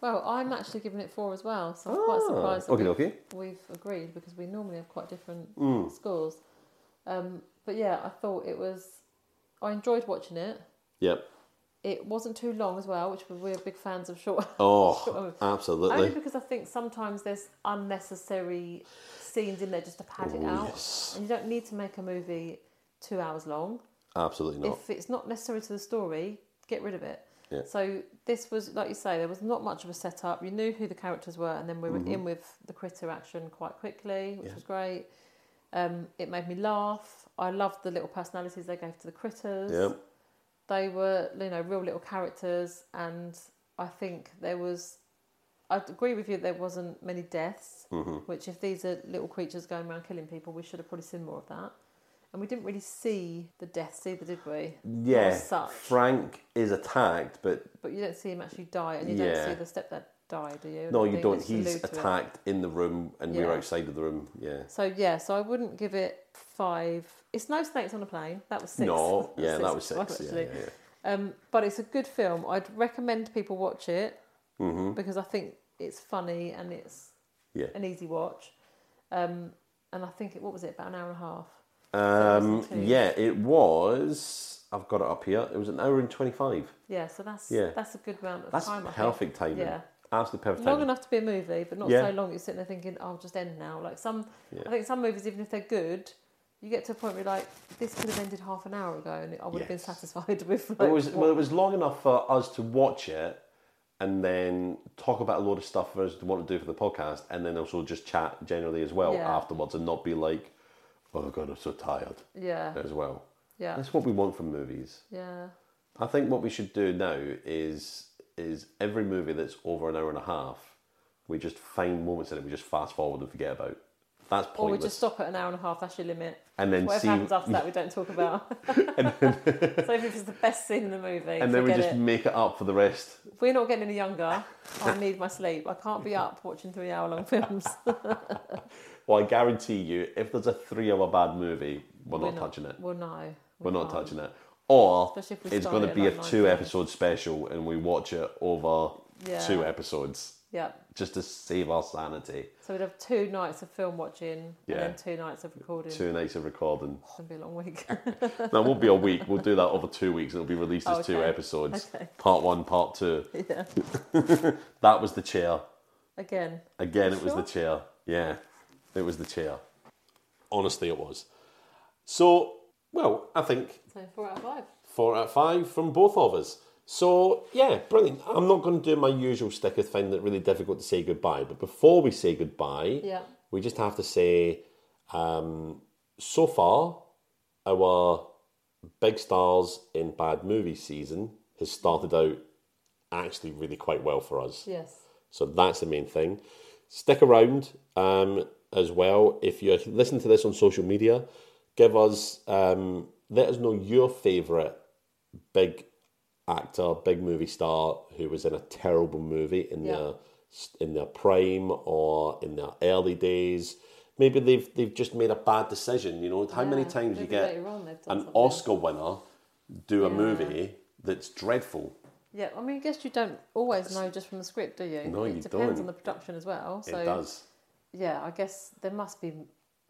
S2: Well, I'm actually giving it four as well, so I'm
S1: Ah,
S2: quite surprised that
S1: Okay,
S2: we-
S1: okay.
S2: we've agreed because we normally have quite different
S1: Mm.
S2: scores. Um, but yeah, I thought it was. I enjoyed watching it.
S1: Yep.
S2: It wasn't too long as well, which we're big fans of short.
S1: Oh,
S2: Sure. Only
S1: absolutely.
S2: because I think sometimes there's unnecessary scenes in there just to pad it
S1: Oh,
S2: out.
S1: yes.
S2: And you don't need to make a movie two hours long.
S1: Absolutely not.
S2: If it's not necessary to the story, get rid of it.
S1: Yeah.
S2: So this was, like you say, there was not much of a setup. You knew who the characters were, and then we were in with the critter action quite quickly, which
S1: Mm-hmm. Yeah.
S2: was great. Um, it made me laugh. I loved the little personalities they gave to the critters.
S1: Yeah.
S2: They were, you know, real little characters, and I think there was. I agree with you. There wasn't many deaths,
S1: Mm-hmm.
S2: which if these are little creatures going around killing people, we should have probably seen more of that. And we didn't really see the deaths either, did we?
S1: Yeah.
S2: As such.
S1: Frank is attacked, but
S2: But you don't see him actually die, and you
S1: Yeah.
S2: don't see the stepdad die, do you?
S1: no,
S2: I
S1: you
S2: think
S1: don't.
S2: it's allude
S1: He's
S2: to it.
S1: attacked in the room, and we're
S2: Yeah.
S1: outside of the room. Yeah.
S2: So yeah, so I wouldn't give it five. It's no snakes on a plane. That was six.
S1: No. Yeah, that was
S2: five,
S1: six. Yeah,
S2: actually.
S1: yeah, yeah.
S2: Um, but it's a good film. I'd recommend people watch it
S1: Mm-hmm.
S2: because I think it's funny and it's
S1: Yeah.
S2: an easy watch. Um, and I think it, what was it about an hour and a half?
S1: Um,
S2: Two.
S1: yeah, it was. I've got it up here. It was an hour and twenty-five.
S2: Yeah, so that's
S1: Yeah.
S2: that's a good amount of
S1: That's
S2: time. I think.
S1: perfect timing.
S2: Yeah.
S1: Absolutely perfect
S2: Long
S1: timing.
S2: enough to be a movie, but not
S1: Yeah.
S2: so long. You're sitting there thinking, "Oh, "I'll just end now." Like some,
S1: Yeah.
S2: I think some movies, even if they're good, you get to a point where you're like, "This could have ended half an hour ago, and I would have been
S1: Yes.
S2: satisfied with." Like,
S1: It was
S2: what-
S1: well. It was long enough for us to watch it, and then talk about a load of stuff for us to want to do for the podcast, and then also just chat generally as well
S2: Yeah.
S1: afterwards, and not be like, "Oh God, I'm so tired."
S2: yeah,
S1: As well,
S2: yeah,
S1: that's what we want from movies.
S2: yeah,
S1: I think what we should do now is is every movie that's over an hour and a half, we just find moments in it we just fast forward and forget about. That's
S2: Or we
S1: pointless.
S2: just stop at an hour and a half, that's your limit.
S1: and then
S2: Whatever
S1: see,
S2: happens after that, we don't talk about. so if it's the best scene in the movie,
S1: and then we
S2: forget
S1: just
S2: it.
S1: make it up for the rest.
S2: If we're not getting any younger, I need my sleep. I can't be up watching three hour long films.
S1: Well, I guarantee you, if there's a three-hour bad movie, we're, not, touching it.
S2: Well, no. we
S1: We're not
S2: can't.
S1: touching it. Or
S2: Especially if we
S1: it's
S2: start
S1: going to
S2: it
S1: be
S2: at,
S1: a
S2: like,
S1: two-episode special, and we watch it over
S2: Yeah.
S1: two episodes
S2: Yeah.
S1: just to save our sanity.
S2: So we'd have two nights of film watching and
S1: Yeah.
S2: then two nights of recording.
S1: Two nights of recording.
S2: It's going to be a long week.
S1: No, it won't be a week. We'll do that over two weeks, and it'll be released as two
S2: Okay.
S1: episodes.
S2: Okay.
S1: Part one, part two.
S2: yeah.
S1: That was the chair.
S2: Again.
S1: Again, it was
S2: Sure.
S1: the chair. Yeah, it was the chair. Honestly, it was. So, well, I think
S2: So four out of five.
S1: four out of five from both of us. So, yeah, brilliant. I'm not going to do my usual sticker thing that really difficult to say goodbye, but before we say goodbye,
S2: Yeah.
S1: we just have to say um, so far, our big stars in bad movie season has started out actually really quite well for us.
S2: Yes.
S1: So that's the main thing. Stick around um, as well. If you listen to this on social media, give us um, let us know your favourite big actor, big movie star who was in a terrible movie in
S2: Yeah.
S1: their in their prime or in their early days. Maybe they've they've just made a bad decision. You know how many
S2: Yeah,
S1: times you
S2: maybe
S1: get
S2: later on they've done
S1: an
S2: something.
S1: Oscar winner do a
S2: Yeah.
S1: movie that's dreadful.
S2: Yeah, I mean, I guess you don't always know just from the script, do you?
S1: No,
S2: it
S1: you
S2: depends
S1: don't.
S2: on the production as well. So
S1: it does.
S2: yeah, I guess there must be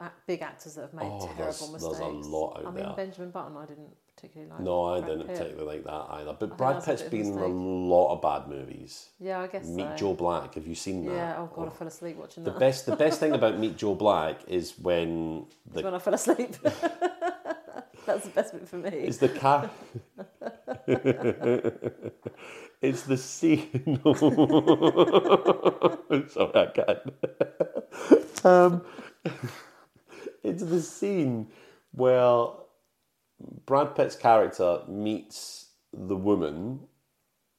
S2: ac- big actors that have made
S1: Oh,
S2: terrible
S1: there's- there's
S2: mistakes.
S1: a lot out
S2: I
S1: there.
S2: mean, Benjamin Button, I didn't particularly like.
S1: No, I
S2: Brad
S1: didn't
S2: Pitt.
S1: particularly like that either. But
S2: think
S1: Brad
S2: that's a
S1: Pitt's
S2: bit of a
S1: been in a
S2: mistake.
S1: lot of bad movies.
S2: Yeah, I guess
S1: Meet
S2: so.
S1: Joe Black. Have you seen that?
S2: Yeah. Oh god, I fell asleep watching
S1: uh, The
S2: that.
S1: best, the best thing about Meet Joe Black is when
S2: That's
S1: the
S2: when I fell asleep. That's the best bit for me.
S1: is the car. it's the scene. Sorry, I can't. um, it's the scene where Brad Pitt's character meets the woman,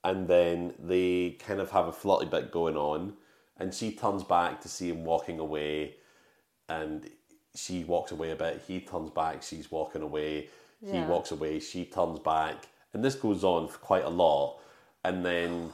S1: and then they kind of have a flirty bit going on, and she turns back to see him walking away, and she walks away a bit. He turns back. She's walking away. He
S2: Yeah.
S1: walks away. She turns back, and this goes on for quite a lot, and then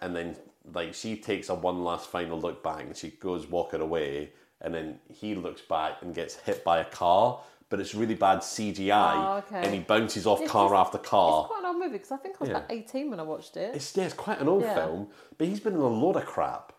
S1: and then like she takes a one last final look back and she goes walking away and then he looks back and gets hit by a car but it's really bad cgi
S2: Oh, okay.
S1: and he bounces off
S2: It's
S1: car
S2: just-
S1: after car
S2: It's quite an old movie because I think I was
S1: Yeah.
S2: about eighteen when I watched it.
S1: it's, yeah, it's quite an old
S2: Yeah.
S1: film but he's been in a lot of crap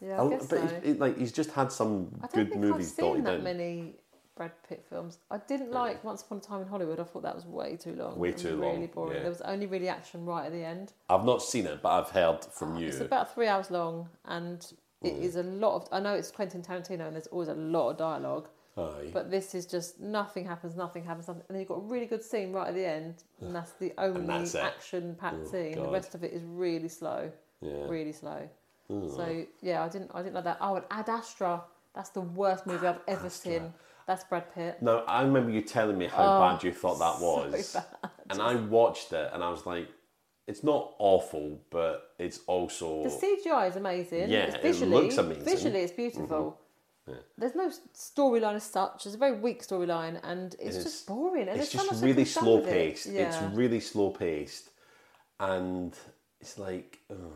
S2: yeah, I
S1: A-
S2: guess
S1: but
S2: so.
S1: he's, it- like he's just had some
S2: I don't
S1: good
S2: think
S1: movies
S2: I've seen
S1: dotted
S2: that
S1: in.
S2: many Brad Pitt films. I didn't like Once Upon a Time in Hollywood. I thought that was way too long.
S1: Way
S2: and
S1: too
S2: really
S1: long,
S2: boring.
S1: yeah.
S2: There was only really action right at the end.
S1: i've not seen it but i've heard from
S2: Oh, It's
S1: you
S2: about three hours long, and it
S1: Mm.
S2: is a lot of. I know it's Quentin Tarantino, and there's always a lot of dialogue.
S1: Aye.
S2: But this is just nothing happens, nothing happens, nothing. and then you've got a really good scene right at the end, and that's the only
S1: that's it.
S2: action-packed
S1: Oh,
S2: scene. The
S1: God.
S2: rest of it is really slow,
S1: yeah. Hmm.
S2: really slow. So yeah, I didn't, I didn't like that. Oh, and Ad Astra, that's the worst movie I've ever seen. That's Brad Pitt.
S1: No, I remember you telling me
S2: Oh,
S1: how bad you thought that was. And I watched it and I was like, it's not awful, but it's also.
S2: The CGI is amazing.
S1: Yeah,
S2: it's
S1: it
S2: visually,
S1: looks amazing. Mm-hmm.
S2: Visually, it's beautiful. There's no s- storyline as such. There's a very weak storyline, and
S1: It
S2: it's,
S1: is.
S2: just boring. And
S1: it's
S2: there's so
S1: just
S2: much they
S1: really
S2: could have done
S1: slow
S2: with it.
S1: paced.
S2: Yeah.
S1: It's really slow paced. And it's like, uh, ugh,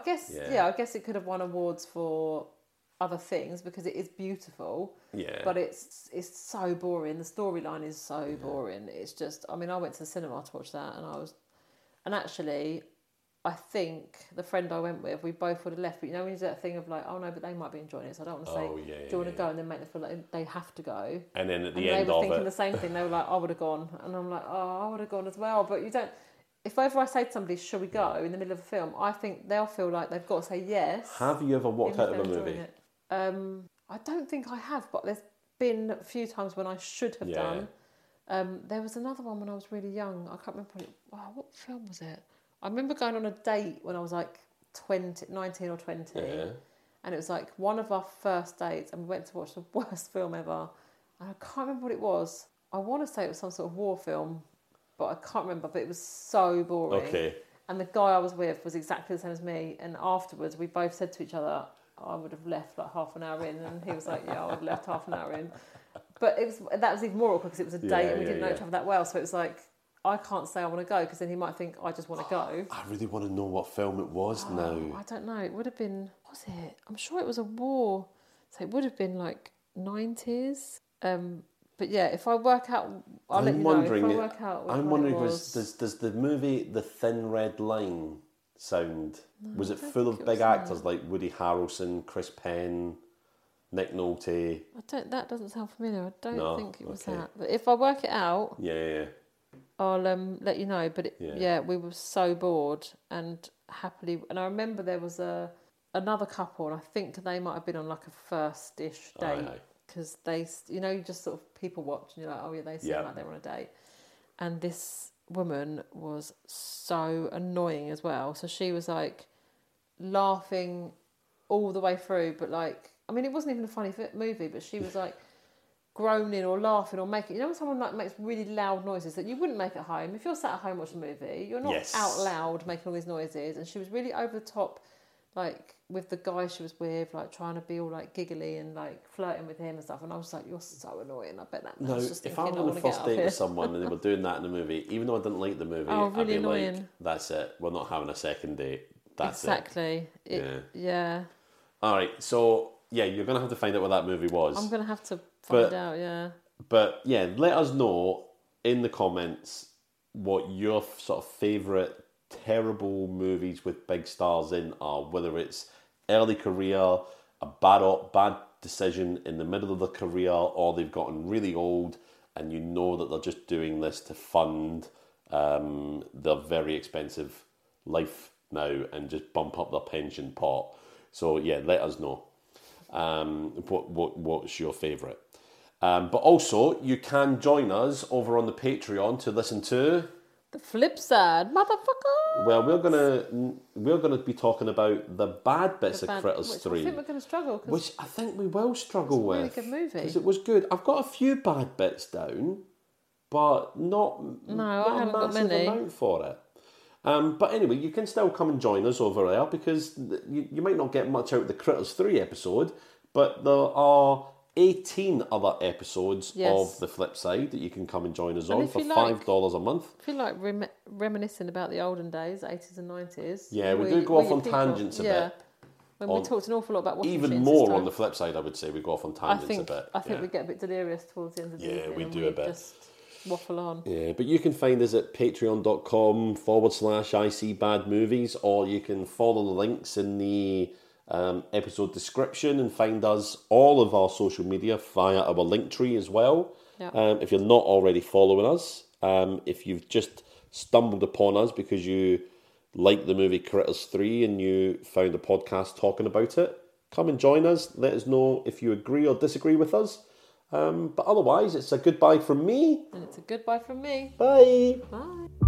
S2: I guess.
S1: Yeah.
S2: Yeah. I guess it could have won awards for other things because it is beautiful.
S1: yeah.
S2: But it's it's so boring. The storyline is so boring. It's just. I mean, I went to the cinema to watch that, and I was, and actually, I think the friend I went with, we both would have left. But you know, when you do that thing of like, oh no, but they might be enjoying it, so I don't want to say,
S1: Oh, yeah,
S2: do
S1: yeah,
S2: you want to
S1: yeah.
S2: go? And then make them feel like they have to go.
S1: and then at
S2: And
S1: the
S2: they
S1: end
S2: were
S1: of
S2: thinking
S1: it.
S2: the same thing. They were like, I would have gone. And I'm like, oh, I would have gone as well. But you don't. If ever I say to somebody, shall we go in the middle of a film, I think they'll feel like they've got to say yes.
S1: Have you ever walked
S2: even if
S1: out of a
S2: they're enjoying
S1: movie?
S2: it. Um, I don't think I have, but there's been a few times when I should have
S1: Yeah.
S2: done. Um, there was another one when I was really young. I can't remember what, it, wow, what film was it. I remember going on a date when I was like 20, 19 or 20
S1: Yeah.
S2: and it was like one of our first dates, and we went to watch the worst film ever. And I can't remember what it was. I want to say it was some sort of war film, but I can't remember. But it was so boring.
S1: Okay.
S2: And the guy I was with was exactly the same as me. And afterwards, we both said to each other, I would have left like half an hour in, and he was like, yeah, I would have left half an hour in. But it was that was even more awkward because it was a date
S1: Yeah,
S2: and we
S1: yeah,
S2: didn't know
S1: yeah.
S2: each other that well, so it was like I can't say I want to go because then he might think I just want to go.
S1: I really want to know what film it was
S2: Oh,
S1: now.
S2: I don't know. It would have been was it? I'm sure it was a war, so it would have been like 90s. Um, but yeah, if I work out, I'll let
S1: I'm
S2: you
S1: wondering
S2: know.
S1: it-
S2: If I work out, which
S1: I'm
S2: one it
S1: wondering, was,
S2: was,
S1: does, does the movie The Thin Red Line sound, was it
S2: don't
S1: full of
S2: think it
S1: big
S2: was that.
S1: actors like Woody Harrelson, Chris Penn, Nick Nolte?
S2: I don't. That doesn't sound familiar. I don't
S1: No,
S2: think it was
S1: okay.
S2: that. But if I work it out,
S1: Yeah,
S2: I'll um, let you know. But it,
S1: Yeah.
S2: yeah. we were so bored and happily. And I remember there was a another couple, and I think they might have been on like a first-ish
S1: Aye,
S2: date
S1: aye.
S2: because they, s- you know, you just sort of people watch, and you're like, oh yeah, they seem
S1: Yeah.
S2: like they're on a date. And this woman was so annoying as well. So she was like laughing all the way through, but like, I mean, it wasn't even a funny fi- movie, but she was like groaning or laughing or making. You know, when someone like makes really loud noises that you wouldn't make at home. If you're sat at home watching a movie, you're not
S1: Yes.
S2: out loud making all these noises. And she was really over the top, like with the guy she was with, like trying to be all like giggly and like flirting with him and stuff. And I was like, you're so annoying. I bet that.
S1: No,
S2: man's just
S1: if I
S2: thinking,
S1: were on
S2: want
S1: a
S2: to get
S1: first
S2: out of
S1: date
S2: here.
S1: with someone and they were doing that in the movie, even though I didn't like the movie,
S2: Oh,
S1: I'd be
S2: really
S1: like,
S2: annoying.
S1: that's it, we're not having a second date. That's it.
S2: exactly. It-
S1: Yeah.
S2: yeah.
S1: All right, so yeah, you're going to have to find out what that movie was.
S2: I'm gonna have to find
S1: But-
S2: out. Yeah.
S1: But yeah, let us know in the comments what your f- sort of favourite terrible movies with big stars in are, whether it's early career, a bad op, bad decision in the middle of the career, or they've gotten really old and you know that they're just doing this to fund um, their very expensive life now and just bump up their pension pot. So yeah, let us know um, what, what what's your favourite. Um, but also, you can join us over on the Patreon to listen to.
S2: The flip side, motherfucker.
S1: Well, we're gonna we're gonna be talking about the bad bits of
S2: Bad-
S1: Critters
S2: which I
S1: Three,
S2: think we're gonna struggle because
S1: which I think we will struggle
S2: It's a really
S1: with.
S2: good movie.
S1: because it was good. I've got a few bad bits down, but not no, not a
S2: haven't got
S1: massive
S2: many.
S1: amount for it. Um, but anyway, you can still come and join us over there because th- you, you might not get much out of the Critters 3 episode, but there are 18 other episodes
S2: Yes.
S1: of The Flip Side that you can come and join us on
S2: if
S1: for
S2: you like-
S1: $5 a month.
S2: I feel like rem- reminiscing about the olden days, 80s and 90s.
S1: Yeah, we
S2: Where
S1: do
S2: you-
S1: go
S2: where
S1: off
S2: you
S1: on
S2: peak
S1: tangents a
S2: yeah.
S1: bit.
S2: When
S1: On-
S2: we talked an awful lot about washing
S1: Even
S2: machines
S1: more
S2: this
S1: on
S2: time.
S1: the flip side, I would say we go off on
S2: I
S1: tangents
S2: think
S1: a bit.
S2: I think
S1: yeah.
S2: we get a bit delirious towards the end of the
S1: Yeah,
S2: evening
S1: we
S2: and
S1: do a bit.
S2: Just waffle on.
S1: Yeah, but you can find us at patreon.com forward slash IC bad movies, or you can follow the links in the um, episode description and find us all of our social media via our link tree as well.
S2: Yeah.
S1: Um, if you're not already following us, um, if you've just stumbled upon us because you like the movie Critters 3 and you found a podcast talking about it, come and join us. Let us know if you agree or disagree with us. Um, but otherwise, it's a goodbye from me.
S2: And it's a goodbye from me.
S1: Bye.
S2: Bye.